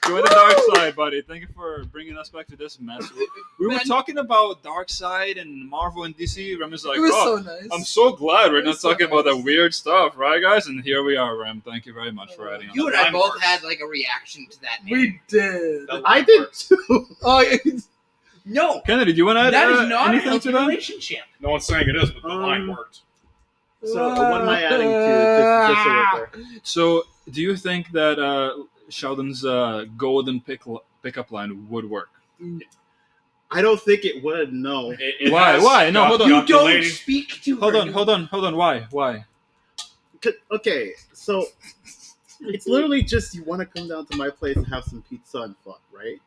Speaker 2: Join the dark side, buddy. Thank you for bringing us back to this mess. We- We were talking about dark side and Marvel and DC. Rem is like,
Speaker 12: It was
Speaker 2: oh,
Speaker 12: so nice.
Speaker 2: I'm so glad we're
Speaker 12: It
Speaker 2: not
Speaker 12: was so
Speaker 2: talking about that
Speaker 12: nice.
Speaker 2: weird stuff, right, guys? And here we are, Rem. Thank you very much for adding. on
Speaker 5: You
Speaker 2: that.
Speaker 5: and I
Speaker 2: I'm
Speaker 5: both
Speaker 2: worse.
Speaker 5: had like a reaction to that name.
Speaker 12: we did.
Speaker 7: I did too.
Speaker 12: Oh, yeah.
Speaker 5: no,
Speaker 2: Kennedy, do you want to add
Speaker 5: that
Speaker 2: uh,
Speaker 5: is not a
Speaker 2: anything to
Speaker 5: healthy
Speaker 2: that?
Speaker 5: relationship.
Speaker 1: No one's saying it is, but the line
Speaker 7: Um,
Speaker 1: worked.
Speaker 7: So what am I adding to just, just so we're clear?
Speaker 2: So, do you think that uh, Sheldon's uh, golden pick pickup line would work?
Speaker 7: I don't think it would. No.
Speaker 1: It, it
Speaker 2: Why?
Speaker 1: has
Speaker 2: Why? No,
Speaker 1: got
Speaker 2: hold on.
Speaker 1: the
Speaker 5: You don't
Speaker 1: lady-
Speaker 5: speak to
Speaker 2: Hold
Speaker 5: her.
Speaker 2: on, hold on, hold on. Why? Why?
Speaker 7: C- Okay, so it's literally just you want to come down to my place and have some pizza and fuck, right?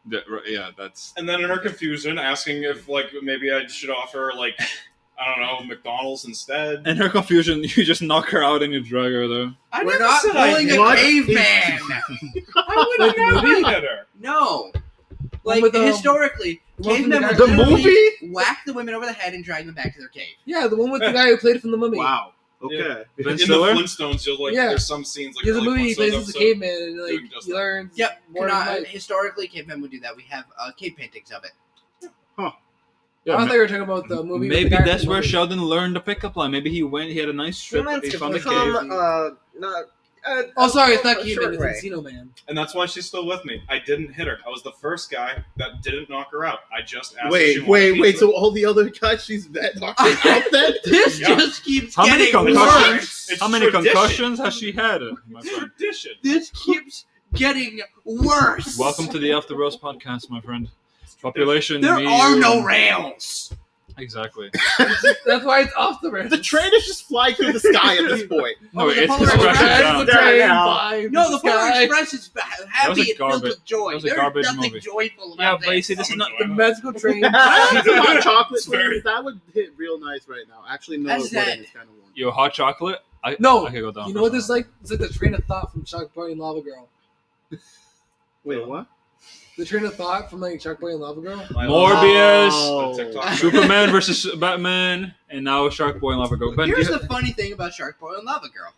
Speaker 2: yeah, that's.
Speaker 1: And then in her confusion, asking if like maybe I should offer like I don't know McDonald's instead.
Speaker 2: In her confusion, you just knock her out and you drug her, though.
Speaker 5: I
Speaker 13: We're
Speaker 5: never
Speaker 13: not
Speaker 5: said I
Speaker 13: pulling
Speaker 5: did.
Speaker 13: a
Speaker 7: What
Speaker 5: caveman. I would
Speaker 1: What
Speaker 5: never.
Speaker 1: did I hit her?
Speaker 5: No. Like
Speaker 12: with the-
Speaker 5: historically,
Speaker 12: the one
Speaker 5: cave
Speaker 12: from the
Speaker 5: members
Speaker 12: guy-
Speaker 7: The
Speaker 5: literally
Speaker 7: movie?
Speaker 5: whack the women over the head and drag them back to their cave.
Speaker 12: yeah, the one with the guy who played from the mummy.
Speaker 7: Wow. Okay.
Speaker 1: In
Speaker 2: Ben
Speaker 1: the
Speaker 2: Stiller?
Speaker 1: Flintstones, you'll like
Speaker 12: Yeah.
Speaker 1: there's some scenes like
Speaker 12: Because the
Speaker 1: early
Speaker 12: movie he
Speaker 1: Flintstones
Speaker 12: plays as a
Speaker 1: episode.
Speaker 12: caveman and like
Speaker 1: doing just
Speaker 12: he
Speaker 1: that.
Speaker 12: learns.
Speaker 5: Yep.
Speaker 12: more of
Speaker 5: cannot-
Speaker 12: life.
Speaker 5: historically, cavemen would do that. We have uh, cave paintings of it.
Speaker 12: I
Speaker 2: Yeah,
Speaker 12: thought you were talking about the movie. with
Speaker 2: maybe
Speaker 12: the guy
Speaker 2: that's
Speaker 12: from the
Speaker 2: where
Speaker 12: mummy.
Speaker 2: Sheldon learned the pickup line. Maybe he went, he had a nice trip, he found a cave.
Speaker 4: Some, uh, not, uh,
Speaker 12: Oh, sorry, it's
Speaker 4: a-
Speaker 12: not
Speaker 4: a
Speaker 12: caveman.
Speaker 4: short
Speaker 12: It's
Speaker 4: way.
Speaker 12: Encino Man.
Speaker 1: and that's why she's still with me. I didn't hit her. I was the first guy that didn't knock her out. I just asked. if she
Speaker 7: Wait,
Speaker 1: wanted
Speaker 7: wait, wait.
Speaker 1: pizza.
Speaker 7: So all the other guys she's met knocked her out then?
Speaker 5: This
Speaker 1: Yeah.
Speaker 5: just keeps
Speaker 2: How many
Speaker 5: getting
Speaker 2: concussions?
Speaker 5: worse.
Speaker 1: It's
Speaker 2: How many
Speaker 1: tradition.
Speaker 2: concussions has she had? My
Speaker 1: It's
Speaker 2: friend?
Speaker 1: tradition.
Speaker 5: This keeps getting worse.
Speaker 2: Welcome to the After Rose podcast, my friend. Population.
Speaker 5: There
Speaker 2: me,
Speaker 5: are
Speaker 2: you,
Speaker 5: no
Speaker 2: and-
Speaker 5: rails.
Speaker 2: Exactly.
Speaker 12: Oh, That's why it's off the rails. Oh,
Speaker 7: The train is just flying through the sky at this point.
Speaker 2: No,
Speaker 5: the
Speaker 2: Oh, it's
Speaker 5: Polar
Speaker 2: crashing
Speaker 5: Express.
Speaker 2: down.
Speaker 7: There
Speaker 12: train
Speaker 7: now.
Speaker 12: flies
Speaker 5: No, the Polar
Speaker 12: sky.
Speaker 5: Express is ba-
Speaker 2: was a
Speaker 5: happy and filled
Speaker 2: garbage-
Speaker 5: with joy.
Speaker 2: that was a
Speaker 5: There's
Speaker 2: garbage
Speaker 5: nothing
Speaker 2: movie.
Speaker 5: joyful
Speaker 2: Yeah,
Speaker 5: about
Speaker 2: but you see, this is not the
Speaker 12: Mexico train.
Speaker 7: That's a hot chocolate
Speaker 1: It's very-
Speaker 7: flavor. That would hit real nice right now. Actually, no,
Speaker 5: That's
Speaker 7: it wouldn't.
Speaker 5: that.
Speaker 7: It's kind of warm.
Speaker 2: Yo, hot chocolate. I,
Speaker 12: No,
Speaker 2: I could go down.
Speaker 12: you
Speaker 2: for
Speaker 12: know what this is
Speaker 2: some.
Speaker 12: like? It's like the train of thought from Shark Boy and Lava Girl.
Speaker 7: Wait, what?
Speaker 12: The train of thought from like Shark Boy and Lava Girl.
Speaker 2: Morbius,
Speaker 7: Oh.
Speaker 1: The TikTok.
Speaker 2: Superman versus Batman, and now Shark Boy and Lava Girl. Ben, do
Speaker 5: Here's
Speaker 2: you-
Speaker 5: the funny thing about Shark Boy and Lava Girl.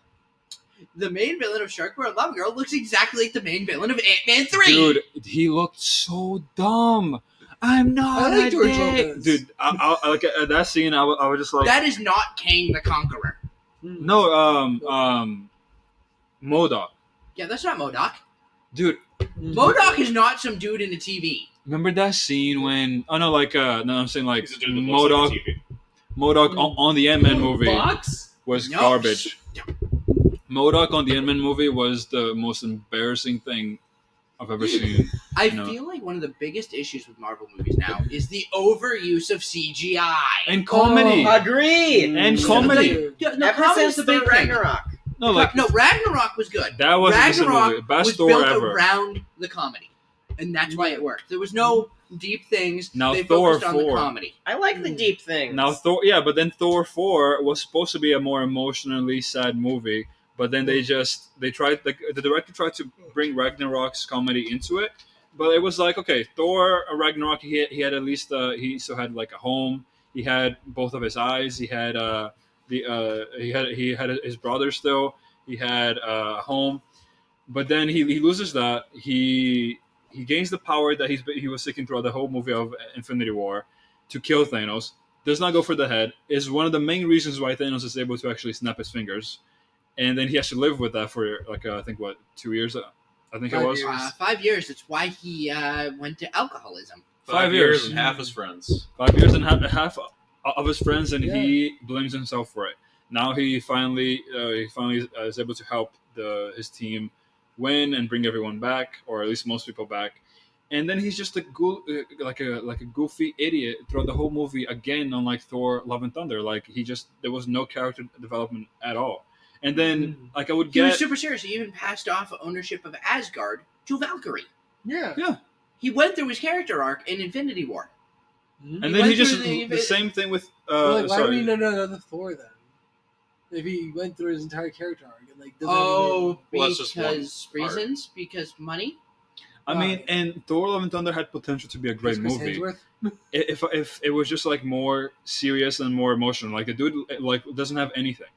Speaker 5: The main villain of Shark Boy and Lava Girl looks exactly like the main villain of Ant Man 3.
Speaker 2: dude, he looked so dumb. I'm not
Speaker 12: I like
Speaker 2: a
Speaker 12: George
Speaker 2: dick.
Speaker 12: Lopez.
Speaker 2: dude. I, I, like at that scene, I wa- I was just like,
Speaker 5: That is not Kang the Conqueror.
Speaker 2: no, um, um, Modoc,
Speaker 5: Yeah, that's not Modoc.
Speaker 2: dude.
Speaker 5: Modoc is not some dude in a TV.
Speaker 2: Remember that scene when? Oh no, like uh, no, I'm saying like
Speaker 1: He's a dude that looks like
Speaker 2: Modoc,
Speaker 1: a TV.
Speaker 2: Modoc on, on the
Speaker 5: Mm.
Speaker 2: Ant Man movie.
Speaker 12: Box?
Speaker 2: was
Speaker 5: Yup.
Speaker 2: garbage. Modoc on the Endman movie was the most embarrassing thing I've ever seen.
Speaker 5: I
Speaker 2: No.
Speaker 5: feel like one of the biggest issues with Marvel movies now is the overuse of CGI.
Speaker 2: And
Speaker 5: Oh,
Speaker 2: comedy.
Speaker 4: Agreed.
Speaker 2: and
Speaker 5: Like,
Speaker 2: comedy.
Speaker 5: yeah, no,
Speaker 4: Ever since
Speaker 5: comedy's the
Speaker 4: the
Speaker 5: big thing.
Speaker 4: Ragnarok.
Speaker 2: No, like
Speaker 5: no, Ragnarok was good.
Speaker 2: that was a decent movie.
Speaker 5: Ragnarok
Speaker 2: Best
Speaker 5: was
Speaker 2: Thor
Speaker 5: built
Speaker 2: ever.
Speaker 5: around the comedy, and that's why it worked. There was no deep things.
Speaker 2: Now
Speaker 5: they
Speaker 2: Thor
Speaker 5: focused on the
Speaker 2: four.
Speaker 5: comedy.
Speaker 4: I like
Speaker 12: Hmm.
Speaker 4: the deep things.
Speaker 2: Now Thor, yeah, but then Thor four was supposed to be a more emotionally sad movie, but then they just they tried like the director tried to bring Ragnarok's comedy into it, but it was like okay, Thor uh, Ragnarok he, he had at least uh, he still had like a home, he had both of his eyes, he had uh the uh he had he had his brother still, he had uh, a home, but then he he loses that he. He gains the power that he's been, he was seeking throughout the whole movie of Infinity War to kill Thanos does not go for the head is one of the main reasons why Thanos is able to actually snap his fingers, and then he has to live with that for like uh, I think what two years, uh, I think
Speaker 12: Five
Speaker 2: it was
Speaker 12: years.
Speaker 5: Uh, five years. That's why he uh, went to alcoholism.
Speaker 2: Five years.
Speaker 1: and half his friends.
Speaker 2: five years and half, half of his friends, and he blames himself for it. Now he finally uh, he finally uh, is able to help the his team win and bring everyone back, or at least most people back. And then he's just a goo- uh, like a like a goofy idiot throughout the whole movie again, unlike Thor: Love and Thunder. Like he just there was no character development at all. And then
Speaker 12: Mm-hmm.
Speaker 2: like I would
Speaker 5: He was
Speaker 2: get
Speaker 5: super serious. He even passed off ownership of Asgard to Valkyrie. Uh,
Speaker 12: Yeah.
Speaker 5: He went through his character arc in Infinity War.
Speaker 2: and then
Speaker 5: went
Speaker 2: he just
Speaker 5: through the-
Speaker 2: the, same thing with
Speaker 12: Well,
Speaker 2: uh
Speaker 12: like, why do
Speaker 2: sorry
Speaker 12: we know another Thor then? If he went through his entire character arc and like doesn't
Speaker 5: Oh,
Speaker 1: Well, that's just one
Speaker 5: because reasons? Because money?
Speaker 2: I mean, and Thor: Love and Thunder had potential to be a great
Speaker 3: Chris
Speaker 2: movie.
Speaker 3: Hemsworth.
Speaker 2: I- if if it was just like more serious and more emotional. Like the dude uh, like doesn't have anything.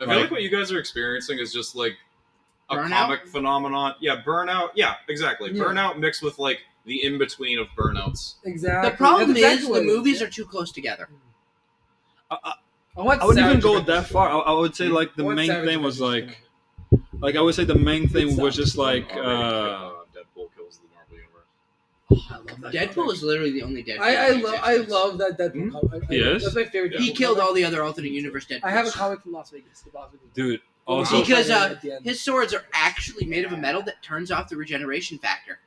Speaker 1: I feel like what you guys are experiencing is just like a
Speaker 5: Burnout?
Speaker 1: comic phenomenon. Yeah, burnout. Yeah, exactly.
Speaker 3: Yeah.
Speaker 1: Burnout mixed with like the in between of burnouts.
Speaker 3: Exactly.
Speaker 5: The problem
Speaker 3: Uh, That's
Speaker 5: is
Speaker 3: exactly what
Speaker 5: the
Speaker 3: it is.
Speaker 5: movies are too close together.
Speaker 2: I, I,
Speaker 3: I, want
Speaker 2: I wouldn't even
Speaker 3: Savage
Speaker 2: go
Speaker 3: Avengers.
Speaker 2: that far. I, I would say like the
Speaker 3: I want
Speaker 2: main
Speaker 3: Savage
Speaker 2: thing was
Speaker 3: Avengers.
Speaker 2: like, like I would say the main thing
Speaker 3: It's
Speaker 2: was just
Speaker 1: Like
Speaker 2: like. uh
Speaker 1: Deadpool kills the Marvel universe.
Speaker 5: Deadpool is literally the only Deadpool.
Speaker 3: I, I
Speaker 5: that
Speaker 3: love I
Speaker 5: exists.
Speaker 3: love that Deadpool
Speaker 2: Hmm?
Speaker 3: comic. I- I-
Speaker 2: Yes?
Speaker 3: That's my favorite.
Speaker 1: Yeah.
Speaker 5: He
Speaker 3: Deadpool
Speaker 5: killed
Speaker 3: comic.
Speaker 5: all the other alternate universe Deadpool.
Speaker 3: I have a comic from Las Vegas. The Las Vegas.
Speaker 2: Dude,
Speaker 3: Well,
Speaker 2: also
Speaker 3: I'll
Speaker 5: Because,
Speaker 3: tell you
Speaker 5: uh,
Speaker 3: at the end.
Speaker 5: His swords are actually made of a metal that turns off the regeneration factor.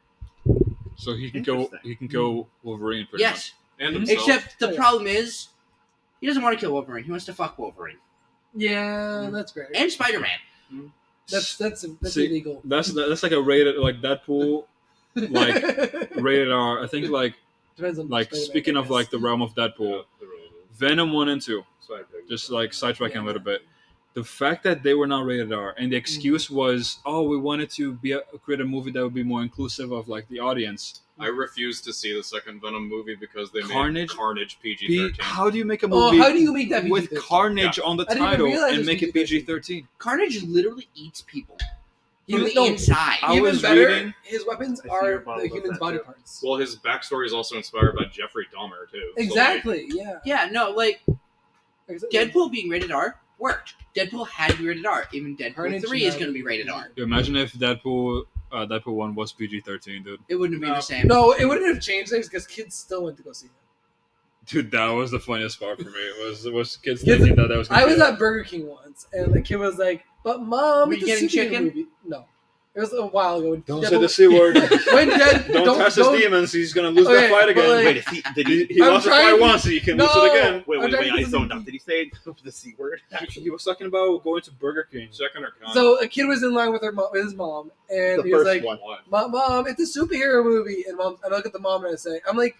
Speaker 2: so he can go
Speaker 7: Interesting.
Speaker 2: he can go Wolverine pretty
Speaker 5: yes,
Speaker 1: And
Speaker 2: Mhm.
Speaker 1: himself.
Speaker 5: except
Speaker 3: Oh,
Speaker 5: the
Speaker 3: yeah.
Speaker 5: problem is he doesn't want to kill Wolverine. He wants to fuck Wolverine
Speaker 3: yeah, that's great.
Speaker 5: and Spider Man.
Speaker 2: much.
Speaker 3: That's that's that's
Speaker 2: See,
Speaker 3: illegal.
Speaker 2: That's that's like a rated like Deadpool like rated R. I think like
Speaker 3: Depends on
Speaker 2: like
Speaker 3: Spider-Man,
Speaker 2: speaking
Speaker 3: I
Speaker 2: of like
Speaker 3: guess.
Speaker 2: the realm of Deadpool, Venom one and two. Just like sidetracking a little bit. The fact that they were not rated R and the
Speaker 3: Mm-hmm.
Speaker 2: excuse was, oh, we wanted to be a, create a movie that would be more inclusive of like the audience.
Speaker 1: I refuse to see the second Venom movie because they
Speaker 2: Carnage?
Speaker 1: made Carnage PG
Speaker 2: P-
Speaker 1: thirteen.
Speaker 2: how do you make a
Speaker 3: Oh,
Speaker 2: movie
Speaker 3: how do you make that
Speaker 2: with
Speaker 3: PG-13?
Speaker 2: Carnage on the
Speaker 3: I didn't even
Speaker 2: title
Speaker 3: realize it
Speaker 2: and
Speaker 3: was
Speaker 2: make it PG
Speaker 3: PG-13.
Speaker 2: thirteen?
Speaker 5: Carnage literally eats people from
Speaker 3: Even-
Speaker 5: the
Speaker 3: no,
Speaker 5: inside.
Speaker 2: I
Speaker 3: Even
Speaker 2: was
Speaker 3: better,
Speaker 2: reading-
Speaker 3: his weapons
Speaker 14: I see your
Speaker 3: are
Speaker 14: bottle
Speaker 3: the
Speaker 14: of
Speaker 3: human's
Speaker 14: that,
Speaker 3: body
Speaker 14: too.
Speaker 3: parts.
Speaker 1: Well, his backstory is also inspired by Jeffrey Dahmer too. So,
Speaker 3: exactly. yeah.
Speaker 5: yeah, no, like
Speaker 3: Exactly.
Speaker 5: Deadpool being rated R worked. Deadpool had to be rated R. Even Deadpool
Speaker 3: Carnage
Speaker 5: three is
Speaker 3: now-
Speaker 5: going to be rated R.
Speaker 2: Imagine if Deadpool uh, Deadpool one was PG thirteen, dude.
Speaker 5: It wouldn't have been
Speaker 3: No.
Speaker 5: the same.
Speaker 3: No, it wouldn't have changed things because kids still went to go see it.
Speaker 2: Dude, that was the funniest part for me. Was was kids
Speaker 3: Kids-
Speaker 2: thinking that that was. gonna
Speaker 3: I
Speaker 2: be
Speaker 3: was
Speaker 2: it.
Speaker 3: at Burger King once, and the kid was like, "But mom,
Speaker 5: Were
Speaker 3: it's
Speaker 5: you
Speaker 3: a
Speaker 5: getting
Speaker 3: superhero
Speaker 5: chicken?
Speaker 3: movie." No, it was a while ago.
Speaker 2: Don't
Speaker 3: Deadpool-
Speaker 2: say the c word.
Speaker 3: when Dead,
Speaker 2: Don't, test his demons. He's gonna lose
Speaker 3: Okay,
Speaker 2: that fight
Speaker 3: but
Speaker 2: again.
Speaker 3: like- Wait,
Speaker 7: if he, did
Speaker 2: he, he
Speaker 3: I'm
Speaker 2: lost the
Speaker 3: trying
Speaker 2: fight
Speaker 3: to-
Speaker 2: once. He can lose
Speaker 3: No!
Speaker 2: it again.
Speaker 7: Wait, wait,
Speaker 3: I'm
Speaker 7: wait!
Speaker 3: trying
Speaker 7: I
Speaker 3: to-
Speaker 7: zoned out. Did he say the c word?
Speaker 2: He was talking about going to Burger King.
Speaker 1: Second or Con-
Speaker 3: So a kid was in line with her mom, with his mom, and
Speaker 7: The
Speaker 3: he was
Speaker 7: first
Speaker 3: like,
Speaker 7: one.
Speaker 3: "Mom, mom, it's a superhero movie." And mom, and I look at the mom and I say, "I'm like,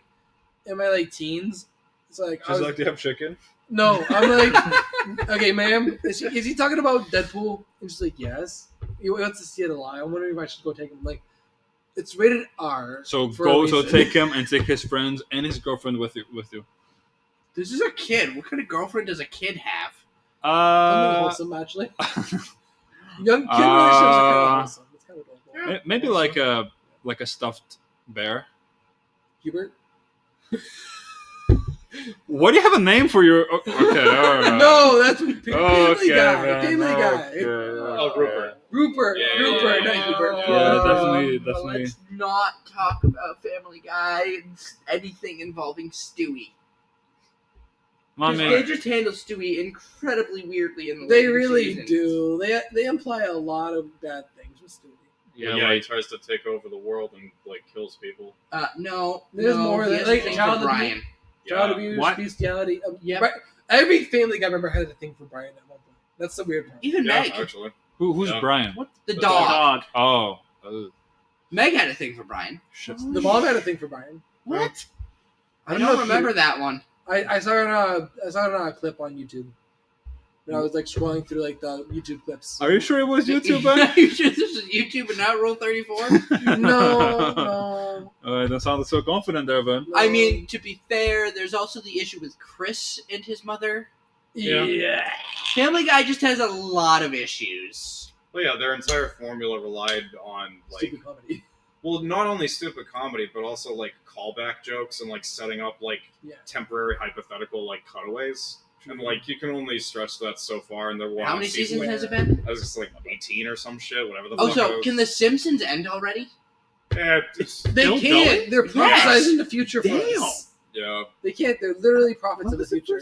Speaker 3: am I like teens?" It's like, I
Speaker 2: She's
Speaker 3: was,
Speaker 2: like, "Do you have chicken?"
Speaker 3: "No, I'm like, okay, ma'am, is he, is he talking about Deadpool?" And she's like, "Yes." He wants to see it alive. I'm wondering if I should go take him. I'm like, it's rated R.
Speaker 2: So
Speaker 3: for a
Speaker 2: go. So
Speaker 3: reason.
Speaker 2: take him and take his friends and his girlfriend with you. With you.
Speaker 5: This is a kid. What kind of girlfriend does a kid have?
Speaker 3: Kind of
Speaker 2: Uh,
Speaker 3: wholesome, actually. Young kid
Speaker 2: Uh,
Speaker 3: relationships are kind of wholesome. It's kind of adorable.
Speaker 2: may- maybe like a like a stuffed bear.
Speaker 3: Hubert.
Speaker 2: What do you have a name for your? oh, Okay. all right.
Speaker 3: no, that's what Family
Speaker 2: Okay,
Speaker 3: Guy.
Speaker 2: man,
Speaker 3: Family
Speaker 2: okay,
Speaker 3: Guy.
Speaker 1: Oh, Rupert.
Speaker 3: Rupert.
Speaker 1: Yeah, yeah,
Speaker 3: Rupert,
Speaker 1: yeah,
Speaker 3: not Hubert.
Speaker 2: yeah,
Speaker 3: Fuck.
Speaker 2: definitely,
Speaker 5: Um, but
Speaker 2: definitely.
Speaker 5: Let's not talk about Family Guy and s- anything involving Stewie.
Speaker 2: My
Speaker 5: 'Cause
Speaker 2: man.
Speaker 5: They just handle Stewie incredibly weirdly in the
Speaker 3: They
Speaker 5: later
Speaker 3: really
Speaker 5: seasons.
Speaker 3: do. They they imply a lot of bad things with Stewie.
Speaker 1: Yeah,
Speaker 2: Yeah,
Speaker 1: he
Speaker 2: like
Speaker 1: tries to take over the world and like kills people.
Speaker 5: Uh, no,
Speaker 3: There's
Speaker 5: no,
Speaker 3: more
Speaker 5: he
Speaker 3: than-
Speaker 5: has
Speaker 3: like,
Speaker 5: a thing for
Speaker 3: child
Speaker 5: Brian.
Speaker 3: Child
Speaker 1: Yeah.
Speaker 3: abuse,
Speaker 2: What?
Speaker 3: bestiality. Um,
Speaker 5: Yep.
Speaker 3: Bri- Every Family Guy member had a thing for Brian at one point. That's the weird part.
Speaker 5: Even
Speaker 1: Yeah,
Speaker 5: Meg,
Speaker 1: actually.
Speaker 2: who, who's
Speaker 1: Yeah.
Speaker 2: Brian?
Speaker 5: what the
Speaker 1: The
Speaker 5: dog.
Speaker 14: Dog.
Speaker 2: Oh. oh,
Speaker 5: Meg had a thing for Brian.
Speaker 2: shit.
Speaker 3: The mom had a thing for Brian.
Speaker 5: What?
Speaker 3: I
Speaker 5: I
Speaker 3: don't
Speaker 5: don't,
Speaker 3: know if
Speaker 5: remember that one.
Speaker 3: I, I saw it on a I saw it on a clip on YouTube. When I was like scrolling through like the YouTube clips.
Speaker 2: Are you sure it was YouTube? man?
Speaker 5: You sure this is YouTube and not Rule Thirty Four.
Speaker 3: no, no.
Speaker 2: Uh, that sounded so confident there, Ben.
Speaker 5: I mean, to be fair, there's also the issue with Chris and his mother.
Speaker 3: yeah.
Speaker 5: Family Guy just has a lot of issues.
Speaker 1: Well, yeah, their entire formula relied on like
Speaker 3: Stupid comedy.
Speaker 1: well, not only stupid comedy, but also like callback jokes and like setting up like
Speaker 3: Yeah.
Speaker 1: temporary hypothetical like cutaways. And like you can only stretch that so far, and they're what,
Speaker 5: How
Speaker 1: on
Speaker 5: many
Speaker 1: season,
Speaker 5: seasons
Speaker 1: like,
Speaker 5: has it been?
Speaker 1: I was just like eighteen or some shit, whatever the
Speaker 5: Oh,
Speaker 1: fuck. it
Speaker 5: so
Speaker 1: was.
Speaker 5: can The Simpsons end already?
Speaker 1: Eh, it's-
Speaker 5: They
Speaker 2: Still
Speaker 5: can't.
Speaker 3: They're
Speaker 5: Yes.
Speaker 3: prophesizing the future for
Speaker 14: Damn.
Speaker 3: us.
Speaker 1: yeah,
Speaker 3: They can't. They're literally prophets of the future.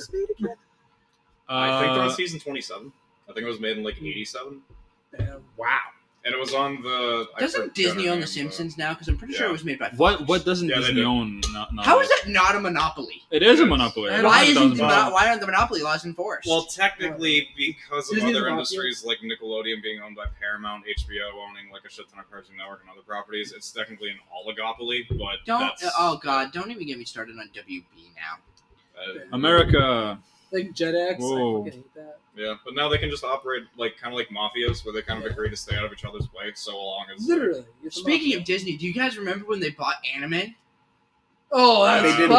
Speaker 1: I think they're on
Speaker 2: Uh,
Speaker 1: season twenty-seven. I think it was made in like eighty-seven,
Speaker 3: Damn.
Speaker 7: Wow.
Speaker 1: and it was on the. I
Speaker 5: Doesn't
Speaker 1: forget
Speaker 5: Disney
Speaker 1: her
Speaker 5: own The
Speaker 1: name, uh,
Speaker 5: Simpsons now? Because I'm pretty sure
Speaker 1: Yeah.
Speaker 5: it was made by.
Speaker 2: what what doesn't
Speaker 1: Yeah, they
Speaker 2: Disney
Speaker 1: do.
Speaker 2: own? No, no,
Speaker 5: How is that not a monopoly?
Speaker 2: It is a monopoly.
Speaker 3: I don't
Speaker 5: Why
Speaker 3: know.
Speaker 5: isn't the,
Speaker 3: Wow.
Speaker 5: mono- why aren't the monopoly laws enforced?
Speaker 1: Well, technically, because of
Speaker 3: Disney's
Speaker 1: other
Speaker 3: about-
Speaker 1: industries like Nickelodeon being owned by Paramount, HBO owning like a shit ton of Cartoon Network and other properties, it's technically an oligopoly. But
Speaker 5: don't.
Speaker 3: uh, oh.
Speaker 1: that's,
Speaker 5: Oh God! Don't even get me started on WB now.
Speaker 1: uh,
Speaker 2: America?
Speaker 3: Like Jedex,
Speaker 2: Whoa.
Speaker 3: I fucking hate that.
Speaker 1: Yeah, but now they can just operate like kind of like mafias, where they kind of agree to stay out of each other's way so long as
Speaker 3: Literally. you're the
Speaker 5: Speaking
Speaker 3: mafia.
Speaker 5: of Disney, do you guys remember when they bought anime?
Speaker 3: oh,
Speaker 1: They
Speaker 3: that's
Speaker 1: did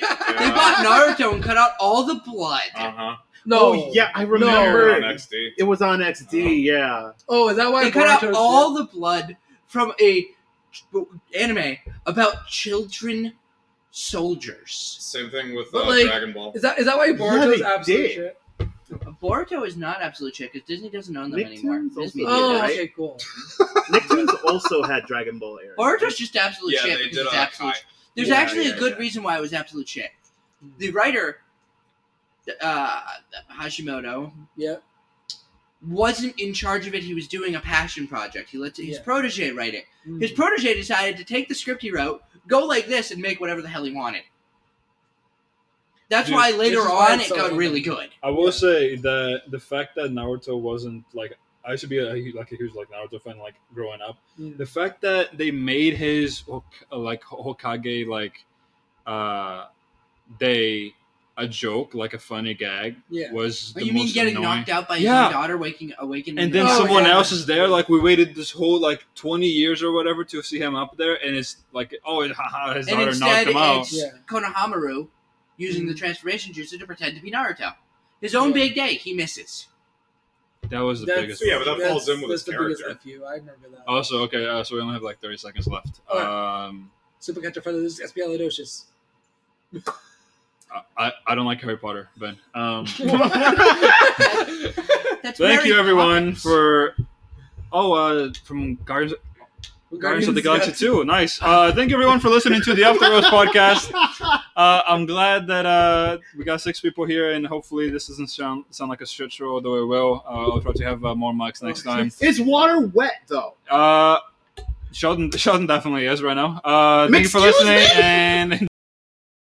Speaker 3: funny.
Speaker 5: They bought Naruto and cut out all the blood.
Speaker 1: Uh huh.
Speaker 3: no,
Speaker 7: Oh, yeah, I
Speaker 1: On
Speaker 7: remember.
Speaker 1: XD.
Speaker 7: It was on XD,
Speaker 1: Oh.
Speaker 7: yeah.
Speaker 3: Oh, is that why
Speaker 5: They cut out
Speaker 3: Boruto's
Speaker 5: all the blood from a ch- anime about children soldiers.
Speaker 1: Same thing with
Speaker 3: But,
Speaker 1: uh,
Speaker 3: like,
Speaker 1: Dragon Ball.
Speaker 3: Is that is that why
Speaker 7: Yeah,
Speaker 3: Boruto's
Speaker 7: they
Speaker 3: absolute
Speaker 7: did.
Speaker 3: shit?
Speaker 5: Boruto is not absolute shit because Disney doesn't own them
Speaker 7: Nicktoons
Speaker 5: anymore.
Speaker 7: also
Speaker 5: Disney
Speaker 7: did
Speaker 5: did
Speaker 3: Oh,
Speaker 5: it, right?
Speaker 3: okay, cool.
Speaker 7: Nicktoons also had Dragon Ball era.
Speaker 5: Boruto's just absolute
Speaker 1: yeah,
Speaker 5: shit
Speaker 1: they
Speaker 5: because
Speaker 1: did
Speaker 5: it's
Speaker 1: on
Speaker 5: absolute.
Speaker 1: Kai.
Speaker 5: There's
Speaker 7: Yeah,
Speaker 5: actually
Speaker 7: yeah,
Speaker 5: a good
Speaker 7: yeah.
Speaker 5: reason why it was absolute shit. The writer, uh, Hashimoto,
Speaker 3: Yeah.
Speaker 5: wasn't in charge of it. He was doing a passion project. He let his
Speaker 3: Yeah.
Speaker 5: protege write it. His
Speaker 3: Mm.
Speaker 5: protege decided to take the script he wrote, go like this, and make whatever the hell he wanted. That's
Speaker 2: Dude,
Speaker 5: why later
Speaker 3: is why
Speaker 5: on
Speaker 3: it's
Speaker 5: it
Speaker 3: so
Speaker 5: got
Speaker 3: good.
Speaker 5: really good.
Speaker 2: I will say that the fact that Naruto wasn't like I used to be a, like a huge like Naruto fan like growing up.
Speaker 3: Mm.
Speaker 2: The fact that they made his Hok- like Hokage like uh day a joke like a funny gag
Speaker 3: Yeah.
Speaker 2: was
Speaker 5: Oh,
Speaker 2: the
Speaker 5: you
Speaker 2: most
Speaker 5: mean getting
Speaker 2: annoying.
Speaker 5: knocked out by
Speaker 2: Yeah.
Speaker 5: his own daughter waking awakening?
Speaker 2: and
Speaker 5: in the
Speaker 2: then
Speaker 3: Oh,
Speaker 5: middle of the
Speaker 2: someone
Speaker 5: night?
Speaker 3: yeah.
Speaker 2: else is there. Like we waited this whole like twenty years or whatever to see him up there, and it's like oh, haha, his
Speaker 5: And
Speaker 2: daughter
Speaker 5: instead,
Speaker 2: knocked him out.
Speaker 5: it's
Speaker 3: Yeah. Mm-hmm.
Speaker 5: Konohamaru using the transformation juice to pretend to be Naruto. His own
Speaker 3: Yeah.
Speaker 5: big day, he misses.
Speaker 2: That was the
Speaker 3: That's-
Speaker 2: biggest.
Speaker 1: Yeah,
Speaker 2: one.
Speaker 1: but that falls in with
Speaker 3: that's
Speaker 1: his
Speaker 3: the biggest
Speaker 1: character.
Speaker 3: F you. I remember that.
Speaker 2: Also, okay, uh, so we only have like thirty seconds left.
Speaker 3: All
Speaker 2: Um,
Speaker 3: Super Supercalifragilistic espialidocious.
Speaker 2: I- I, I don't like Harry Potter, Ben. Um,
Speaker 5: That's
Speaker 2: thank
Speaker 5: Mary
Speaker 2: you everyone
Speaker 5: Poppins.
Speaker 2: for. Oh, uh, from Guardians, Guardians of the Galaxy 2. Nice. Uh, thank you everyone for listening to the After Rose podcast. Uh, I'm glad that uh, we got six people here, and hopefully this doesn't sound, sound like a shit show, although it will. Uh, I'll try to have uh, more mics next time.
Speaker 7: Is water wet though?
Speaker 2: Uh, Sheldon, Sheldon definitely is right now. Uh, thank you for
Speaker 7: Excuse
Speaker 2: listening,
Speaker 7: me?
Speaker 2: and